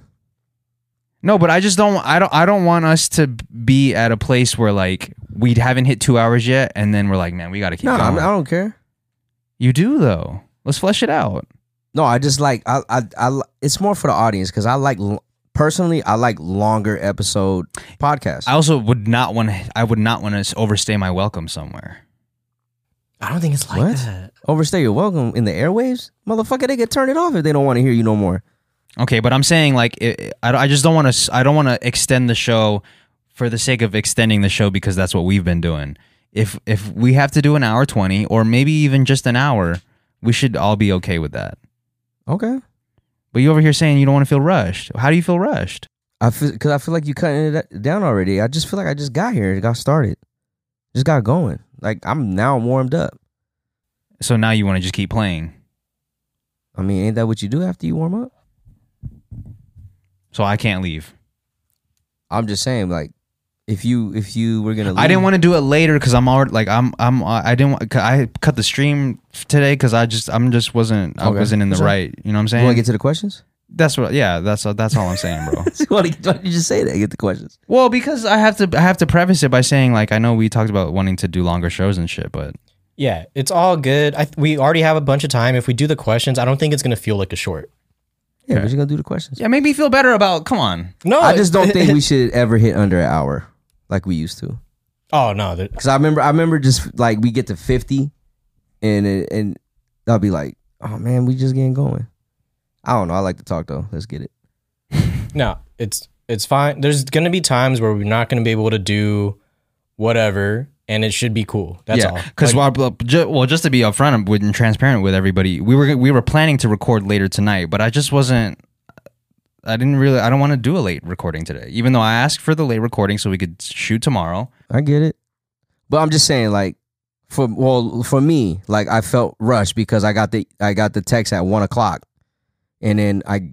No, but I just don't I don't I don't want us to be at a place where like we haven't hit 2 hours yet and then we're like, man, we got to keep
No, I'm,
going.
I don't care.
you do though. Let's flesh it out.
No, I just like I I, I li- it's more for the audience because I like l- personally I like longer episode podcasts.
I also would not want to I would not want to overstay my welcome somewhere.
I don't think it's like
What?
that.
Overstay your welcome in the airwaves, motherfucker. They could turn it off if they don't want to hear you no more.
Okay, but I'm saying like it, I, I just don't want to I don't want to extend the show for the sake of extending the show because that's what we've been doing. If if we have to do an hour 20 or maybe even just an hour, we should all be okay with that.
Okay.
But you over here saying you don't want to feel rushed. How do you feel rushed?
I feel because I feel like you cutting it down already. I just feel like I just got here, got started, just got going. Like I'm now warmed up.
So now you want to just keep playing.
I mean, ain't that what you do after you warm up?
So I can't leave.
I'm just saying, like, if you if you were gonna,
I didn't
leave-
want to do it later because I'm already like I'm I'm uh, I didn't want, I cut the stream today because I just I'm just wasn't I
Okay.
wasn't in the
That's all right.
right. You know what I'm
You want to
saying?
get to the questions?
that's what yeah that's uh, that's all I'm saying,
<laughs>
bro.
why did why did <laughs> you just say that? Get the questions.
Well, because I have to I have to preface it by saying like I know we talked about wanting to do longer shows and shit, but
Yeah, it's all good. I, we already have a bunch of time. If we do the questions, I don't think it's gonna feel like a short.
Yeah, but you're gonna do the questions.
yeah, make me feel better about. Come on,
No,
I
<laughs>
just don't <laughs> think we should ever hit under an hour like we used to.
Oh no, that-
Cause I remember, I remember just like we get to fifty, and it, and I'll be like, oh man, we just getting going. I don't know. I like to talk though. Let's get it.
no, it's it's fine. There's gonna be times where we're not gonna be able to do whatever, and it should be cool. That's all.
yeah, because well, just to be upfront with- and transparent with everybody, we were we were planning to record later tonight, but I just wasn't. I didn't really. I don't want to do a late recording today, even though I asked for the late recording so we could shoot tomorrow.
I get it. But I'm just saying, like, for well, for me, like I felt rushed because I got the I got the text at one o'clock, and then I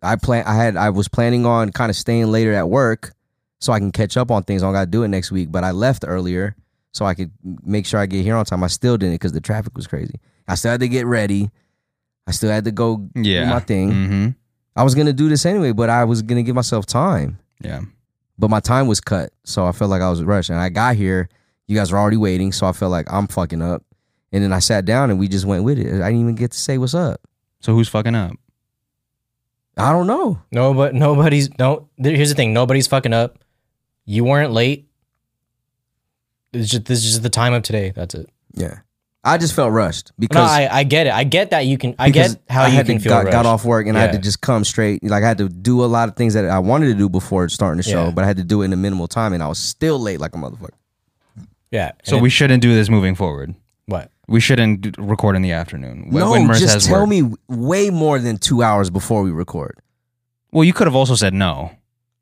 I plan I had I was planning on kind of staying later at work so I can catch up on things. I don't got to do it next week, but I left earlier so I could make sure I get here on time. I still didn't because the traffic was crazy. I still had to get ready. I still had to go do my thing.
Mm-hmm.
I was gonna do this anyway, but I was gonna give myself time
Yeah.
but my time was cut, so I felt like I was rushed. And I got here, you guys were already waiting, so I felt like I'm fucking up. And then I sat down and we just went with it. I didn't even get to say what's up.
So who's fucking up?
I don't know.
No, but nobody's no. there- Here's the thing: nobody's fucking up. You weren't late. It's just this is just the time of today. That's it.
Yeah, I just felt rushed
No,
because
I, I get it. I get that you can. I
because
get how
I
you
had
can
to
feel.
got,
rushed.
got off work and I had to
Yeah.
just come straight. Like I had to do a lot of things that I wanted to do before starting the show,
Yeah.
but I had to do it in a minimal time, and I was still late like a motherfucker.
Yeah.
So
And
we
it-
shouldn't do this moving forward.
what?
We shouldn't d- record in the afternoon. wh-
no,
when Merz
just
has
tell
work.
me way more than two hours before we record.
Well, you could have also said no.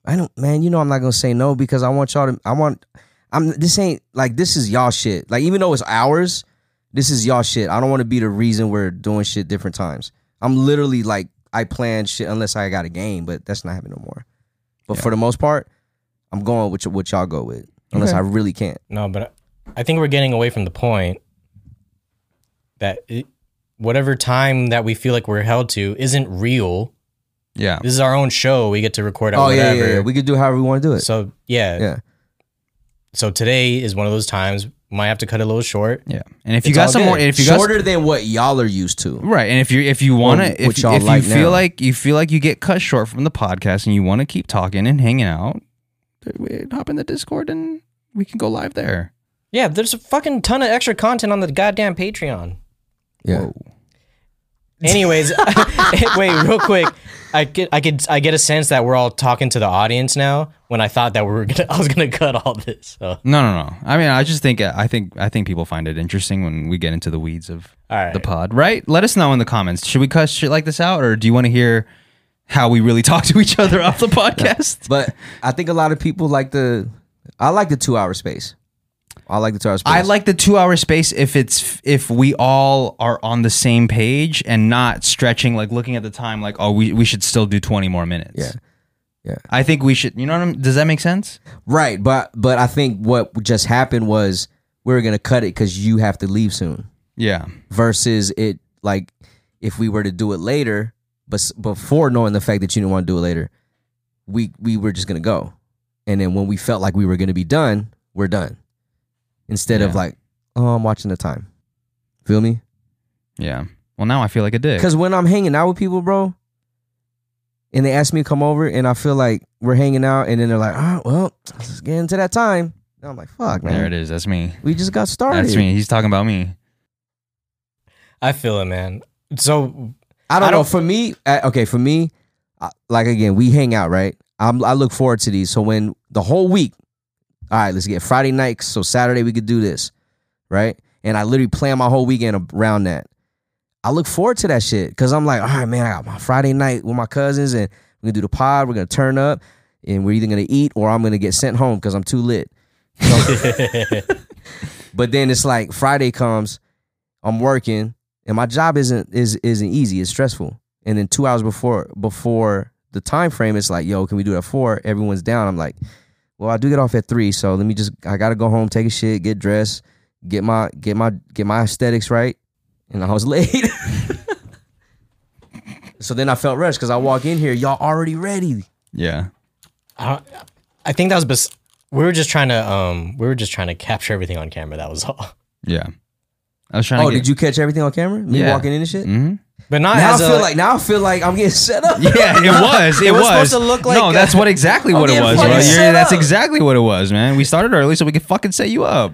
I don't, man. You know, I'm not gonna say no because I want y'all to. I want. I'm. This ain't like this is y'all shit. Like even though it's ours, this is y'all shit. I don't want to be the reason we're doing shit different times. I'm literally like I plan shit unless I got a game, but that's not happening no more. But for the most part, I'm going with what y'all go with, unless I really can't.
No, but I think we're getting away from the point that it, whatever time that we feel like we're held to isn't real.
Yeah.
This is our own show. We get to record at
Oh yeah,
whatever.
yeah, yeah. We could do however we want to do it.
so yeah.
Yeah.
So today is one of those times. Might have to cut it a little short.
Yeah. And if you
It's
got
all
some more,
good.
if you got
shorter than what y'all are used to.
Right, and if you if you want
Or
to, if,
what
if
y'all like
you feel
now.
like you feel like you get cut short from the podcast and you want to keep talking and hanging out, we hop in the Discord and we can go live there.
Yeah, there's a fucking ton of extra content on the goddamn
<laughs>
Patreon.
Yeah.
Anyways, <laughs> eh, wait, real quick. I get, I could, I get a sense that we're all talking to the audience now. When I thought that we were gonna, <laughs> I was gonna cut all this. So, all
No, no, no. I mean, I just think I think I think people find it interesting when we get into the weeds of
right.
the pod, right? Let us know in the comments. Should we cut shit like this out, or do you want to hear how we really <laughs> talk to each other off the
<laughs>
podcast?
But I think a lot of people like the. I like the two hour space. I like the two hour space.
I like the two hour space if it's if we all are on the same page and not stretching like looking at the time like oh we, we should still do twenty more minutes.
Yeah. Yeah.
I think we should. You know what I'm? Does that make sense?
right, but but I think what just happened was we were gonna cut it because you have to leave soon.
Yeah.
Versus it like if we were to do it later, but s- before knowing the fact that you didn't want to do it later, we we were just gonna go, and then when we felt like we were gonna be done, we're done. Instead of
Yeah.
like, oh, I'm watching the time. Feel me?
Yeah. Well, now I feel like a dick.
Because when I'm hanging out with people, bro, and they ask me to come over, and I feel like we're hanging out, and then they're like, all right, well, let's get into that time. And I'm like, fuck, man.
there it is. That's me.
We just got started.
That's me. He's talking about me.
I feel it, man. So,
I don't,
I
know.
don't-
For me, uh, okay, for me, I, like again, we hang out, right? I'm, I look forward to these. So when the whole week, all right, let's get Friday night. So Saturday we could do this, right? And I literally plan my whole weekend around that. I look forward to that shit because I'm like, all right, man, I got my Friday night with my cousins, and we're gonna do the pod. We're gonna turn up, and we're either gonna eat or I'm gonna get sent home because I'm too lit. So-
<laughs>
<laughs> but then it's like Friday comes, I'm working, and my job isn't is isn't easy. It's stressful. And then two hours before before the time frame, it's like, yo, can we do it at four? Everyone's down. I'm like, well, I do get off at three, so let me just I gotta go home, take a shit, get dressed, get my get my get my aesthetics right. And I was <laughs> late. so then I felt rushed because I walk in here, y'all already ready.
Yeah.
I, I think that was. Bes- we were just trying to, um, we were just trying to capture everything on camera. That was all. <laughs>
Yeah. I was trying
Oh,
to. <laughs>
did you catch everything on camera? Me
Yeah.
walking in and shit?
hmm
But not
Now I
as a,
feel like now I feel like I'm getting set up.
Yeah,
<laughs>
it was. It,
was
was
supposed to look like,
No, that's what exactly what it
getting
was.
fucking
bro. You're-
set
that's
up.
exactly what it was, man. We started early so we could fucking set you up.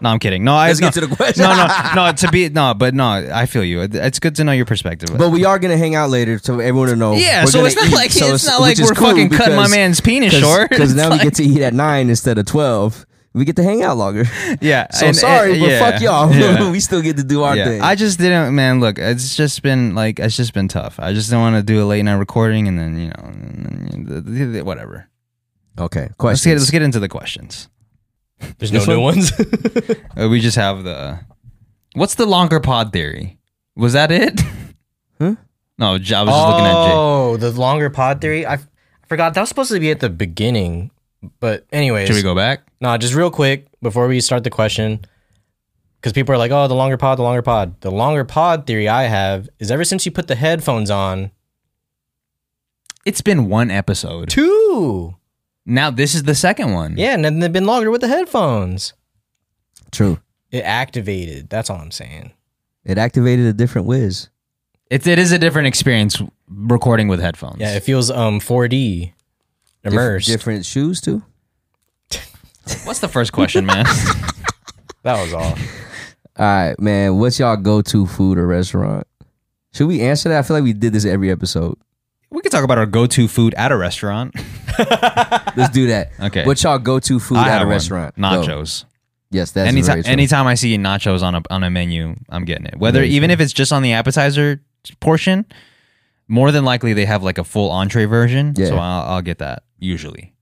No, I'm kidding. No, I
Let's
no,
get to the question. <laughs>
No, no, no. To be no, but no, I feel you. It- It's good to know your perspective.
But we are gonna hang out later, so everyone to know.
yeah,
We're
so
gonna
it's not
eat,
like
so
it's, not like
which is
we're
cool
fucking cutting my
because-
man's penis
cause,
short.
Because now
<laughs> It's
we get to eat at nine instead of twelve. We get to hang
<laughs>
out longer.
like- yeah.
So
and-
sorry,
and-
but
yeah,
fuck y'all. <laughs>
yeah.
we still get to do our
Yeah,
thing.
I just didn't, man. Look, it's just been like it's just been tough. I just didn't want to do a late night recording, and then you know, and then, the- the- the- whatever.
okay,
Let's get
question.
let's get into the questions.
there's no
<laughs>
new ones. <laughs>
Uh, we just have the what's the longer pod theory? Was that it?
Huh?
No, J- I was just looking at Jay.
Oh, the longer pod theory. I, f- I forgot that was supposed to be at the beginning. But anyways,
Should we go back?
Nah, just real quick before we start the question, because people are like, "Oh, the longer pod, the longer pod." The longer pod theory I have is ever since you put the headphones on,
It's been one episode.
two.
Now this is the second one.
Yeah, and then they've been longer with the headphones.
True.
It activated. That's all I'm saying.
It activated a different whiz.
It, it is a different experience recording with headphones.
Yeah, it feels um 4D
Dif-
immersed.
different shoes too.
What's the first question, man? <laughs>
That was <laughs> all.
All right, man. What's y'all go to food or restaurant? Should we answer that? I feel like we did this every episode.
we could talk about our go-to food at a restaurant.
Let's do that.
<laughs> Okay.
What y'all go to food
I
at
have
a
one.
restaurant? Go.
Nachos.
Yes, that's
anytime
very true.
anytime I see nachos on a on a menu, I'm getting it. Whether
Very
even if it's just on the appetizer portion, more than likely they have like a full entree version.
Yeah.
So I'll, I'll get that usually.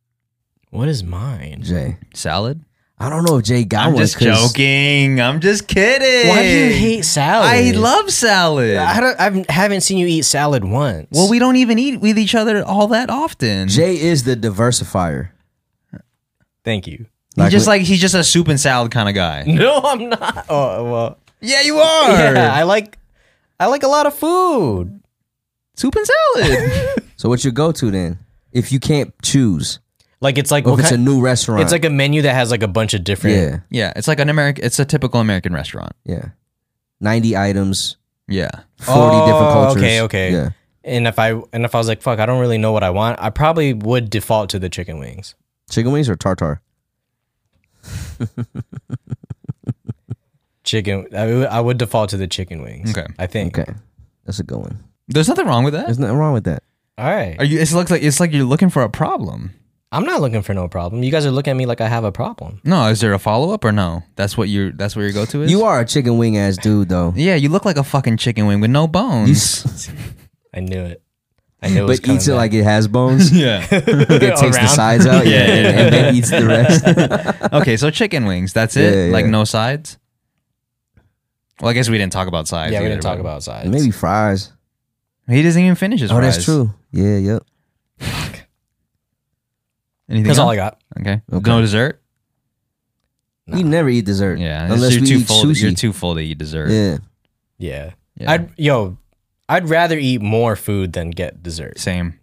What is mine?
Jay.
Salad.
I don't know if Jay got
I'm
one.
just
<laughs> 'cause
joking. I'm just kidding.
Why do you hate salad?
I love salad.
I don't. I haven't seen you eat salad once.
well, we don't even eat with each other all that often.
Jay is the diversifier.
thank you.
he's
like
just
we-
like he's just a soup and salad kind of guy.
No, I'm not. Oh well.
yeah, you are.
<laughs> Yeah, I like. I like a lot of food.
soup and salad.
So what's your go to then? If you can't choose,
Like it's like
or
what
if it's a
kind-
new restaurant,
It's like a menu that has like a bunch of different.
yeah,
yeah, it's like an American. It's a typical American restaurant.
yeah, ninety items,
Yeah,
forty different
Oh,
cultures.
okay, okay.
yeah.
And if I and if I was like, fuck, I don't really know what I want. I probably would default to the chicken wings.
Chicken wings or tartar?
Chicken. I would, I would default to the chicken wings.
Okay.
I think.
Okay, that's a good one.
there's nothing wrong with that.
There's nothing wrong with that.
All right.
Are you? It looks like it's like you're looking for a problem.
I'm not looking for no problem. You guys are looking at me like I have a problem.
No, is there a follow up or no? That's what you. That's where your go to is.
You are a chicken wing ass
<laughs>
dude though.
Yeah, you look like a fucking chicken wing with no
You
bones.
s-
I knew it. I knew it. was
but
coming
eats it
back.
like it has bones.
<laughs> yeah.
<laughs>
<laughs>
it takes the
Around.
sides out, yeah, and, and then eats the rest.
okay, so chicken wings. That's
Yeah,
it.
yeah.
Like no sides. Well, I guess we didn't talk about sides.
Yeah, we
either,
didn't talk
but-
about sides.
Maybe fries.
He doesn't even finish his.
Oh, that's
fries.
true. Yeah, yep.
Anything
that's all I
else?
got.
Okay.
Okay.
No dessert.
We never eat dessert.
Yeah,
unless
you're
we
too
eat
full.
sushi.
You're too full to eat dessert.
yeah,
Yeah.
Yeah.
I'd yo, I'd rather eat more food than get dessert.
Same.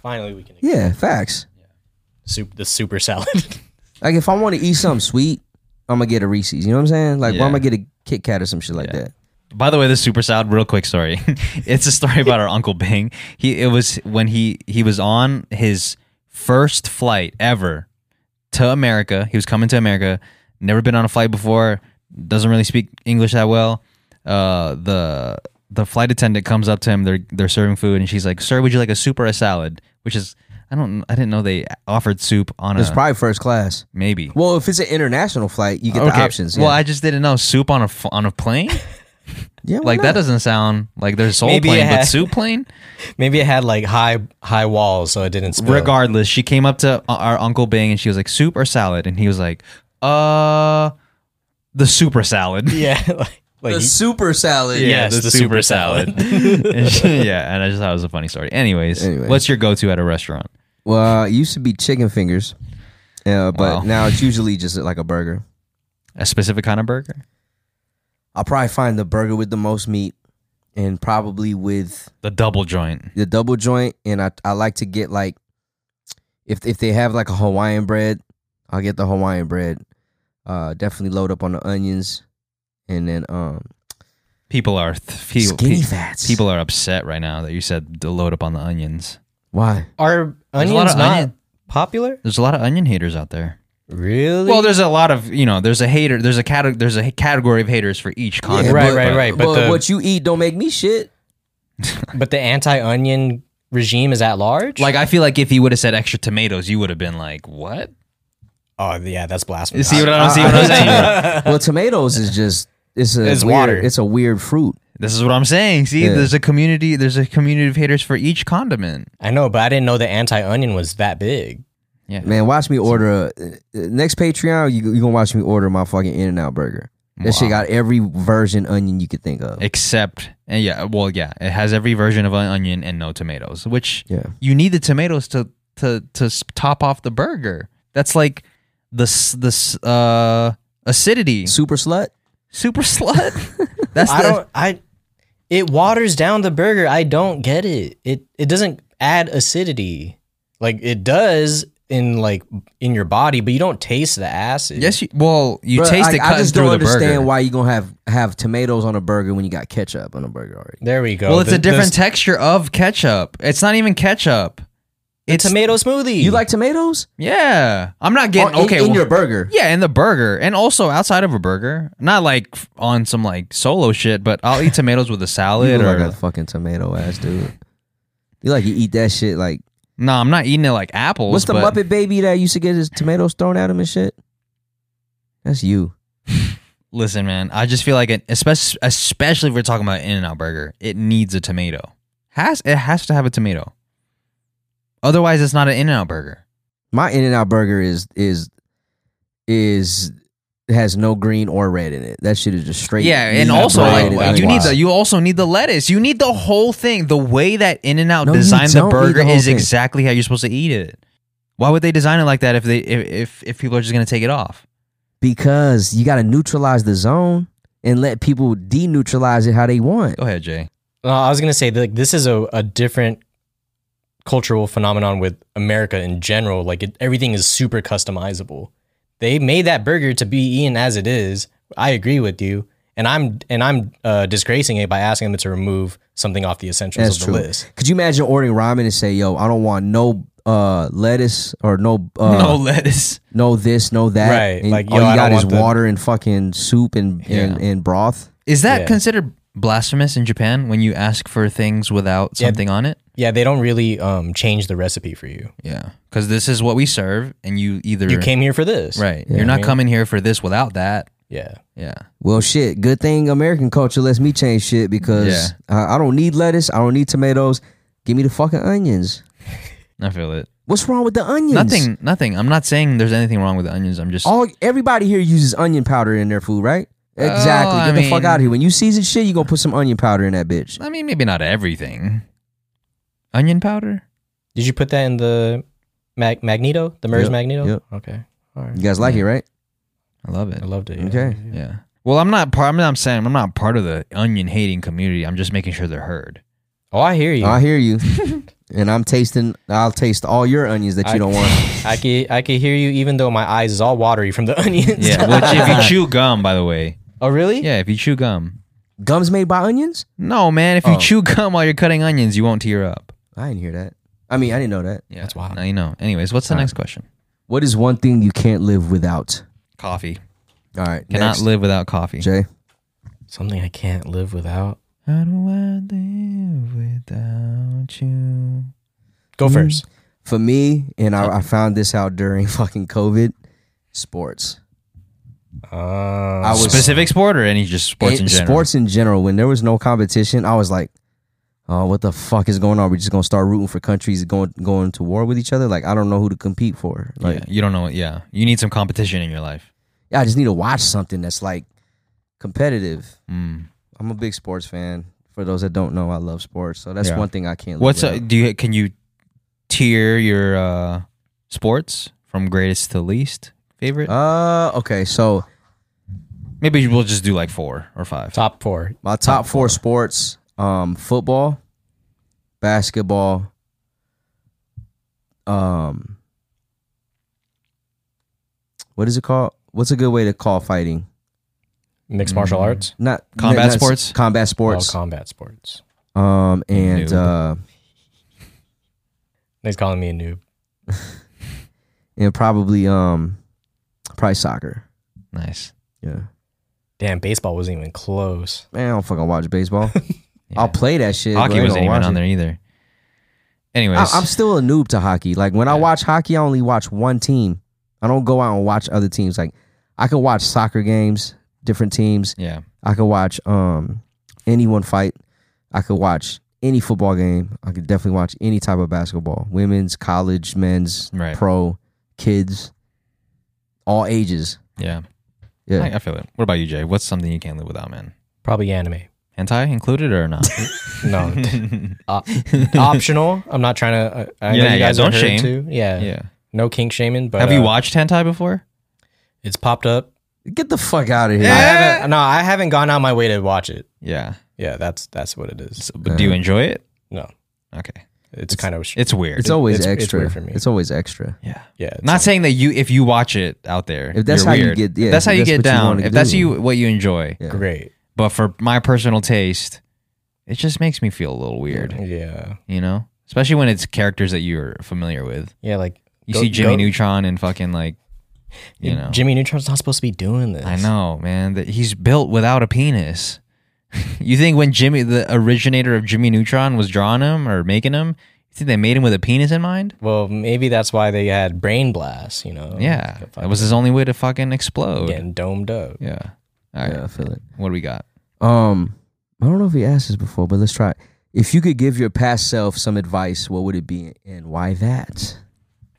Finally, we can
yeah. Facts.
soup the super salad. <laughs>
Like if I want to eat something sweet, I'm gonna get a Reese's. You know what I'm saying? Like, why am I get a Kit Kat or some shit like that?
By the way, this super salad, real quick story. <laughs> it's a story about our uncle Bing. He it was when he he was on his first flight ever to America. He was coming to America, never been on a flight before, doesn't really speak English that well. Uh, the the flight attendant comes up to him. They're they're serving food, and she's like, "Sir, would you like a soup or a salad?" Which is I don't I didn't know they offered soup on
It's
a
probably first class.
maybe.
Well, if it's an international flight, you get the options. Yeah.
Well, I just didn't know soup on a f- on a plane.
yeah, why
Like that
not?
doesn't sound like there's soul
Maybe
plane,
it
but
had-
soup plane.
Maybe it had like high high walls, so it didn't spill.
Regardless, she came up to uh, our uncle Bing and she was like, "Soup or salad?" And he was like, "Uh, the super salad."
<laughs> yeah, <laughs> like, like
the super salad.
Yeah. yes, the super
And she- yeah, and I just thought it was a funny story. Anyways,
Anyway.
what's your go-to at a restaurant?
Well, uh, it used to be chicken fingers, uh, but
Wow.
now it's usually just like a burger.
A specific kind of burger?
I'll probably find the burger with the most meat, and probably with
The double joint.
the double joint. And I I like to get like if if they have like a Hawaiian bread, I'll get the Hawaiian bread. Uh, definitely load up on the onions, and then um
People are th- people,
skinny fats.
people are upset right now that you said to load up on the onions.
why?
are
There's a
onions
lot of
not
onion.
popular?
There's a lot of onion haters out there.
Really?
Well, there's a lot of you know. There's a hater. There's a cate- There's a category of haters for each
Yeah,
condiment.
right,
but-
right, right. But, the
what you eat don't make me shit.
but the anti onion regime is at large.
Like I feel like if he would have said extra tomatoes, you would have been like, "What?"
oh yeah, that's
You
blasphemy.
see what I'm see what I'm
<laughs>
saying? <laughs>
<laughs>
well, tomatoes is just it's a
It's
weird-
water.
It's a weird fruit.
This is what I'm saying. See,
Yeah.
there's a community. There's a community of haters for each condiment.
I know, but I didn't know the anti onion was that big.
Yeah,
Man, watch me order a, uh, next Patreon. You you gonna watch me order my fucking In and Out burger? That shit got every version onion you could think of.
except and yeah, well, yeah, it has every version of an onion and no tomatoes, which
Yeah.
you need the tomatoes to to to s- top off the burger. That's like the s- the s- uh acidity
Super slut.
super slut. That's
I
the,
don't. I. It waters down the burger. I don't get it. It it doesn't add acidity. Like it does in like in your body, but you don't taste the acid.
Yes, you, well, you
Bruh,
taste
I,
it
I
cutting
just
through
don't
the burger.
understand why you gonna have have tomatoes on a burger when you got ketchup on a burger already.
There we go.
Well, it's
The-
a different
the-
texture of ketchup. It's not even ketchup.
the
It's
tomato smoothie.
You like tomatoes?
yeah. I'm not getting
On- Oh, in-
okay
in,
well-
your burger.
Yeah, in the burger, and also outside of a burger, not like f- on some like solo shit. But I'll eat tomatoes with a
You
salad
look
or
like a fucking tomato ass dude. You like you eat that shit like
no. I'm not eating it like apples.
What's the
but
Muppet baby that used to get his tomatoes thrown at him and shit? That's you.
Listen, man, I just feel like it, especially especially if we're talking about In and Out Burger, it needs a tomato. Has it has to have a tomato. Otherwise, it's not an In and Out Burger.
My In and Out burger is is is has no green or red in it. That shit is just straight.
Yeah, and
meat,
also
bread,
like
and
you need
onions.
the you also need the lettuce. You need the whole thing. The way that In and Out
No, you
designed the
don't need the
burger
whole
is
thing.
exactly how you're supposed to eat it. Why would they design it like that if they if if, if people are just gonna take it off?
because you got to neutralize the zone and let people deneutralize it how they want.
Go ahead, Jay.
Uh, I was gonna say like this is a, a different cultural phenomenon with America in general. Like it, everything is super customizable. They made that burger to be eaten as it is. I agree with you, and I'm and I'm uh, disgracing it by asking them to remove something off the essentials
That's
of the
true.
list.
Could you imagine ordering ramen and say, "Yo, I don't want no uh, lettuce or no uh,
no
no.
lettuce.
this, no that."
Right,
And
like,
all
yo, I
you got
don't
is
want the-
water and fucking soup and and, and broth.
Is that
Yeah.
considered blasphemous in Japan when you ask for things without
Yeah.
something on it?
Yeah, they don't really um, change the recipe for you.
Yeah, because this is what we serve, and you either
You came here for this,
right. You're not coming here for this without that.
Yeah,
Yeah,
Well, shit. Good thing American culture lets me change shit because I, I don't need lettuce. I don't need tomatoes. Give me the fucking onions.
I feel it.
What's wrong with the onions?
Nothing, nothing. I'm not saying there's anything wrong with the onions. I'm just
All everybody here uses onion powder in their food, right?
Oh,
Exactly.
I
Get the fuck
mean-
out of here. When you season shit, you gonna put some onion powder in that bitch.
I mean, maybe not everything. Onion powder?
did you put that in the mag- Magneto, the MERS
Yep,
Magneto?
yep.
Okay, all right.
You guys like it, right?
I love it.
I loved it. yeah.
Okay.
Yeah. Well, I'm not part. I'm not saying I'm not part of the onion hating community. I'm just making sure they're heard.
Oh, I hear you.
I hear <laughs> you. and I'm tasting. I'll taste all your onions that you
I-
don't want.
I could I could hear you even though my eyes is all watery from the <laughs> onions.
Yeah. <laughs> Which, if you chew gum, by the way.
oh really?
Yeah. If you chew gum.
Gums made by onions?
No, man. If you chew gum while you're cutting onions, you won't tear up.
I didn't hear that. I mean, I didn't know that.
Yeah. That's wild. Now you know. Anyways, what's the next question?
What is one thing you can't live without?
Coffee.
All right.
Cannot
next.
live without coffee.
Jay.
Something I can't live without.
How do I live without you? Mm.
Go first.
For me, and I, I found this out during <laughs> fucking COVID. Sports.
Uh,
I was
Specific sport or any just sports
it-
in general?
sports in general, When there was no competition, I was like, "Oh, what the fuck is going on? We're just gonna start rooting for countries going going to war with each other. Like, I don't know who to compete for. Like,
Yeah, you don't know. Yeah. You need some competition in your life.
I just need to watch something that's like competitive.
Mm.
I'm a big sports fan. For those that don't know, I love sports, so that's
Yeah.
one thing I can't. live
What's uh,
without.
do you can you tier your uh, sports from greatest to least favorite?
Uh, okay, so
Maybe we'll just do like four or five.
Top four.
my top four sports: um, football, basketball, um, what is it called? What's a good way to call fighting?
Mixed martial arts.
Not
Combat
not-
Mm. sports?
combat
All
sports,
combat sports.
um, and
Noob.
uh,
He's calling me a noob.
and probably um, probably soccer.
Nice.
Yeah.
Damn, baseball wasn't even close.
Man, I don't fucking watch baseball.
<laughs> Yeah.
I'll play that shit. but I
Hockey
ain't
wasn't
gonna
even
watch
on
it.
there either. Anyways,
I, am still a noob to hockey. Like when I watch hockey, I only watch one team. I don't go out and watch other teams. Like I can watch soccer games, different teams.
yeah,
I could watch um anyone fight. I could watch any football game. I could definitely watch any type of basketball. Women's, college, men's,
Right.
pro, kids, all ages.
yeah,
Yeah.
I, I feel it. What about you, Jay? What's something you can't live without, man?
Probably anime.
Hentai included or
<laughs>
not? <laughs>
No. Op- optional. I'm not trying to. Uh, I
Yeah,
know you
yeah,
guys
don't
are hurt
shame.
too. Yeah.
yeah.
No kink shaming. But
Have you
uh,
watched hentai before?
It's popped up.
Get the fuck out of here.
I
Eh.
haven't. No, I haven't gone out my way to watch it.
Yeah.
Yeah, that's that's what it is.
So, but
uh,
do you enjoy it?
No,
Okay.
it's, kind of
It's weird.
It's always
it's- it's
extra.
weird
It's,
for me.
always extra.
yeah.
yeah. It's
not saying that you if you watch it out there
If that's
you're
how you
weird.
get- yeah,
if that's how
if
you
that's
get
what you
down
wanna
if that's
do.
you what you enjoy
Yeah.
great.
but for my personal taste it just makes me feel a little weird
Yeah.
you know especially when it's characters that you're familiar with
Yeah. Like
you
go-
see jimmy
go-
neutron and fucking
<laughs>
like you know
Jimmy Neutron's not supposed to be doing this.
i know man that he's built without a penis <laughs> you think when jimmy the originator of jimmy neutron was drawing him or making him you think they made him with a penis in mind
Well, maybe that's why they had brain blasts, you know.
yeah
Fucking
that was his only way to fucking explode yeah,
getting domed up.
all right
Yeah, I feel it.
what do we got
Um, I don't know if we asked this before, but let's try. it. If you could give your past self some advice, what would it be and why that?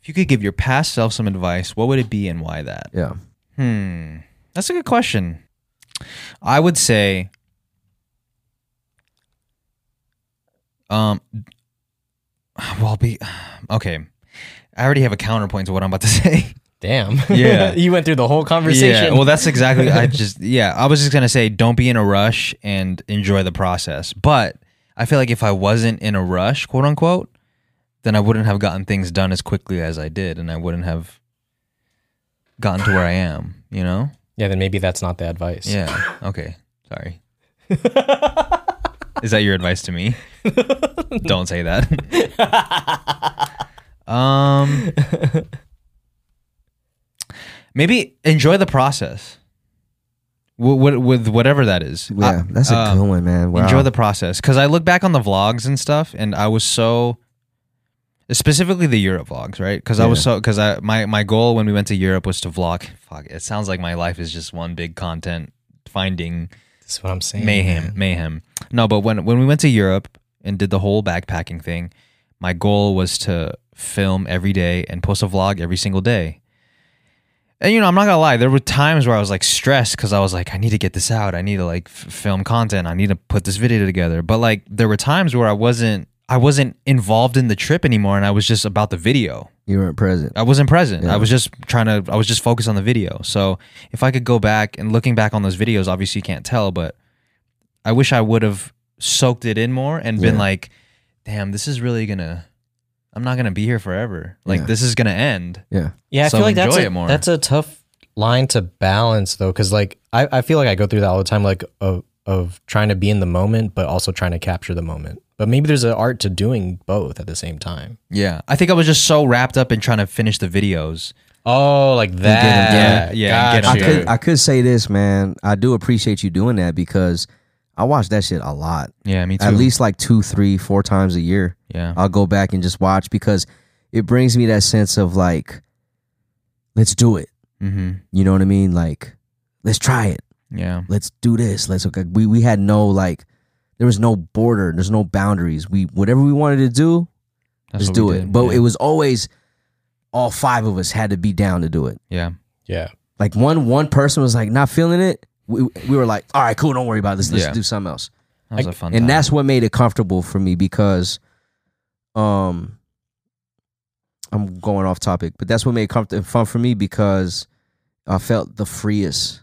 If you could give your past self some advice, what would it be and why that?
Yeah.
Hmm. That's a good question. I would say um well be <sighs> okay. I already have a counterpoint to what I'm about to <laughs> say.
Damn.
Yeah.
<laughs> you went through the whole
Yeah,
conversation.
well that's exactly I just yeah, I was just going to say don't be in a rush and enjoy the process. But I feel like if I wasn't in a rush, quote unquote, then I wouldn't have gotten things done as quickly as I did and I wouldn't have gotten to where I am, you know?
yeah, then maybe that's not the advice.
Yeah. Okay. Sorry. Is that your advice to me? Don't say that. um Maybe enjoy the process. With, with, with whatever that is.
Yeah,
I-
that's a
um,
good one, man. Wow.
enjoy the process because i look back on the vlogs and stuff and i was so specifically the europe vlogs right because i was so because i my, my goal when we went to europe was to vlog fuck it sounds like my life is just one big content finding
That's what I'm saying.
mayhem mayhem no but when when we went to europe and did the whole backpacking thing my goal was to film every day and post a vlog every single day and you know i'm not gonna lie there were times where i was like stressed because i was like i need to get this out i need to like f- film content i need to put this video together but like there were times where i wasn't i wasn't involved in the trip anymore and i was just about the video
You weren't present.
I wasn't present. I was just trying to. I was just focused on the video. So if I could go back and looking back on those videos, obviously you can't tell, but I wish I would have soaked it in more and been
Yeah.
like, "Damn, this is really gonna. I'm not gonna be here forever. Like
Yeah.
this is gonna end."
Yeah.
Yeah, I
So
feel like that's
enjoy
a,
it more.
that's a tough line to balance though, because like I, I feel like I go through that all the time, like of of trying to be in the moment, but also trying to capture the moment. But maybe there's an art to doing both at the same time.
Yeah, I think I was just so wrapped up in trying to finish the videos.
Oh, like
Yeah,
that.
yeah, and get
Gotcha.
I
Yeah.
could I could say this, man. I do appreciate you doing that because I watch that shit a lot.
Yeah, me too.
At least like two, three, four times a year.
yeah,
I'll go back and just watch because it brings me that sense of like, let's do it.
hmm
You know what I mean? Like, let's try it.
yeah,
Let's do this. Let's okay. We we had no like there was no border. There's no boundaries. We whatever we wanted to do,
That's
let's
what we
do it.
did.
But
yeah.
it was always all five of us had to be down to do it.
yeah,
yeah.
Like one one person was like not feeling it. We, we were like, all right, cool, don't worry about this. Let's
Yeah.
do something else.
that was
I-
a fun.
And
time.
that's what made it comfortable for me because um I'm going off topic, but that's what made it comfort- fun for me because I felt the freest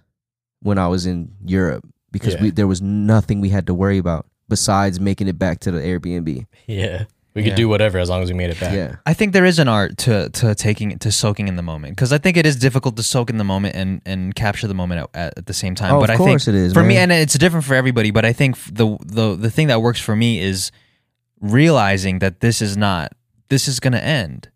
when I was in Europe because
Yeah.
we, there was nothing we had to worry about besides making it back to the Airbnb.
Yeah. We could
Yeah.
do whatever as long as we made it back.
Yeah.
I think there is an art to to taking to soaking in the moment because I think it is difficult to soak in the moment and and capture the moment at, at the same time.
Oh,
but
of
I
course it
think
is,
for me,
man.
and it's different for everybody. But I think f- the the the thing that works for me is realizing that this is not this is going to end.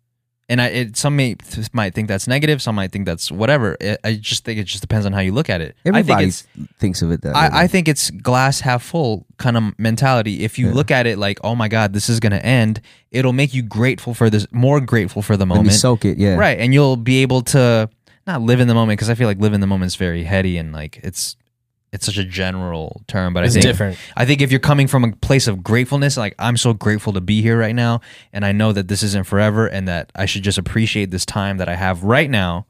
And I, it, some may, might think that's negative. Some might think that's whatever. It, I just think it just depends on how you look at it. I think
Everybody
it's
thinks of it that way.
I, I think it's glass half full kind of mentality. If you look at it like, oh my God, this is going to end, it'll make you grateful for this, more grateful for the
Let me
moment.
soak it, yeah.
Right. And you'll be able to not live in the moment because I feel like live in the moment is very heady and like it's. It's such a general term, but
It's
I think
different.
I think if you're coming from a place of gratefulness, like I'm so grateful to be here right now, and I know that this isn't forever, and that I should just appreciate this time that I have right now,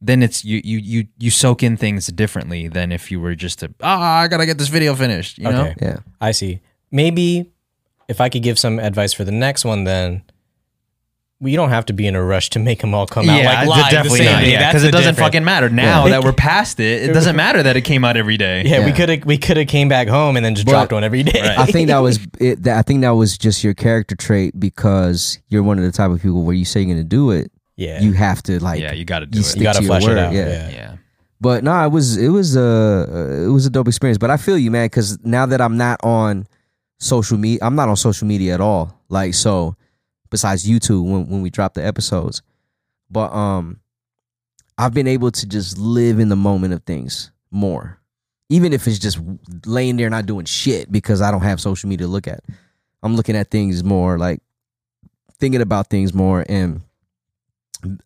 then it's you you you you soak in things differently than if you were just to ah I gotta get this video finished. You know,
Okay.
yeah.
I see. Maybe if I could give some advice for the next one, then we don't have to be in a rush to make them all come out like
d-
live the same day. That's
because it doesn't
the difference.
fucking matter now that we're past it. It
<laughs>
doesn't matter that it came out every day.
Yeah, we
Yeah.
could have we could have came back home and then just dropped one every day.
I think
<laughs>
that was it, that, I think that was just your character trait because you're one of the type of people where you say you're gonna do it,
<laughs> yeah,
you have to like
Yeah, you gotta do
you
it.
stick
You gotta
to your
flesh it
word,
out.
yeah.
Yeah.
Yeah,
But no, it was it was a uh, it was a dope experience. But I feel you, man, because now that I'm not on social media, I'm not on social media at all. Like so, besides YouTube, when when we drop the episodes, but um, I've been able to just live in the moment of things more, even if it's just laying there not doing shit because I don't have social media to look at. I'm looking at things more, like thinking about things more, and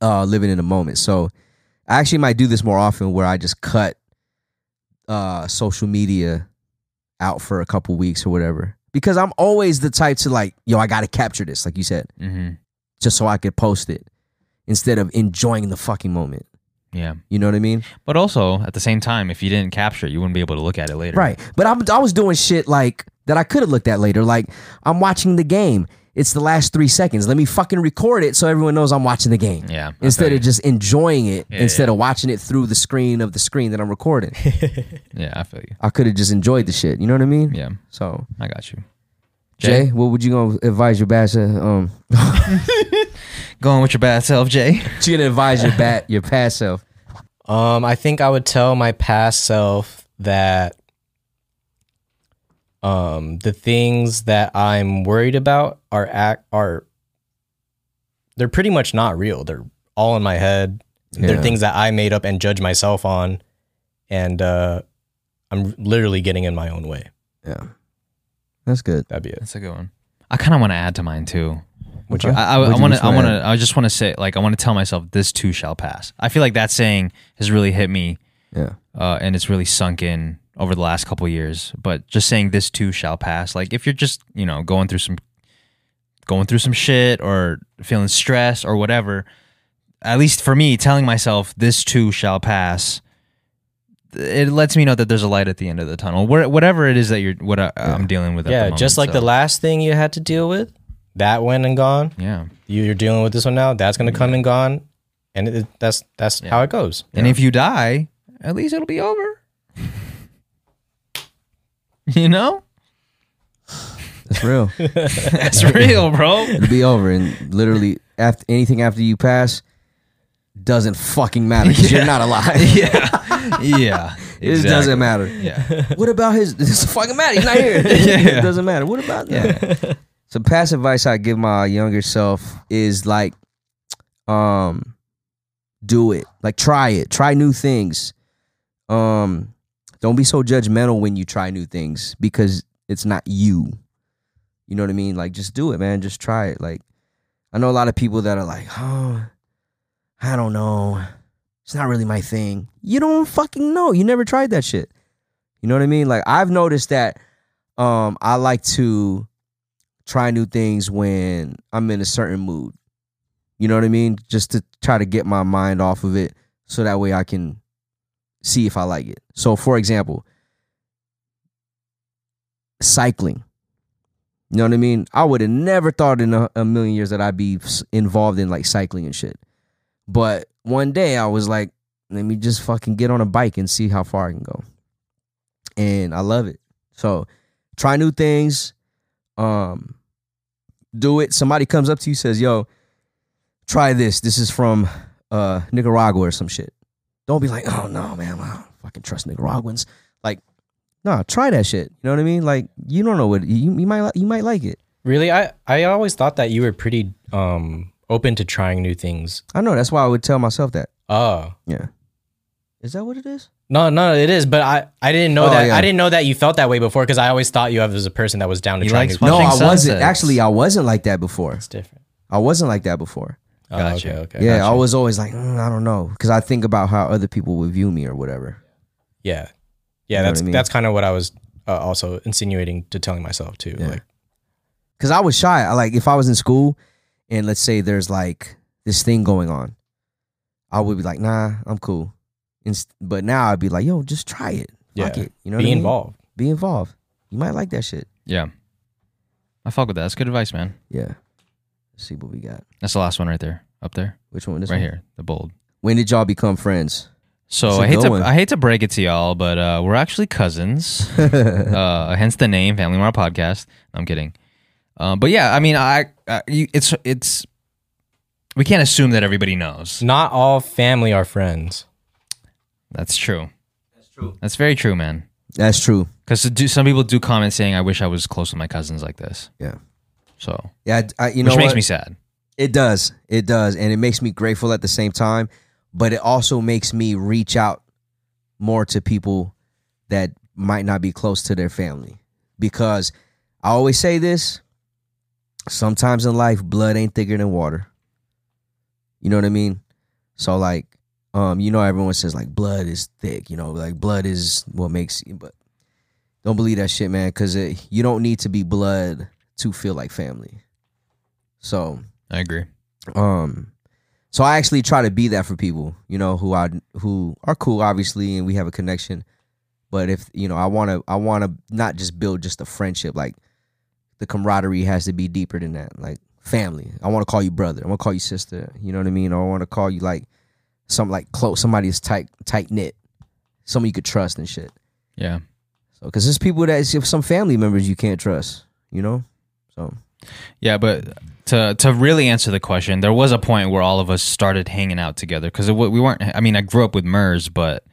uh, living in the moment. So. I actually might do this more often where I just cut uh social media out for a couple weeks or whatever. Because I'm always the type to like, yo, I gotta capture this, like you said,
hmm
just so I could post it. instead of enjoying the fucking moment.
Yeah.
You know what I mean?
But also at the same time, if you didn't capture it, you wouldn't be able to look at it later.
Right. But I'm, I was doing shit like that I could have looked at later. Like I'm watching the game. It's the last three seconds. Let me fucking record it so everyone knows I'm watching the game.
Yeah, I
Instead
feel you.
of just enjoying it,
Yeah,
instead of watching it through the screen of the screen that I'm recording,
Yeah, I feel you.
I could have just enjoyed the shit. You know what I mean?
Yeah,
So
I got you.
Jay, what would you gonna advise your bad self? Um,
Going with your bad self, Jay.
she gonna advise your bad your past self.
Um, I think I would tell my past self that um the things that I'm worried about are act are they're pretty much not real. They're all in my head.
Yeah.
They're things that I made up and judge myself on, and uh, I'm literally getting in my own way.
Yeah, that's good.
That'd be it.
That's a good one. I kind of want to add to mine too.
Which
I, I want to. I want to. I just want to say, like, I want to tell myself, "This too shall pass." I feel like that saying has really hit me,
Yeah,
uh, and it's really sunk in over the last couple of years. But just saying, "This too shall pass," like if you're just, you know, going through some, going through some shit or feeling stress or whatever, at least for me, telling myself, "This too shall pass," it lets me know that there's a light at the end of the tunnel. Where, whatever it is that you're, what I, uh, I'm dealing with. at the
Yeah, just like
moment, so,
the last thing you had to deal with, that went and gone.
yeah.
You- You're dealing with this one now. That's gonna come and gone, and it, that's that's how it goes.
And if you die, at least it'll be over. <laughs> you know?
that's <laughs> real.
That's
<laughs>
real, bro.
It'll be over, and literally after anything after you pass doesn't fucking matter because you're not <laughs> alive.
yeah. Yeah.
<laughs> It doesn't matter.
Yeah.
<laughs> What about his? It doesn't fucking matter. He's not here. it doesn't matter. What about that? So, past advice I give my younger self is like, um, do it. Like, try it. Try new things. Um, don't be so judgmental when you try new things because it's not you. You know what I mean? Like, just do it, man. Just try it. Like, I know a lot of people that are like, oh, I don't know. It's not really my thing. You don't fucking know. You never tried that shit. You know what I mean? Like I've noticed that um I like to try new things when I'm in a certain mood. You know what I mean? Just to try to get my mind off of it so that way I can see if I like it. So for example, cycling. You know what I mean? I would have never thought in a, a million years that I'd be s- involved in like cycling and shit. But one day I was like, let me just fucking get on a bike and see how far I can go and I love it. So try new things. Um do it. Somebody comes up to you says, "Yo, try this. This is from uh Nicaragua or some shit." Don't be like, "Oh no, man. I don't fucking trust Nicaraguans." Like, nah, try that shit. You know what I mean? Like, you don't know what you you might li- you might like it.
Really, I I always thought that you were pretty um open to trying new things.
I know that's why I would tell myself that.
Oh
Yeah. Is that what it is?
no, no, it is. But I I didn't know
Oh,
that
yeah.
I didn't know that you felt that way before because I always thought you was a person that was down to
He
try
likes
new
fun
No,
Watching
I wasn't.
sunsets.
Actually, I wasn't like that before.
It's different.
I wasn't like that before.
Oh,
Gotcha.
Okay. Okay.
Yeah,
gotcha.
I was always like, "Mm, I don't know, because I think about how other people would view me or whatever.
Yeah. Yeah.
You know
that's
what I mean?
that's kind of what I was uh, also insinuating to telling myself too.
Yeah.
Like,
Because I was shy. I, like if I was in school, and let's say there's like this thing going on, I would be like, Nah, I'm cool. Inst- but now I'd be like, Yo, just try it. Fuck
Yeah.
it. You know, what
be
I mean?
involved.
Be involved. You might like that shit.
Yeah. I fuck with that. That's good advice, man.
Yeah. Let's see what we got.
That's the last one right there. Up there.
Which one? This
right
one?
here. The bold.
When did y'all become friends? It's
So
a
I hate
good
to
one.
I hate to break it to y'all, but uh, we're actually
<laughs>
cousins. uh, hence the name Family Mart Podcast. I'm kidding. Uh, but yeah, I mean, I, I you, it's it's we can't assume that everybody knows.
Not all family are friends.
That's true. That's true. That's very true, man.
That's true.
Because do, some people do comment saying, "I wish I was close with my cousins like this."
Yeah.
So,
Yeah. I, I- you know,
which makes
what?
me sad.
It does. It does. And it makes me grateful at the same time, but it also makes me reach out more to people that might not be close to their family. Because I always say this sometimes in life, blood ain't thicker than water. You know what I mean? So, like, um, you know, everyone says, like, blood is thick, you know, like, blood is what makes you, but don't believe that shit, man, because you don't need to be blood to feel like family. So,
I agree.
um, So I actually try to be that for people, you know, who I who are cool, obviously, and we have a connection. But if you know, I want to, I want to not just build just a friendship. Like the camaraderie has to be deeper than that. Like family. I want to call you brother. I want to call you sister. You know what I mean? Or I want to call you like some like close. Somebody that's tight, tight knit. Someone you could trust and shit.
Yeah.
So, because there's people that it's some family members you can't trust. You know. So
Yeah, but to to really answer the question, there was a point where all of us started hanging out together because we weren't. I mean, I grew up with Murs, but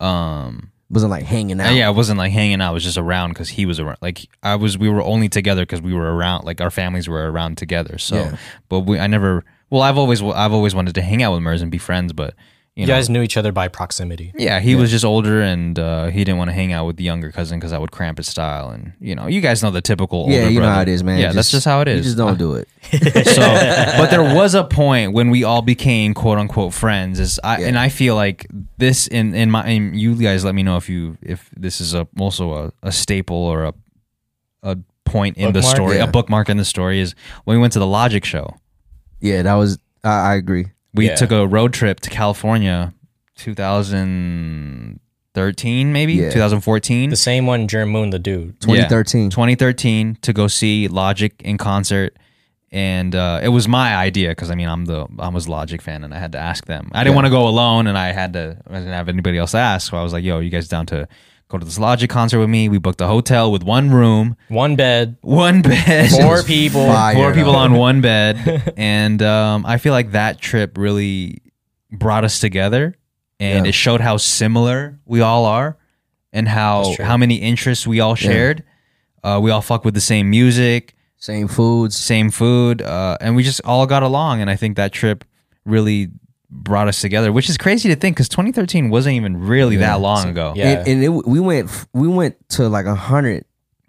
um,
wasn't like hanging out.
yeah, I wasn't like hanging out. I was just around because he was around. Like I was, we were only together because we were around. Like our families were around together. So,
Yeah.
but we, I never. Well, I've always, I've always wanted to hang out with Murs and be friends, but you,
You
know,
guys knew each other by proximity.
<laughs>
yeah, he was just older and uh, he didn't want to hang out with the younger cousin because I would cramp his style, and you know, you guys know the typical. Older
Yeah, you know
brother.
how it is, man.
Yeah, that's just how it is. Uh.
You just don't do it. <laughs>
So, but there was a point when we all became quote unquote friends. Is I and I feel like this in in my and you guys let me know if you if this is a also a, a staple or a a point in the
Bookmark?
story,
Yeah.
a bookmark in the story is when we went to the Logic show.
Yeah, that was. I, I agree.
We
Yeah.
took a road trip to California, 2013 maybe
Yeah.
2014.
The same one, Germ Moon, the dude.
2013.
2013 to go see Logic in concert. And uh, it was my idea because I mean I'm the I was a Logic fan and I had to ask them. I didn't want to go alone and I had to I didn't have anybody else to ask. So I was like, "Yo, you guys down to go to this Logic concert with me?" We booked a hotel with one room,
One
<laughs>
bed,
one bed, <laughs>
four people.
fire,
four people
though.
on one bed, and um, I feel like that trip really brought us together, and
Yeah.
it showed how similar we all are, and how
That's true.
how many interests we all shared. Uh, we all fuck with the same music,
Same foods.
same food, uh, and we just all got along. And I think that trip really brought us together, which is crazy to think because 2013 wasn't even really that long ago.
Yeah.
And, and it, we went we went to like a hundred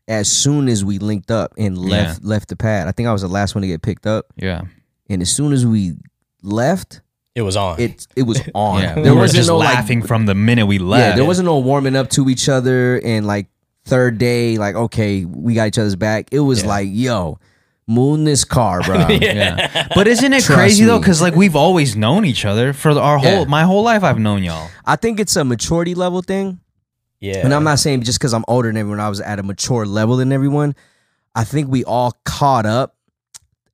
as soon as we linked up and left left the pad. I think I was the last one to get picked up,
yeah,
and as soon as we left,
It was on. <laughs>
it it
<laughs>
was on.
yeah. we were just laughing from the minute we
Like,
left.
yeah, there wasn't no warming up to each other and like third day, like okay, we got each other's back. It was like yo, moon this car, bro.
<laughs> yeah. But isn't it
Trust
crazy though?
me.
Because like we've always known each other for our whole
Yeah.
my whole life. I've known y'all.
I think it's a maturity level thing.
yeah.
And I'm not saying just because I'm older than everyone, I was at a mature level than everyone. I think we all caught up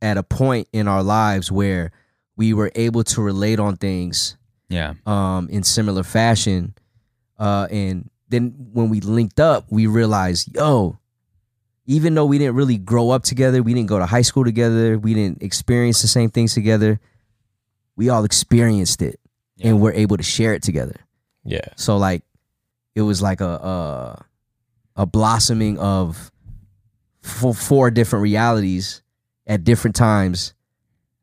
at a point in our lives where we were able to relate on things
Yeah.
um, in similar fashion. Uh, and then when we linked up, we realized, yo, even though we didn't really grow up together, we didn't go to high school together, we didn't experience the same things together, we all experienced it and we're able to share it together.
yeah.
So like it was like a a, a blossoming of four, four different realities at different times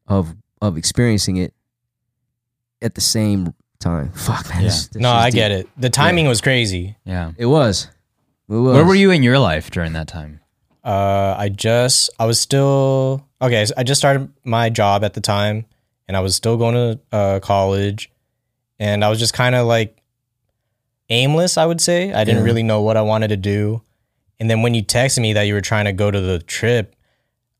of of experiencing it at the same time. Fuck man. this- this
No,
is
I
deep.
get it. The timing was crazy.
Yeah.
It was. It was.
Where were you in your life during that time?
Uh, I just, I was still, okay, so I just started my job at the time and I was still going to uh, college and I was just kind of like aimless, I would say. I didn't
Yeah.
really know what I wanted to do. And then when you texted me that you were trying to go to the trip,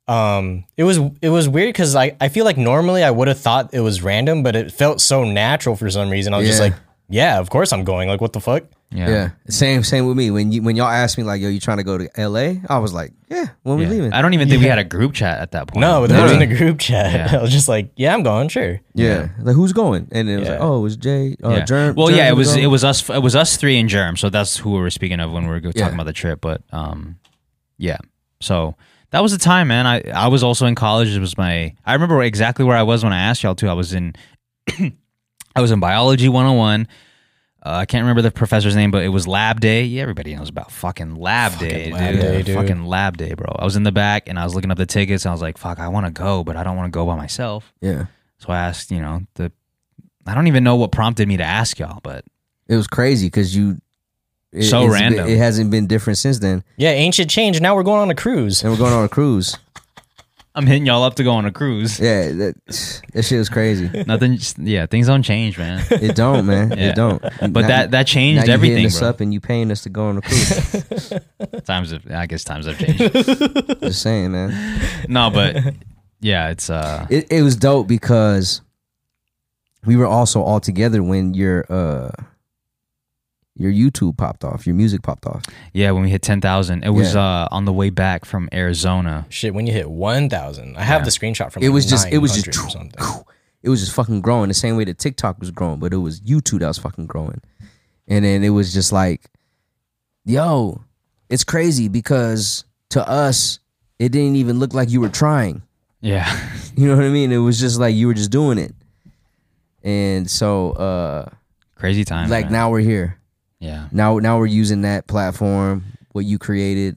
um, it was it was weird because I, I feel like normally I would have thought it was random, but it felt so natural for some reason. I was just
Yeah.
like, yeah, of course I'm going. Like, what the fuck?
Yeah. Same same with me. When you when y'all asked me like, yo, you trying to go to LA? I was like, Yeah, when
Yeah.
we leaving.
I don't even think we had a group chat at that point.
No,
Yeah.
there was in a group chat.
Yeah.
<laughs> I was just like, yeah, I'm going, sure.
yeah. Like who's going? And it was like,
Yeah.
Oh, it was Jay uh
Yeah.
Germ.
well, yeah,
Germ
it was
going?
it was us it was us three and Germ, so that's who we were speaking of when we were go- talking
Yeah.
about the trip. But um, yeah, so that was the time, man. I I was also in college. It was my I remember exactly where I was when I asked y'all too. I was in <clears throat> I was in biology 101. Uh, I can't remember the professor's name, but it was lab day. Yeah, everybody knows about fucking lab day,
lab
dude.
day, dude.
Fucking lab day, bro. I was in the back and I was looking up the tickets. And I was like, fuck, I want to go, but I don't want to go by myself.
Yeah.
So I asked, you know, the I don't even know what prompted me to ask y'all, but
It was crazy because you. It,
So
it's
random.
been- it hasn't been different since then,
Yeah, ancient change. Now we're going on a cruise.
and we're going on a cruise.
I'm hitting y'all up to go on a
<laughs>
cruise.
Yeah, that, that shit was crazy.
Nothing, just, yeah, things don't change,
<laughs>
man.
It don't, man.
Yeah.
It don't.
But that that
now
changed
you hitting
everything,
us
bro.
up and you paying us to go on a cruise.
<laughs> Times have, I guess times have
<laughs>
changed.
Just saying, man.
no, but yeah, it's uh,
It it was dope because we were also all together when your uh your YouTube popped off, your music popped off.
Yeah, when we hit 10,000, it was
Yeah.
uh, on the way back from Arizona.
Shit, when you hit one thousand, I have the screenshot from.
It
like
was just it was just
900 or something.
it was just fucking growing the same way that TikTok was growing, but it was YouTube that was fucking growing. And then it was just like, yo, it's crazy because to us, it didn't even look like you were trying. <laughs>
Yeah. <laughs>
You know what I mean? It was just like you were just doing it. And so uh
Crazy time.
like
man.
now we're here.
Yeah.
now now we're using that platform what you created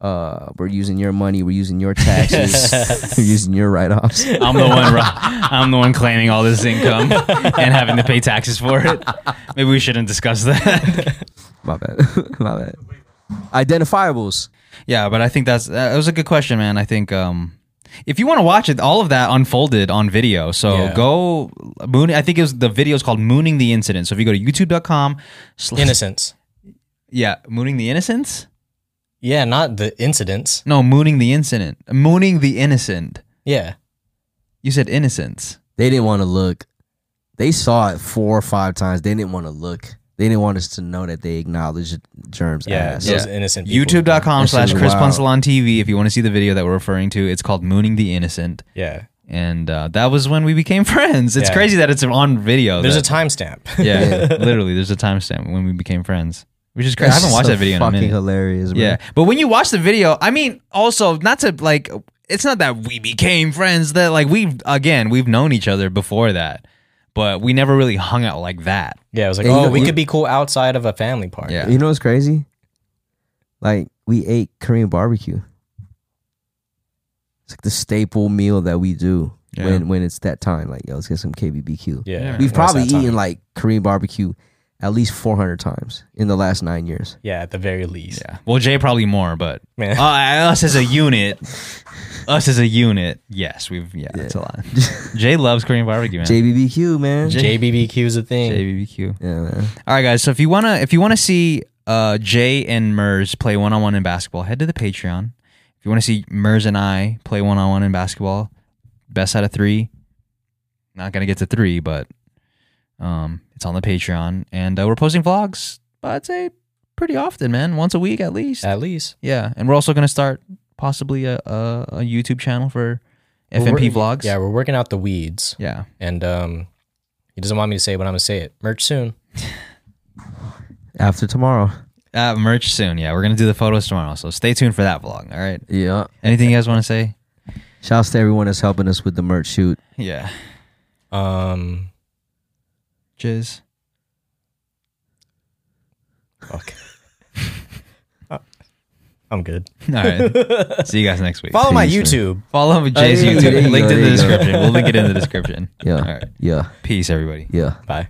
uh we're using your money we're using your
<laughs>
taxes we're using your write-offs
I'm the one. ro- <laughs> I'm the one claiming all this income <laughs> and having to pay taxes for
<laughs>
it. Maybe we shouldn't discuss that.
my bad <laughs> my bad identifiables
yeah, but I think that's that was a good question, man. I think um, if you want to watch it, all of that unfolded on video. So
Yeah.
go moon. I think it was the video is called "Mooning the Incident." So if you go to YouTube.com, sl-
Innocence.
yeah, "Mooning the Innocents."
Yeah, not the incidents.
No, "Mooning the Incident." "Mooning the Innocent."
Yeah,
You said innocence.
they didn't want to look they saw it four or five times they didn't want to look they didn't want us to know that they acknowledged germs
yeah,
<laughs> ass
those
Yeah.
innocent. people.
YouTube.com
This
slash
is
Chris
wild.
Ponsalon TV. If you want to see the video that we're referring to, it's called "Mooning the Innocent."
Yeah,
and uh, that was when we became <laughs> friends. It's
Yeah.
crazy that it's on video.
Oh,
there's a
that-
timestamp. <laughs>
<laughs>
yeah, literally, there's a timestamp when we became friends, which is crazy. I
That's
haven't watched
so
that video in a
fucking
minute.
hilarious bro.
Yeah, but when you watch the video, I mean, also not to like, it's not that we became friends. That like we've again we've known each other before that, but we never really hung out like that.
Yeah, I was like,
Yeah, you
oh,
know-
we
you-
could be cool outside of a family party.
Yeah.
you know what's crazy like we ate korean barbecue it's like the staple meal that we do
Yeah.
when when it's that time like yo let's get some kbbq
yeah.
Yeah.
when
We've
it's
probably
that time.
eaten like Korean barbecue at least 400 times in the last nine years.
Yeah, at the very least.
Yeah. Well, Jay probably more, but
Man.
uh,
<laughs>
us as a unit, us as a unit, yes, we've yeah, that's a
<laughs>
lot. Jay loves Korean barbecue, man.
JBBQ, man.
JBBQ is a thing.
JBBQ.
yeah, man.
All right, guys. So if you wanna if you wanna see uh, Jay and Mers play one on one in basketball, head to the Patreon. If you wanna see Mers and I play one on one in basketball, best out of three. Not gonna get to three, but um, it's on the Patreon, and uh, we're posting vlogs. I'd say pretty often, man, once a week at least.
at least.
yeah, and we're also gonna start possibly a a, a YouTube channel for
We're
FMP
working-
vlogs.
Yeah, we're working out the weeds.
yeah.
And um he doesn't want me to say it, but I'm gonna say it. Merch soon.
After tomorrow.
Uh, merch soon. Yeah, we're gonna do the photos tomorrow, so stay tuned for that vlog. All right.
Yeah.
Anything you guys want to say?
Shouts to everyone that's helping us with the merch shoot.
Yeah.
Um
Jizz.
<laughs> fuck. Uh, I'm good.
<laughs> All right. See you guys next week.
Follow my
Peace, man.
YouTube.
Follow Jay's
yeah, there
YouTube.
you
Linked
go,
in the
there you go.
description. We'll link it in the description.
Yeah.
All right.
Yeah.
Peace, everybody.
Yeah.
Bye.